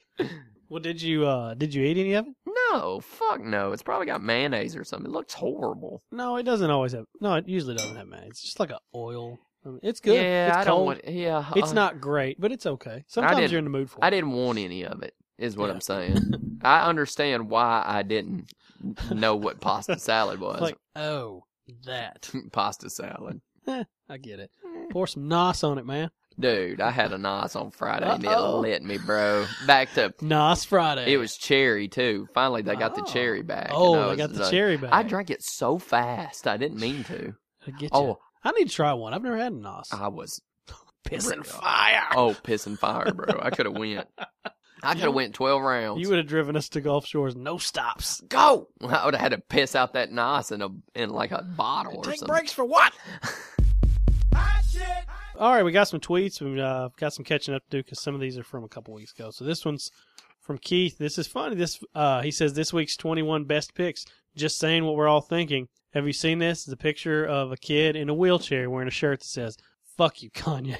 [SPEAKER 2] Well, did you uh, did you eat any of it?
[SPEAKER 1] No, fuck no. It's probably got mayonnaise or something. It looks horrible.
[SPEAKER 2] No, it doesn't always have. No, it usually doesn't have mayonnaise. It's just like an oil. I mean, it's good.
[SPEAKER 1] Yeah,
[SPEAKER 2] it's
[SPEAKER 1] I
[SPEAKER 2] cold.
[SPEAKER 1] don't want. Yeah,
[SPEAKER 2] It's
[SPEAKER 1] uh,
[SPEAKER 2] not great, but it's okay. Sometimes
[SPEAKER 1] didn't-
[SPEAKER 2] you're in the mood for
[SPEAKER 1] I
[SPEAKER 2] it.
[SPEAKER 1] didn't want any of it, is what
[SPEAKER 2] Yeah.
[SPEAKER 1] I'm saying. I understand why I didn't know what
[SPEAKER 2] (laughs)
[SPEAKER 1] pasta salad was.
[SPEAKER 2] It's like, oh, that.
[SPEAKER 1] (laughs) pasta salad.
[SPEAKER 2] I get it. Pour some nos on it, man.
[SPEAKER 1] Dude, I had a nice on Friday and it
[SPEAKER 2] Uh-oh.
[SPEAKER 1] lit me, bro. Back to
[SPEAKER 2] Nos Friday.
[SPEAKER 1] it was cherry too. Finally, they got the cherry back. and I
[SPEAKER 2] Oh, I
[SPEAKER 1] was
[SPEAKER 2] got the
[SPEAKER 1] like-
[SPEAKER 2] cherry back.
[SPEAKER 1] I drank it so fast. I didn't mean to.
[SPEAKER 2] I get you.
[SPEAKER 1] Oh, Uh-huh.
[SPEAKER 2] I need to try one. I've never had a nos.
[SPEAKER 1] I was
[SPEAKER 2] Pissing
[SPEAKER 1] Rick.
[SPEAKER 2] fire.
[SPEAKER 1] oh pissing fire, bro. I could have went. I could have went twelve rounds.
[SPEAKER 2] You would have driven us to Gulf Shores, no stops.
[SPEAKER 1] go. I would have had to piss out that nice in a in like a bottle or something.
[SPEAKER 2] for what? All right, we got some tweets. We uh, got some catching up to do because some of these are from a couple weeks ago. So this one's from Keith. This is funny. This uh, he says this week's twenty-one best picks. Just saying what we're all thinking. Have you seen this? It's a picture of a kid in a wheelchair wearing a shirt that says "Fuck you, Kanye."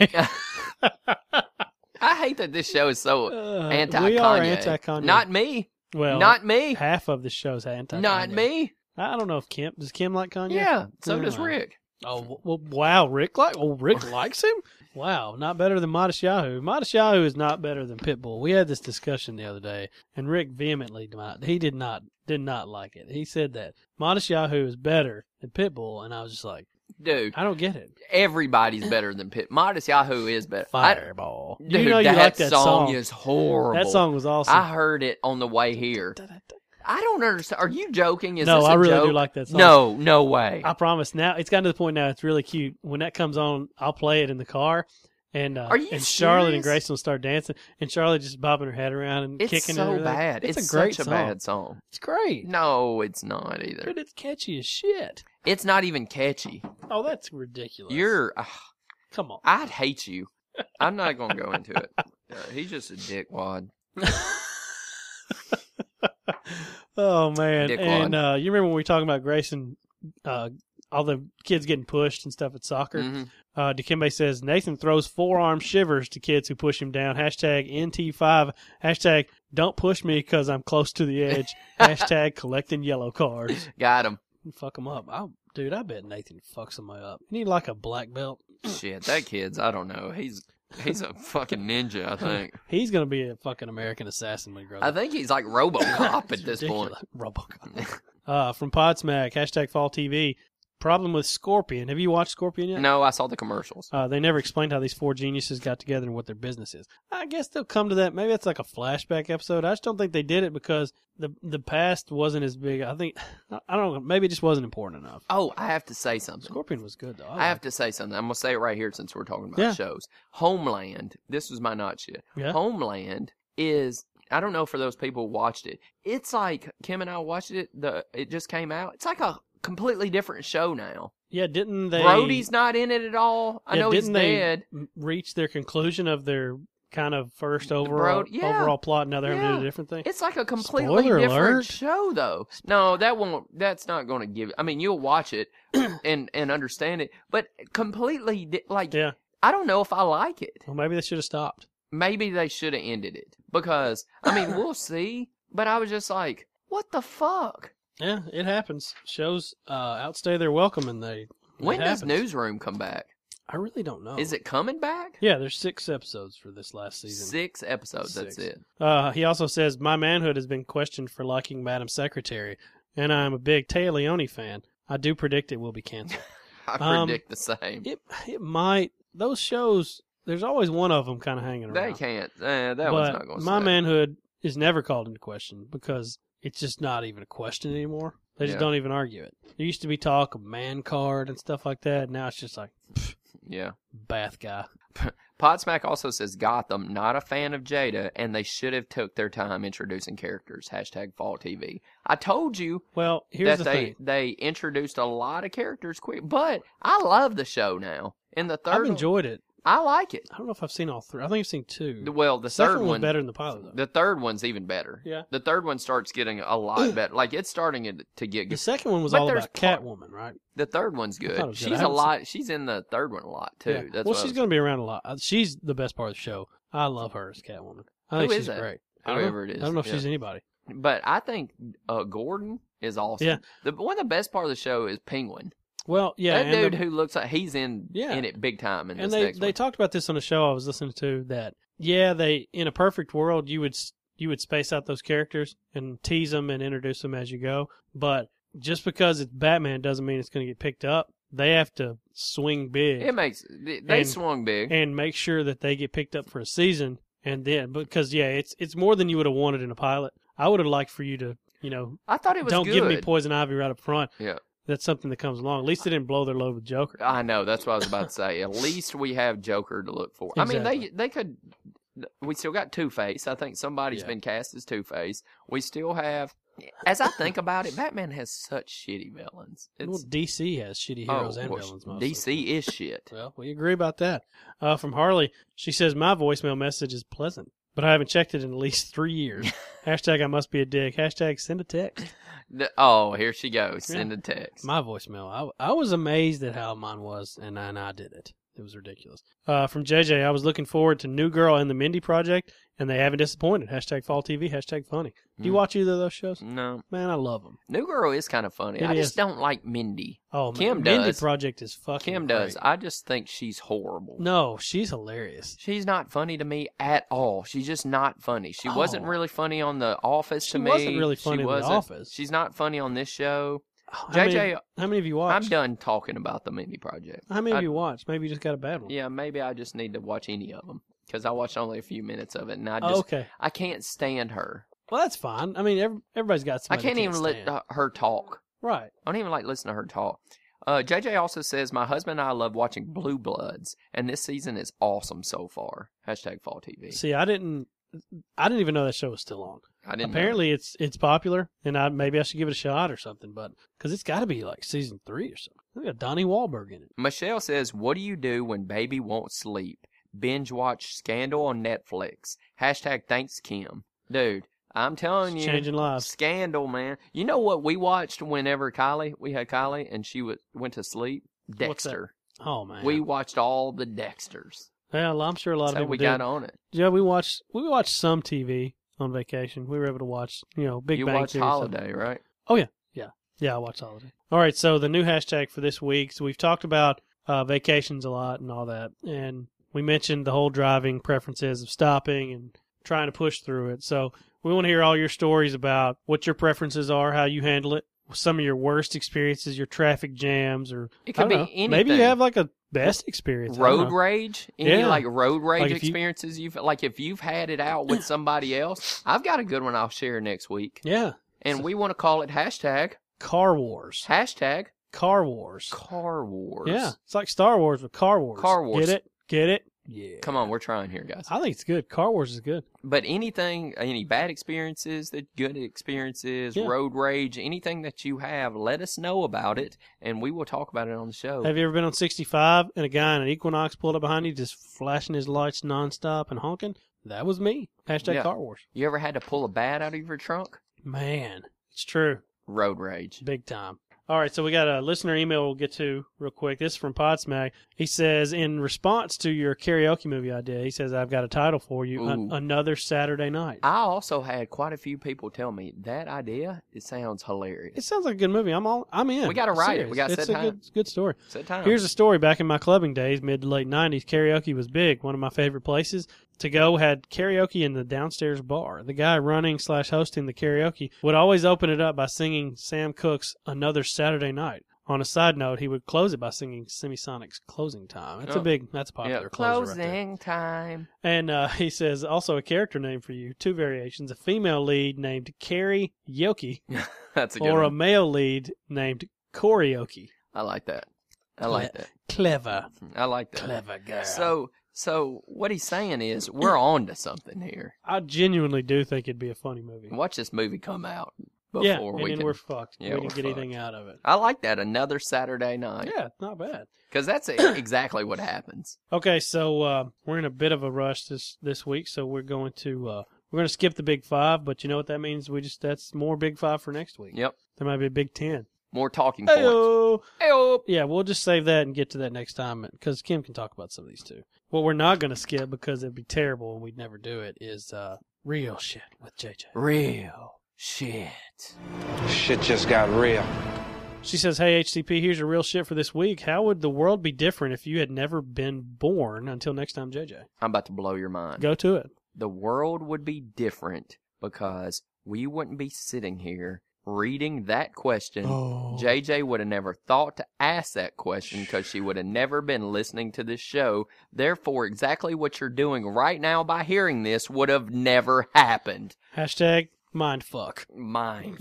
[SPEAKER 1] I hate that this show is so
[SPEAKER 2] (laughs) Uh,
[SPEAKER 1] anti
[SPEAKER 2] We are
[SPEAKER 1] Kanye.
[SPEAKER 2] anti-Kanye.
[SPEAKER 1] Not me.
[SPEAKER 2] well.
[SPEAKER 1] not me.
[SPEAKER 2] half of the show's anti.
[SPEAKER 1] Not me.
[SPEAKER 2] I don't know if Kim does. Kim like Kanye?
[SPEAKER 1] Yeah. So
[SPEAKER 2] Never
[SPEAKER 1] does
[SPEAKER 2] mind.
[SPEAKER 1] Rick.
[SPEAKER 2] Oh well, wow, Rick like oh
[SPEAKER 1] (laughs)
[SPEAKER 2] Rick likes him. Wow, not better than Modest Yahoo. Modest Yahoo is not better than Pitbull. We had this discussion the other day, and Rick vehemently denied he did not did not like it. He said that Modest Yahoo is better than Pitbull, and I was just like,
[SPEAKER 1] dude.
[SPEAKER 2] I don't get it.
[SPEAKER 1] Everybody's better than Pit. Modest Yahoo is better. I-
[SPEAKER 2] Fireball.
[SPEAKER 1] dude,
[SPEAKER 2] you know you
[SPEAKER 1] that,
[SPEAKER 2] like that
[SPEAKER 1] song,
[SPEAKER 2] song.
[SPEAKER 1] is horrible.
[SPEAKER 2] that song was awesome.
[SPEAKER 1] I heard it on the way here. I don't understand. Are you joking? Is
[SPEAKER 2] no,
[SPEAKER 1] this a
[SPEAKER 2] I really
[SPEAKER 1] joke?
[SPEAKER 2] do like that song.
[SPEAKER 1] No, no way.
[SPEAKER 2] I promise. Now it's gotten to the point now. It's really cute. When that comes on, I'll play it in the car, and uh,
[SPEAKER 1] Are you
[SPEAKER 2] and Charlotte
[SPEAKER 1] serious?
[SPEAKER 2] and Grayson will start dancing, and Charlotte just bobbing her head around and
[SPEAKER 1] it's
[SPEAKER 2] kicking. and
[SPEAKER 1] so
[SPEAKER 2] everything.
[SPEAKER 1] bad. It's,
[SPEAKER 2] It's, a great
[SPEAKER 1] such
[SPEAKER 2] song.
[SPEAKER 1] a bad song.
[SPEAKER 2] It's great,
[SPEAKER 1] No, it's not either.
[SPEAKER 2] but it's catchy as shit.
[SPEAKER 1] It's not even catchy.
[SPEAKER 2] Oh, that's ridiculous.
[SPEAKER 1] You're. ugh,
[SPEAKER 2] come on.
[SPEAKER 1] I'd hate you. I'm not gonna go into
[SPEAKER 2] (laughs)
[SPEAKER 1] it. Uh, he's just a dickwad.
[SPEAKER 2] oh man,
[SPEAKER 1] Dickwad.
[SPEAKER 2] and uh, you remember when we were talking about Grayson, uh, all the kids getting pushed and stuff at soccer.
[SPEAKER 1] Mhm.
[SPEAKER 2] Uh, Dikembe says Nathan throws forearm shivers to kids who push him down. Hashtag NT5. Hashtag don't push me because I'm close to the (laughs) edge. Hashtag collecting yellow cards.
[SPEAKER 1] Got
[SPEAKER 2] (clears throat)
[SPEAKER 1] him.
[SPEAKER 2] Fuck him up. I, dude, I bet Nathan fucks him up. He like a black belt.
[SPEAKER 1] Shit, that kid's. I don't know. He's he's a fucking ninja.
[SPEAKER 2] (laughs)
[SPEAKER 1] I think.
[SPEAKER 2] He's going to be a fucking American assassin when he grows
[SPEAKER 1] I
[SPEAKER 2] up.
[SPEAKER 1] think he's like RoboCop
[SPEAKER 2] It's
[SPEAKER 1] at this point.
[SPEAKER 2] ridiculous.
[SPEAKER 1] (laughs)
[SPEAKER 2] Robocop. uh, from Podsmack. Hashtag Fall TV. Problem with Scorpion. Have you watched Scorpion yet?
[SPEAKER 1] No, I saw the commercials.
[SPEAKER 2] Uh, they never explained how these four geniuses got together and what their business is. I guess they'll come to that. Maybe that's like a flashback episode. I just don't think they did it because the the past wasn't as big. I think I- I don't know. Maybe it just wasn't important enough.
[SPEAKER 1] Oh, I have to say something.
[SPEAKER 2] Scorpion was good though.
[SPEAKER 1] I have to say something. I'm gonna say it right here since we're talking about
[SPEAKER 2] Yeah.
[SPEAKER 1] shows. Homeland. This was my not shit.
[SPEAKER 2] Yeah.
[SPEAKER 1] Homeland is. I don't know for those people who watched it. It's like Kim and I watched it. The it just came out. It's like a completely different show now.
[SPEAKER 2] yeah. Didn't they?
[SPEAKER 1] Brody's not in it at all. I
[SPEAKER 2] Yeah,
[SPEAKER 1] know he's
[SPEAKER 2] didn't they-
[SPEAKER 1] dead.
[SPEAKER 2] m- reach their conclusion of their kind of first overall
[SPEAKER 1] Brody- yeah.
[SPEAKER 2] overall plot. Now they're having to do
[SPEAKER 1] Yeah.
[SPEAKER 2] a different thing.
[SPEAKER 1] It's like a completely
[SPEAKER 2] Spoiler
[SPEAKER 1] different
[SPEAKER 2] alert.
[SPEAKER 1] show, though. No, that won't. That's not going to give. I mean, you'll watch
[SPEAKER 2] (clears throat)
[SPEAKER 1] it and and understand it, but completely di- like
[SPEAKER 2] yeah.
[SPEAKER 1] I don't know if I like it.
[SPEAKER 2] Well, maybe they should have stopped.
[SPEAKER 1] Maybe they should have ended it because I mean
[SPEAKER 2] (clears throat)
[SPEAKER 1] we'll see. But I was just like, what the fuck?
[SPEAKER 2] Yeah, it happens. Shows uh, outstay their welcome, and they.
[SPEAKER 1] When
[SPEAKER 2] it
[SPEAKER 1] does
[SPEAKER 2] happens. Oh.
[SPEAKER 1] Newsroom come back?
[SPEAKER 2] I really don't know.
[SPEAKER 1] Is it coming back?
[SPEAKER 2] Yeah, there's six episodes for this last season.
[SPEAKER 1] Six episodes. That's
[SPEAKER 2] Six.
[SPEAKER 1] it.
[SPEAKER 2] Uh, he also says, My manhood has been questioned for liking Madam Secretary, and I am a big Taya Leone fan. I do predict it will
[SPEAKER 1] (laughs)
[SPEAKER 2] be canceled.
[SPEAKER 1] I
[SPEAKER 2] Um,
[SPEAKER 1] predict the same.
[SPEAKER 2] it, it might. Those shows, there's always one of them kind of hanging around.
[SPEAKER 1] They can't. Eh, that
[SPEAKER 2] but
[SPEAKER 1] one's not going to.
[SPEAKER 2] My manhood is never called into question because it's just not even a question anymore. They just
[SPEAKER 1] Yeah.
[SPEAKER 2] don't even argue it. There used to be talk of man card and stuff like that. Now it's just like
[SPEAKER 1] Yeah.
[SPEAKER 2] bath guy.
[SPEAKER 1] Podsmack also says Gotham, not a fan of Jada, and they should have took their time introducing characters. Hashtag Fall TV. I told you
[SPEAKER 2] Well,
[SPEAKER 1] that
[SPEAKER 2] here's the
[SPEAKER 1] they
[SPEAKER 2] thing.
[SPEAKER 1] they introduced a lot of characters quick, but I love the show now. In the 3rd
[SPEAKER 2] I've enjoyed it.
[SPEAKER 1] I like it.
[SPEAKER 2] I don't know if I've seen all three. I think I've seen two.
[SPEAKER 1] The- Well, the
[SPEAKER 2] second
[SPEAKER 1] third
[SPEAKER 2] one was
[SPEAKER 1] one,
[SPEAKER 2] better than the pilot. Though.
[SPEAKER 1] the third one's even better.
[SPEAKER 2] Yeah.
[SPEAKER 1] the third one starts getting a lot better. Like it's starting it- to get
[SPEAKER 2] The
[SPEAKER 1] good.
[SPEAKER 2] second one was
[SPEAKER 1] But
[SPEAKER 2] all
[SPEAKER 1] there's
[SPEAKER 2] about
[SPEAKER 1] part-
[SPEAKER 2] Catwoman, right?
[SPEAKER 1] The third one's
[SPEAKER 2] thought it
[SPEAKER 1] good.
[SPEAKER 2] was good. I
[SPEAKER 1] She's a
[SPEAKER 2] haven't
[SPEAKER 1] lot. She's in the third one a lot too.
[SPEAKER 2] Yeah.
[SPEAKER 1] That's
[SPEAKER 2] well,
[SPEAKER 1] what I
[SPEAKER 2] she's
[SPEAKER 1] was-
[SPEAKER 2] going to be around a lot. Uh, She's the best part of the show. I love her as Catwoman. I think
[SPEAKER 1] Who
[SPEAKER 2] she's
[SPEAKER 1] is that?
[SPEAKER 2] great.
[SPEAKER 1] whoever
[SPEAKER 2] I
[SPEAKER 1] it
[SPEAKER 2] don't,
[SPEAKER 1] is.
[SPEAKER 2] I don't know if
[SPEAKER 1] Yeah.
[SPEAKER 2] she's anybody.
[SPEAKER 1] But I think uh, Gordon is awesome.
[SPEAKER 2] Yeah.
[SPEAKER 1] The one of the best part of the show is Penguin.
[SPEAKER 2] Well, yeah,
[SPEAKER 1] that
[SPEAKER 2] and,
[SPEAKER 1] dude
[SPEAKER 2] the-
[SPEAKER 1] who looks like he's in
[SPEAKER 2] Yeah.
[SPEAKER 1] in it big time in
[SPEAKER 2] and
[SPEAKER 1] this
[SPEAKER 2] they
[SPEAKER 1] next
[SPEAKER 2] they
[SPEAKER 1] one.
[SPEAKER 2] talked about this on a show I was listening to that yeah they in a perfect world you would s- you would space out those characters and tease them and introduce them as you go, but just because it's Batman doesn't mean it's going to get picked up. They have to swing big.
[SPEAKER 1] it makes they they
[SPEAKER 2] And-
[SPEAKER 1] swung big.
[SPEAKER 2] and make sure that they get picked up for a season and then because yeah it's it's more than you would have wanted in a pilot i would have liked for you to you know
[SPEAKER 1] I thought it was
[SPEAKER 2] don't
[SPEAKER 1] good.
[SPEAKER 2] give me poison ivy right up front
[SPEAKER 1] Yeah. Uh,
[SPEAKER 2] that's something that comes along at least they didn't blow their load with joker
[SPEAKER 1] I know that's what I was about to say. At least we have Joker to look for. I mean,
[SPEAKER 2] Exactly.
[SPEAKER 1] they they could. We still got Two Face. I think somebody's
[SPEAKER 2] Yeah.
[SPEAKER 1] been cast as Two Face. We still have. As I think about it, Batman has such shitty villains.
[SPEAKER 2] well
[SPEAKER 1] It's
[SPEAKER 2] dc has shitty heroes
[SPEAKER 1] oh,
[SPEAKER 2] and
[SPEAKER 1] well,
[SPEAKER 2] villains mostly.
[SPEAKER 1] DC is shit.
[SPEAKER 2] well we agree about that uh, from harley she says my voicemail message is pleasant but i haven't checked it in at least three
[SPEAKER 1] (laughs)
[SPEAKER 2] years hashtag i must be a dick hashtag send a text
[SPEAKER 1] The- oh, here she goes.
[SPEAKER 2] Yeah.
[SPEAKER 1] Send a text.
[SPEAKER 2] My voicemail. I, I was amazed at how mine was, and I, and I did it. It was ridiculous. Uh, from JJ, I was looking forward to New Girl and the Mindy Project, and they haven't disappointed. Hashtag Fall TV. Hashtag funny. Do you
[SPEAKER 1] Mm.
[SPEAKER 2] watch either of those shows?
[SPEAKER 1] No,
[SPEAKER 2] Man, I love them.
[SPEAKER 1] New Girl is kind of funny.
[SPEAKER 2] It
[SPEAKER 1] I
[SPEAKER 2] is.
[SPEAKER 1] just don't like Mindy.
[SPEAKER 2] Oh, man.
[SPEAKER 1] Kim
[SPEAKER 2] Mindy
[SPEAKER 1] does.
[SPEAKER 2] Project is fucking.
[SPEAKER 1] Kim does.
[SPEAKER 2] great.
[SPEAKER 1] I just think she's horrible.
[SPEAKER 2] No, she's hilarious.
[SPEAKER 1] She's not funny to me at all. She's just not funny. She wasn't
[SPEAKER 2] Oh.
[SPEAKER 1] really funny on The Office
[SPEAKER 2] She
[SPEAKER 1] to me.
[SPEAKER 2] wasn't really funny
[SPEAKER 1] she
[SPEAKER 2] in The
[SPEAKER 1] wasn't.
[SPEAKER 2] Office.
[SPEAKER 1] She's not funny on this show.
[SPEAKER 2] How
[SPEAKER 1] JJ,
[SPEAKER 2] many, how many have you
[SPEAKER 1] I'm
[SPEAKER 2] watched?
[SPEAKER 1] done talking about the Mindy Project.
[SPEAKER 2] How
[SPEAKER 1] I-
[SPEAKER 2] many have you watched? Maybe you just got a bad one.
[SPEAKER 1] Yeah, maybe I just need to watch any of them because I watched only a few minutes of it, and I just
[SPEAKER 2] Oh, okay.
[SPEAKER 1] I can't stand her.
[SPEAKER 2] Well, that's fine. I mean, every, everybody's got
[SPEAKER 1] I
[SPEAKER 2] somebody.
[SPEAKER 1] can't,
[SPEAKER 2] they
[SPEAKER 1] even let
[SPEAKER 2] stand.
[SPEAKER 1] the- her talk.
[SPEAKER 2] Right.
[SPEAKER 1] I don't even like listening to her talk. Uh, JJ also says my husband and I love watching Blue Bloods, and this season is awesome so far. Hashtag Fall TV.
[SPEAKER 2] See, I didn't. I didn't even know that show was still on.
[SPEAKER 1] I didn't know.
[SPEAKER 2] Apparently, it's it's popular, and I maybe I should give it a shot or something. But because it's got to be like season three or something. Look at Donnie Wahlberg in it.
[SPEAKER 1] Michelle says, "What do you do when baby won't sleep? Binge watch Scandal on Netflix. Hashtag Thanks Kim, dude. I'm telling
[SPEAKER 2] It's
[SPEAKER 1] you,
[SPEAKER 2] changing lives.
[SPEAKER 1] Scandal, man. You know what we watched whenever Kylie, we had Kylie, and she was, went to sleep.
[SPEAKER 2] What's that?
[SPEAKER 1] Dexter.
[SPEAKER 2] Oh man.
[SPEAKER 1] We watched all the Dexters.
[SPEAKER 2] well, I'm sure a lot
[SPEAKER 1] That's
[SPEAKER 2] of
[SPEAKER 1] how
[SPEAKER 2] people
[SPEAKER 1] we
[SPEAKER 2] do.
[SPEAKER 1] got on it.
[SPEAKER 2] Yeah, we watched we watched some TV on vacation. We were able to watch you know Big
[SPEAKER 1] you
[SPEAKER 2] Bang
[SPEAKER 1] watched
[SPEAKER 2] Theory. or something.
[SPEAKER 1] Holiday, right?
[SPEAKER 2] Yeah, I watched Holiday. All right, so the new hashtag for this week. So we've talked about uh, vacations a lot and all that, and we mentioned the whole driving preferences of stopping and trying to push through it. So we want to hear all your stories about what your preferences are, how you handle it, some of your worst experiences, your traffic jams, or
[SPEAKER 1] It
[SPEAKER 2] I
[SPEAKER 1] could be
[SPEAKER 2] don't know,
[SPEAKER 1] anything.
[SPEAKER 2] Maybe you have like a best experience. I don't
[SPEAKER 1] road
[SPEAKER 2] know.
[SPEAKER 1] rage. Any
[SPEAKER 2] Yeah.
[SPEAKER 1] like road rage
[SPEAKER 2] Like, if you-
[SPEAKER 1] experiences you've like if you've had it out with somebody else. I've got a good one I'll share next week,
[SPEAKER 2] Yeah,
[SPEAKER 1] and we want to call it hashtag
[SPEAKER 2] car wars.
[SPEAKER 1] hashtag
[SPEAKER 2] Car wars.
[SPEAKER 1] Car Wars.
[SPEAKER 2] Yeah, it's like Star Wars with Car Wars.
[SPEAKER 1] Car Wars.
[SPEAKER 2] Get it? Get it? Yeah.
[SPEAKER 1] Come on, we're trying here, guys.
[SPEAKER 2] I think it's good. Car Wars is good.
[SPEAKER 1] But anything, any bad experiences, that good experiences,
[SPEAKER 2] Yeah.
[SPEAKER 1] road rage, anything that you have, let us know about it, and we will talk about it on the show.
[SPEAKER 2] Have you ever been on 65 and a guy in an Equinox pulled up behind you, just flashing his lights nonstop and honking? That was me. Hashtag
[SPEAKER 1] Yeah.
[SPEAKER 2] Car Wars.
[SPEAKER 1] you ever had to pull a bat out of your trunk?
[SPEAKER 2] Man, it's true.
[SPEAKER 1] Road rage.
[SPEAKER 2] Big time. All right, so we got a listener email we'll get to real quick. This is from Podsmack. He says, in response to your karaoke movie idea, he says, I've got a title for you, an-
[SPEAKER 1] Ooh.
[SPEAKER 2] Another Saturday Night.
[SPEAKER 1] I also had quite a few people tell me that idea. It sounds
[SPEAKER 2] it
[SPEAKER 1] hilarious.
[SPEAKER 2] sounds like a good movie. I'm all, I'm in.
[SPEAKER 1] We gotta write it.
[SPEAKER 2] Serious.
[SPEAKER 1] We gotta
[SPEAKER 2] It's
[SPEAKER 1] set
[SPEAKER 2] a
[SPEAKER 1] time.
[SPEAKER 2] good, good story.
[SPEAKER 1] It's that time.
[SPEAKER 2] Here's a story back in my clubbing days, mid to late 90s. Karaoke was big. One of my favorite places to go had karaoke in the downstairs bar. The guy running slash hosting the karaoke would always open it up by singing Sam Cooke's Another Saturday Night. On a side note, he would close it by singing Semisonic's Closing Time. That's a
[SPEAKER 1] Oh.
[SPEAKER 2] big, that's a popular
[SPEAKER 1] yeah.
[SPEAKER 2] closer right there.
[SPEAKER 1] closing time.
[SPEAKER 2] And uh, (laughs) he says also a character name for you, two variations: a female lead named Carrie Yoki,
[SPEAKER 1] (laughs) That's a good
[SPEAKER 2] or a
[SPEAKER 1] one.
[SPEAKER 2] male lead named Koryoki.
[SPEAKER 1] I like that. I like that.
[SPEAKER 2] Clever,
[SPEAKER 1] I like that.
[SPEAKER 2] clever girl.
[SPEAKER 1] So, so what he's saying is we're on to something here.
[SPEAKER 2] I genuinely do think it'd be a funny movie.
[SPEAKER 1] Watch this movie come out before
[SPEAKER 2] yeah, and
[SPEAKER 1] we
[SPEAKER 2] then
[SPEAKER 1] can.
[SPEAKER 2] we're fucked.
[SPEAKER 1] Yeah,
[SPEAKER 2] we didn't
[SPEAKER 1] we're
[SPEAKER 2] get anything out of it.
[SPEAKER 1] I like that another Saturday night
[SPEAKER 2] Yeah, not bad.
[SPEAKER 1] because that's e-,
[SPEAKER 2] (coughs)
[SPEAKER 1] exactly what happens.
[SPEAKER 2] Okay, so uh, we're in a bit of a rush this this week, so we're going to uh, we're going to skip the Big Five, but you know what that means? We just that's more Big Five for next week.
[SPEAKER 1] Yep,
[SPEAKER 2] There might be a Big Ten.
[SPEAKER 1] more talking points.
[SPEAKER 2] Hey-oh.
[SPEAKER 1] Ayo.
[SPEAKER 2] Yeah, we'll just save that and get to that next time because Kim can talk about some of these too. What we're not going to skip because it'd be terrible and we'd never do it is uh, real shit with JJ.
[SPEAKER 1] Real shit.
[SPEAKER 3] Shit just got real.
[SPEAKER 2] She says, Hey, HCP, here's your real shit for this week. How would the world be different if you had never been born until next time, JJ?
[SPEAKER 1] I'm about to blow your mind.
[SPEAKER 2] Go to it.
[SPEAKER 1] The world would be different because we wouldn't be sitting here reading that question.
[SPEAKER 2] Oh.
[SPEAKER 1] JJ would have never thought to ask that question because she would have never been listening to this show. Therefore, exactly what you're doing right now by hearing this would have never happened.
[SPEAKER 2] Hashtag mind fuck.
[SPEAKER 1] Mine.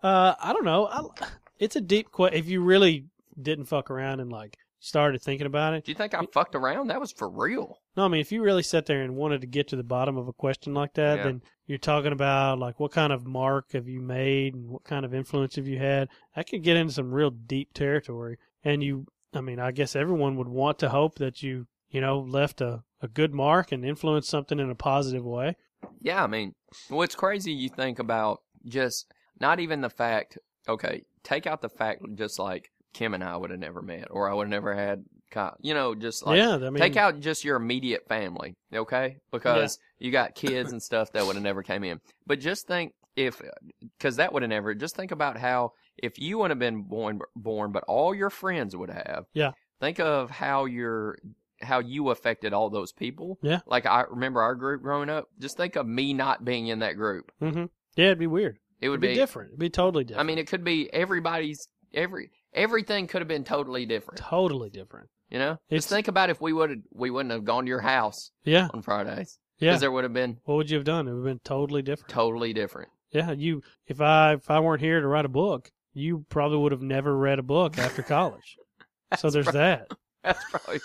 [SPEAKER 2] Uh, I don't know. I, it's a deep question. If you really didn't fuck around and like started thinking about it,
[SPEAKER 1] Do you think I fucked around? That was for real.
[SPEAKER 2] No, I mean, if you really sat there and wanted to get to the bottom of a question like that,
[SPEAKER 1] Yeah.
[SPEAKER 2] then you're talking about like what kind of mark have you made and what kind of influence have you had. That could get into some real deep territory. And you, I mean, I guess everyone would want to hope that you, you know, left a, a good mark and influenced something in a positive way.
[SPEAKER 1] Yeah, I mean, what's crazy you think about just not even the fact, okay, take out the fact just like Kim and I would have never met or I would have never had, co- you know, just like
[SPEAKER 2] yeah, I mean,
[SPEAKER 1] take out just your immediate family, okay? Because you got kids and stuff that would have never came in. But just think if, because that would have never. Just think about how if you would have been born, born, but all your friends would have.
[SPEAKER 2] Yeah.
[SPEAKER 1] Think of how your how you affected all those people.
[SPEAKER 2] Yeah.
[SPEAKER 1] Like I remember our group growing up. Just think of me not being in that group.
[SPEAKER 2] hmm mm-hmm. Yeah, it'd be weird.
[SPEAKER 1] It would
[SPEAKER 2] It'd be, different. It'd be totally
[SPEAKER 1] I
[SPEAKER 2] different.
[SPEAKER 1] mean, it could be everybody's every everything could have been totally different.
[SPEAKER 2] totally different.
[SPEAKER 1] You know,
[SPEAKER 2] It's-
[SPEAKER 1] just think about if we would we wouldn't have gone to your house
[SPEAKER 2] Yeah,
[SPEAKER 1] on Fridays because
[SPEAKER 2] yeah.
[SPEAKER 1] there would have been
[SPEAKER 2] what would you have done? It would have been totally different.
[SPEAKER 1] totally different. (laughs)
[SPEAKER 2] Yeah, you. If I if I weren't here to write a book, you probably would have never read a book after college.
[SPEAKER 1] (laughs)
[SPEAKER 2] so there's that.
[SPEAKER 1] That's
[SPEAKER 2] (laughs)
[SPEAKER 1] probably.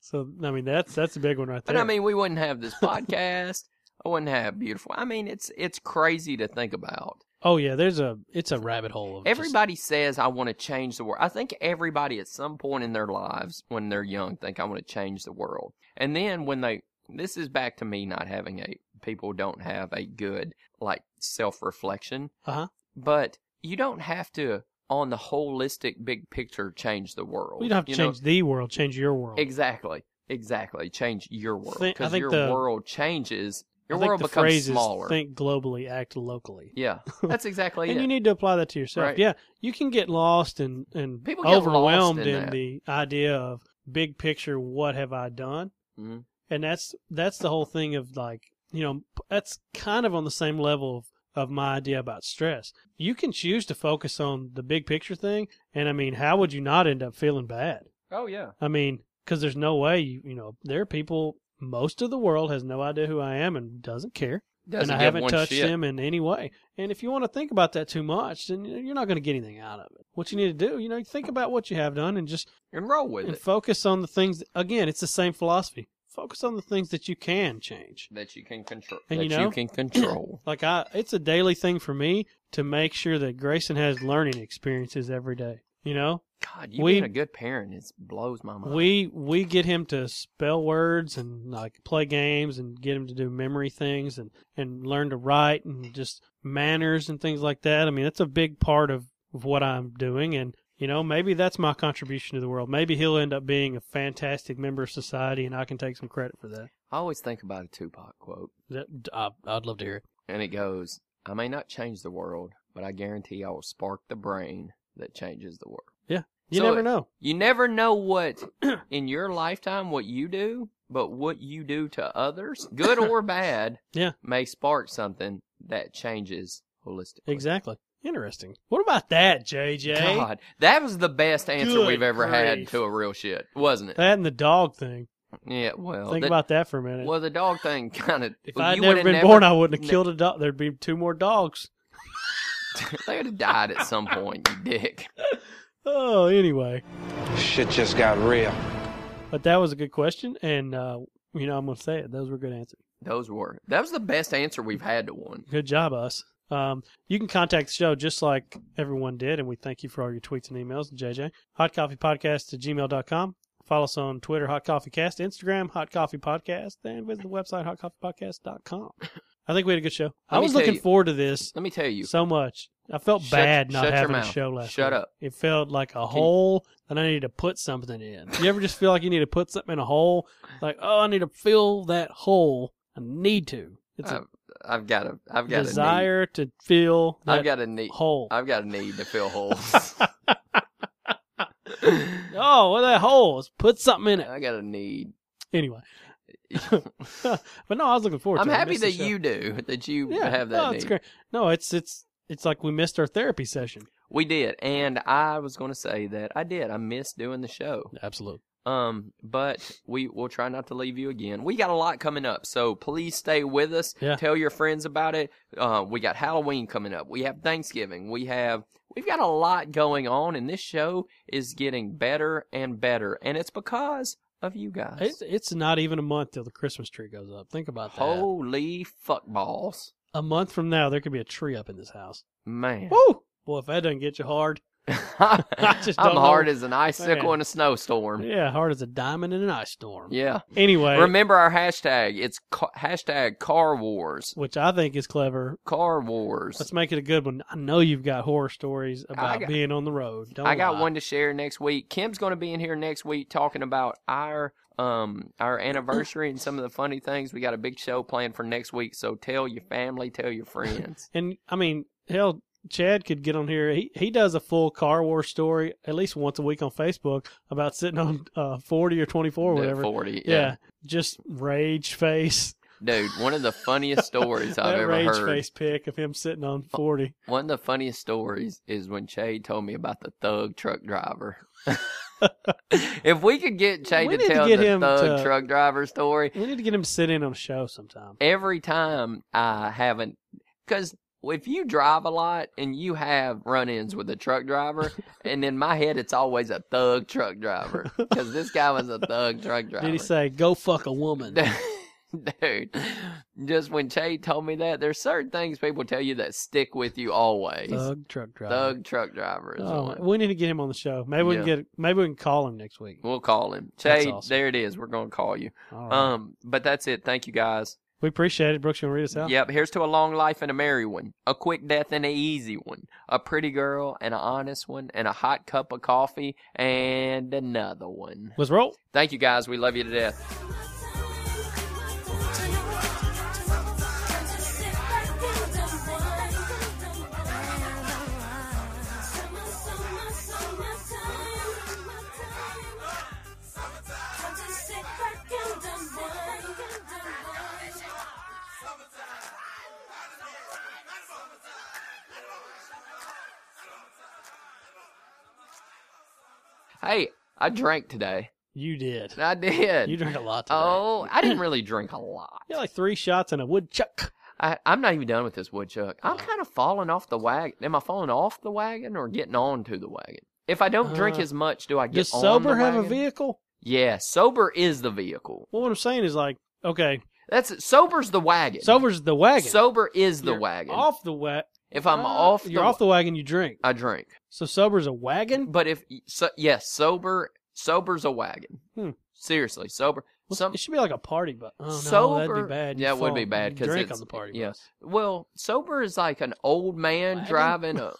[SPEAKER 2] So I mean, that's that's a big one right there.
[SPEAKER 1] But I mean, we wouldn't have
[SPEAKER 2] (laughs)
[SPEAKER 1] this podcast. I wouldn't have beautiful. I mean, it's it's crazy to think about.
[SPEAKER 2] oh yeah, there's a it's a rabbit hole. Of just-
[SPEAKER 1] Everybody says I want to change the world. I think everybody at some point in their lives when they're young think I want to change the world. And then when they this is back to me not having a people don't have a good like self-reflection.
[SPEAKER 2] Uh-huh.
[SPEAKER 1] But you don't have to on the holistic big picture change the world.
[SPEAKER 2] we don't have to
[SPEAKER 1] You know,
[SPEAKER 2] change the world, change your world.
[SPEAKER 1] Exactly. Exactly. Change your world
[SPEAKER 2] Think- I
[SPEAKER 1] because
[SPEAKER 2] think
[SPEAKER 1] your
[SPEAKER 2] the-
[SPEAKER 1] world changes. Your
[SPEAKER 2] I think
[SPEAKER 1] world
[SPEAKER 2] the
[SPEAKER 1] becomes
[SPEAKER 2] phrase
[SPEAKER 1] smaller.
[SPEAKER 2] Is think globally, act locally.
[SPEAKER 1] yeah,
[SPEAKER 2] (laughs)
[SPEAKER 1] that's exactly
[SPEAKER 2] And
[SPEAKER 1] it.
[SPEAKER 2] you need to apply that to yourself.
[SPEAKER 1] Right.
[SPEAKER 2] Yeah, you can get lost and and
[SPEAKER 1] People get
[SPEAKER 2] overwhelmed
[SPEAKER 1] lost in that.
[SPEAKER 2] the idea of big picture. What have I done?
[SPEAKER 1] Mhm.
[SPEAKER 2] And that's that's the whole thing of like you know that's kind of on the same level of, of my idea about stress. You can choose to focus on the big picture thing, and I mean, how would you not end up feeling bad?
[SPEAKER 1] oh yeah.
[SPEAKER 2] I mean, because there's no way you you know there are people. Most of the world has no idea who I am and doesn't care
[SPEAKER 1] Doesn't
[SPEAKER 2] and I
[SPEAKER 1] give
[SPEAKER 2] haven't
[SPEAKER 1] one
[SPEAKER 2] touched
[SPEAKER 1] shit.
[SPEAKER 2] them in any way. And if you want to think about that too much, then you- you're not going to get anything out of it. What you need to do, you know, think about what you have done and just
[SPEAKER 1] and roll with
[SPEAKER 2] and
[SPEAKER 1] it
[SPEAKER 2] focus on the things. again, it's the same philosophy. Focus on the things that you can change.
[SPEAKER 1] that you can control.
[SPEAKER 2] And
[SPEAKER 1] that
[SPEAKER 2] you know- (clears throat)
[SPEAKER 1] can control.
[SPEAKER 2] Like I, it's a daily thing for me to make sure that Grayson has learning experiences every day. You know,
[SPEAKER 1] God, you
[SPEAKER 2] We-
[SPEAKER 1] being a good parent it blows my mind.
[SPEAKER 2] we we get him to spell words and like play games and get him to do memory things and and learn to write and just manners and things like that i mean that's a big part of, of what i'm doing and you know maybe that's my contribution to the world maybe he'll end up being a fantastic member of society and i can take some credit for that,
[SPEAKER 1] I always think about a Tupac quote,
[SPEAKER 2] that I, i'd love to hear it
[SPEAKER 1] and it goes, "I may not change the world, but I guarantee I will spark the brain that changes the world."
[SPEAKER 2] you
[SPEAKER 1] So
[SPEAKER 2] never
[SPEAKER 1] it-
[SPEAKER 2] know
[SPEAKER 1] You never know what (clears throat) in your lifetime what you do, but what you do to others, good
[SPEAKER 2] (laughs)
[SPEAKER 1] or bad,
[SPEAKER 2] Yeah.
[SPEAKER 1] may spark something that changes holistically.
[SPEAKER 2] exactly interesting what about that jj
[SPEAKER 1] God, that was the best answer
[SPEAKER 2] Good
[SPEAKER 1] we've ever had
[SPEAKER 2] grief.
[SPEAKER 1] to a real shit, wasn't it?
[SPEAKER 2] that and the dog thing
[SPEAKER 1] yeah, well,
[SPEAKER 2] think
[SPEAKER 1] that-
[SPEAKER 2] about that for a minute
[SPEAKER 1] well, the dog thing (laughs) kind of.
[SPEAKER 2] If I'd never
[SPEAKER 1] (laughs)
[SPEAKER 2] been born, I wouldn't have
[SPEAKER 1] ne-
[SPEAKER 2] killed a dog. There'd be two more dogs.
[SPEAKER 1] (laughs) They would have died at some point, you dick.
[SPEAKER 2] Oh, anyway,
[SPEAKER 3] Shit just got real.
[SPEAKER 2] but that was a good question, and uh, you know I'm gonna say it. Those were good answers.
[SPEAKER 1] Those were. That was the best answer we've had to one.
[SPEAKER 2] Good job, us. Um, you can contact the show just like everyone did, and we thank you for all your tweets and emails. JJ, hotcoffeepodcast at gmail.com. Follow us on Twitter, Hot Coffee Cast, Instagram, Hot Coffee Podcast, and visit the website, hotcoffeepodcast.com. I think we had a good show. I
[SPEAKER 1] Let me
[SPEAKER 2] was
[SPEAKER 1] tell
[SPEAKER 2] looking
[SPEAKER 1] you-
[SPEAKER 2] forward to this
[SPEAKER 1] Let me tell you.
[SPEAKER 2] so much. I felt
[SPEAKER 1] Shut-
[SPEAKER 2] bad not
[SPEAKER 1] shut your
[SPEAKER 2] having a
[SPEAKER 1] mouth.
[SPEAKER 2] show last
[SPEAKER 1] Shut
[SPEAKER 2] week.
[SPEAKER 1] up.
[SPEAKER 2] It felt like a
[SPEAKER 1] Can you-
[SPEAKER 2] hole that I needed to put something in. You ever just feel like you need to put something in a hole? Like, oh, I need to fill that hole. I need to. It's
[SPEAKER 1] I've, I've got a. I've
[SPEAKER 2] a
[SPEAKER 1] got a. Need.
[SPEAKER 2] desire to fill that
[SPEAKER 1] I've got a need.
[SPEAKER 2] hole.
[SPEAKER 1] I've got a need to fill
[SPEAKER 2] (laughs)
[SPEAKER 1] holes. (laughs)
[SPEAKER 2] oh, well, that hole is put something in it.
[SPEAKER 1] I got a need. (laughs)
[SPEAKER 2] Anyway. (laughs) but no, I was looking forward
[SPEAKER 1] I'm
[SPEAKER 2] to it. I
[SPEAKER 1] happy
[SPEAKER 2] missed the
[SPEAKER 1] that
[SPEAKER 2] show.
[SPEAKER 1] you do. That you
[SPEAKER 2] yeah,
[SPEAKER 1] have that
[SPEAKER 2] no,
[SPEAKER 1] need.
[SPEAKER 2] it's great. No, it's it's it's like we missed our therapy session.
[SPEAKER 1] We did, and I was going to say that I did. I missed doing the show.
[SPEAKER 2] Absolutely.
[SPEAKER 1] Um, but we will try not to leave you again. We got a lot coming up, so please stay with us.
[SPEAKER 2] Yeah.
[SPEAKER 1] Tell your friends about it. Uh, we got Halloween coming up. We have Thanksgiving. We have we've got a lot going on, and this show is getting better and better, and it's because of you guys.
[SPEAKER 2] It's, it's not even a month till the Christmas tree goes up. Think about that.
[SPEAKER 1] Holy fuck balls,
[SPEAKER 2] a month from now, there could be a tree up in this house.
[SPEAKER 1] man! (laughs)
[SPEAKER 2] Woo! Boy, if that doesn't get you hard, just don't
[SPEAKER 1] I'm
[SPEAKER 2] know.
[SPEAKER 1] hard as an icicle
[SPEAKER 2] Man.
[SPEAKER 1] in a snowstorm. Yeah.
[SPEAKER 2] yeah, hard as a diamond in an ice storm. Anyway,
[SPEAKER 1] Remember our hashtag. It's ca- hashtag Car Wars.
[SPEAKER 2] which I think is clever.
[SPEAKER 1] Car Wars.
[SPEAKER 2] Let's make it a good one. I know you've got horror stories about
[SPEAKER 1] got-
[SPEAKER 2] being on the road. Don't
[SPEAKER 1] I got
[SPEAKER 2] lie.
[SPEAKER 1] one to share next week. Kim's going to be in here next week talking about our um our anniversary and some of the funny things. We got a big show planned for next week, so tell your family, tell your friends.
[SPEAKER 2] And I mean, hell, Chad could get on here. He he does a full car war story at least once a week on Facebook about sitting on uh, forty (laughs) or twenty four or
[SPEAKER 1] The
[SPEAKER 2] whatever.
[SPEAKER 1] Forty,
[SPEAKER 2] yeah, just rage face.
[SPEAKER 1] Dude, one of the
[SPEAKER 2] (laughs)
[SPEAKER 1] funniest stories I've
[SPEAKER 2] that
[SPEAKER 1] ever
[SPEAKER 2] rage
[SPEAKER 1] heard. Uh,
[SPEAKER 2] face pic of him sitting on forty.
[SPEAKER 1] One of the funniest stories is when Chade told me about the thug truck driver. (laughs) if we could get Chade
[SPEAKER 2] We
[SPEAKER 1] to
[SPEAKER 2] need to
[SPEAKER 1] tell
[SPEAKER 2] get
[SPEAKER 1] the
[SPEAKER 2] him
[SPEAKER 1] thug
[SPEAKER 2] to-
[SPEAKER 1] truck driver story,
[SPEAKER 2] We need to get him to sit in on a show sometime.
[SPEAKER 1] every time I haven't, because if you drive a lot and you have run-ins with a truck
[SPEAKER 2] (laughs)
[SPEAKER 1] driver, and in my head it's always a thug truck driver because this guy was a thug truck driver.
[SPEAKER 2] (laughs) Did he say go fuck
[SPEAKER 1] (laughs)
[SPEAKER 2] a woman?
[SPEAKER 1] Dude, just when Chade told me that, there's certain things people tell you that stick with you always. Thug,
[SPEAKER 2] Thug truck driver.
[SPEAKER 1] truck driver is
[SPEAKER 2] Oh,
[SPEAKER 1] one.
[SPEAKER 2] we need to get him on the show. Maybe we can
[SPEAKER 1] Yeah.
[SPEAKER 2] get. Maybe we can call him next week.
[SPEAKER 1] We'll call him.
[SPEAKER 2] That's
[SPEAKER 1] Chade,
[SPEAKER 2] awesome.
[SPEAKER 1] there it is. We're gonna call you.
[SPEAKER 2] All right.
[SPEAKER 1] Um, but that's it. Thank you guys.
[SPEAKER 2] we appreciate it. Brooks, you want to read us out?
[SPEAKER 1] Yep, here's to a long life and a merry one, a quick death and a easy one, a pretty girl and an honest one, and a hot cup of coffee and another one.
[SPEAKER 2] Let's roll.
[SPEAKER 1] Thank you guys. We love you to death. Hey, I drank today.
[SPEAKER 2] You did.
[SPEAKER 1] I did.
[SPEAKER 2] You drank a lot. Today.
[SPEAKER 1] oh, I
[SPEAKER 2] (laughs)
[SPEAKER 1] didn't really drink a lot.
[SPEAKER 2] you had like three shots and a woodchuck.
[SPEAKER 1] I, I'm not even done with this woodchuck. I'm kind of falling off the wagon. Am I falling off the wagon or getting on to the wagon? If I don't drink
[SPEAKER 2] Uh,
[SPEAKER 1] as much, do I get
[SPEAKER 2] Does
[SPEAKER 1] on
[SPEAKER 2] sober
[SPEAKER 1] the
[SPEAKER 2] have a
[SPEAKER 1] wagon?
[SPEAKER 2] vehicle?
[SPEAKER 1] Yeah, sober is the vehicle.
[SPEAKER 2] Well, what I'm saying is like, okay,
[SPEAKER 1] That's sober's the wagon.
[SPEAKER 2] sober's the wagon.
[SPEAKER 1] Sober is the
[SPEAKER 2] You're
[SPEAKER 1] wagon.
[SPEAKER 2] Off the wagon.
[SPEAKER 1] if I'm off,
[SPEAKER 2] You're
[SPEAKER 1] the,
[SPEAKER 2] off the wagon. You drink.
[SPEAKER 1] I drink.
[SPEAKER 2] So sober's a wagon.
[SPEAKER 1] But if so, yes, sober. Sober's a wagon.
[SPEAKER 2] Hmm.
[SPEAKER 1] Seriously, sober.
[SPEAKER 2] Well,
[SPEAKER 1] Some
[SPEAKER 2] it should be like a party bus. Oh no, that'd
[SPEAKER 1] Sober-
[SPEAKER 2] be bad.
[SPEAKER 1] yeah, it would be bad 'cause
[SPEAKER 2] because drink
[SPEAKER 1] it's-
[SPEAKER 2] on the party
[SPEAKER 1] yeah.
[SPEAKER 2] bus.
[SPEAKER 1] well, sober is like an old man
[SPEAKER 2] Wagon?
[SPEAKER 1] driving
[SPEAKER 2] (laughs)
[SPEAKER 1] a.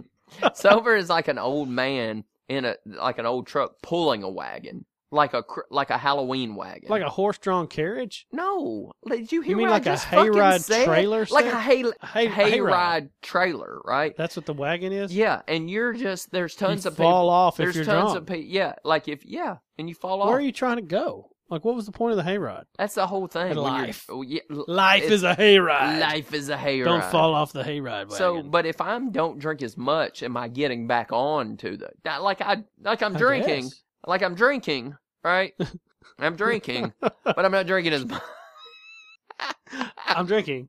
[SPEAKER 1] (laughs) sober is like an old man in a like an old truck pulling a wagon, like a cr- like a Halloween wagon.
[SPEAKER 2] Like a horse-drawn carriage.
[SPEAKER 1] no, did you hear?
[SPEAKER 2] You mean
[SPEAKER 1] what
[SPEAKER 2] like
[SPEAKER 1] I
[SPEAKER 2] a
[SPEAKER 1] just fucking
[SPEAKER 2] hayride
[SPEAKER 1] said?
[SPEAKER 2] trailer?
[SPEAKER 1] Like a
[SPEAKER 2] sir?
[SPEAKER 1] hay
[SPEAKER 2] A hay, hayride.
[SPEAKER 1] hayride trailer, right?
[SPEAKER 2] That's what the wagon is.
[SPEAKER 1] Yeah, and you're just there's tons
[SPEAKER 2] you
[SPEAKER 1] of
[SPEAKER 2] fall
[SPEAKER 1] people.
[SPEAKER 2] off if
[SPEAKER 1] There's
[SPEAKER 2] you're
[SPEAKER 1] tons
[SPEAKER 2] drunk.
[SPEAKER 1] of people. Yeah, like if yeah, and you fall
[SPEAKER 2] Where
[SPEAKER 1] off.
[SPEAKER 2] are you trying to go? Like, what was the point of the hayride?
[SPEAKER 1] That's the whole thing.
[SPEAKER 2] And
[SPEAKER 1] when you're-
[SPEAKER 2] life.
[SPEAKER 1] oh, yeah, l-
[SPEAKER 2] Life
[SPEAKER 1] It's-
[SPEAKER 2] is a hayride.
[SPEAKER 1] life is a hayride.
[SPEAKER 2] Don't fall off the hayride wagon.
[SPEAKER 1] So, but if I'm don't drink as much, am I getting back on to the that, like I like I'm
[SPEAKER 2] I
[SPEAKER 1] drinking,
[SPEAKER 2] guess.
[SPEAKER 1] like I'm drinking,
[SPEAKER 2] (laughs)
[SPEAKER 1] right? I'm drinking, but I'm not drinking as much. (laughs)
[SPEAKER 2] I'm drinking,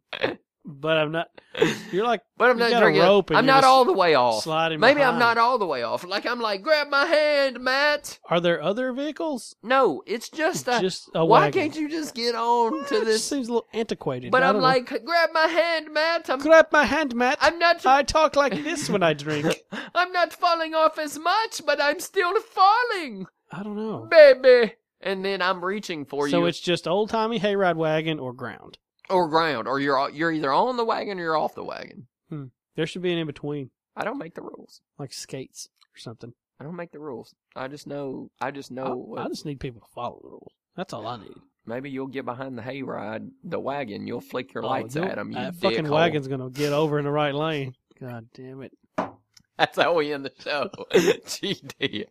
[SPEAKER 2] but I'm not. (laughs) You're like
[SPEAKER 1] But I'm
[SPEAKER 2] You
[SPEAKER 1] not
[SPEAKER 2] got a
[SPEAKER 1] drinking.
[SPEAKER 2] rope and
[SPEAKER 1] I'm
[SPEAKER 2] you're
[SPEAKER 1] not
[SPEAKER 2] just
[SPEAKER 1] all the way off.
[SPEAKER 2] sliding.
[SPEAKER 1] Maybe
[SPEAKER 2] behind.
[SPEAKER 1] I'm not all the way off. Like I'm like, grab my hand, Matt.
[SPEAKER 2] Are there other vehicles?
[SPEAKER 1] No, it's just a.
[SPEAKER 2] Just a
[SPEAKER 1] why
[SPEAKER 2] wagon.
[SPEAKER 1] can't you just get on
[SPEAKER 2] It
[SPEAKER 1] to
[SPEAKER 2] just
[SPEAKER 1] this?
[SPEAKER 2] seems a little antiquated.
[SPEAKER 1] But
[SPEAKER 2] I
[SPEAKER 1] I'm
[SPEAKER 2] don't know.
[SPEAKER 1] like, grab my hand, Matt. I'm
[SPEAKER 2] grab my hand, Matt. i
[SPEAKER 1] I'm not
[SPEAKER 2] talk like this when
[SPEAKER 1] (laughs)
[SPEAKER 2] I drink.
[SPEAKER 1] I'm not falling off as much, but I'm still falling,
[SPEAKER 2] I don't know.
[SPEAKER 1] baby. And then I'm reaching for
[SPEAKER 2] so
[SPEAKER 1] you,
[SPEAKER 2] it's just old timey hayride wagon or ground.
[SPEAKER 1] or ground, or you're you're either on the wagon or you're off the wagon.
[SPEAKER 2] There should be an in between,
[SPEAKER 1] I don't make the rules.
[SPEAKER 2] like skates or something.
[SPEAKER 1] I don't make the rules. I just know. I just know.
[SPEAKER 2] I-
[SPEAKER 1] what,
[SPEAKER 2] I, just need people to follow the rules. That's all I need.
[SPEAKER 1] maybe you'll get behind the hayride, the wagon. You'll flick your
[SPEAKER 2] Oh,
[SPEAKER 1] lights
[SPEAKER 2] you-
[SPEAKER 1] at them. You
[SPEAKER 2] that fucking
[SPEAKER 1] dickhole. (laughs)
[SPEAKER 2] wagon's gonna get over in the right lane. God damn it! (laughs)
[SPEAKER 1] That's how we end the show. GD.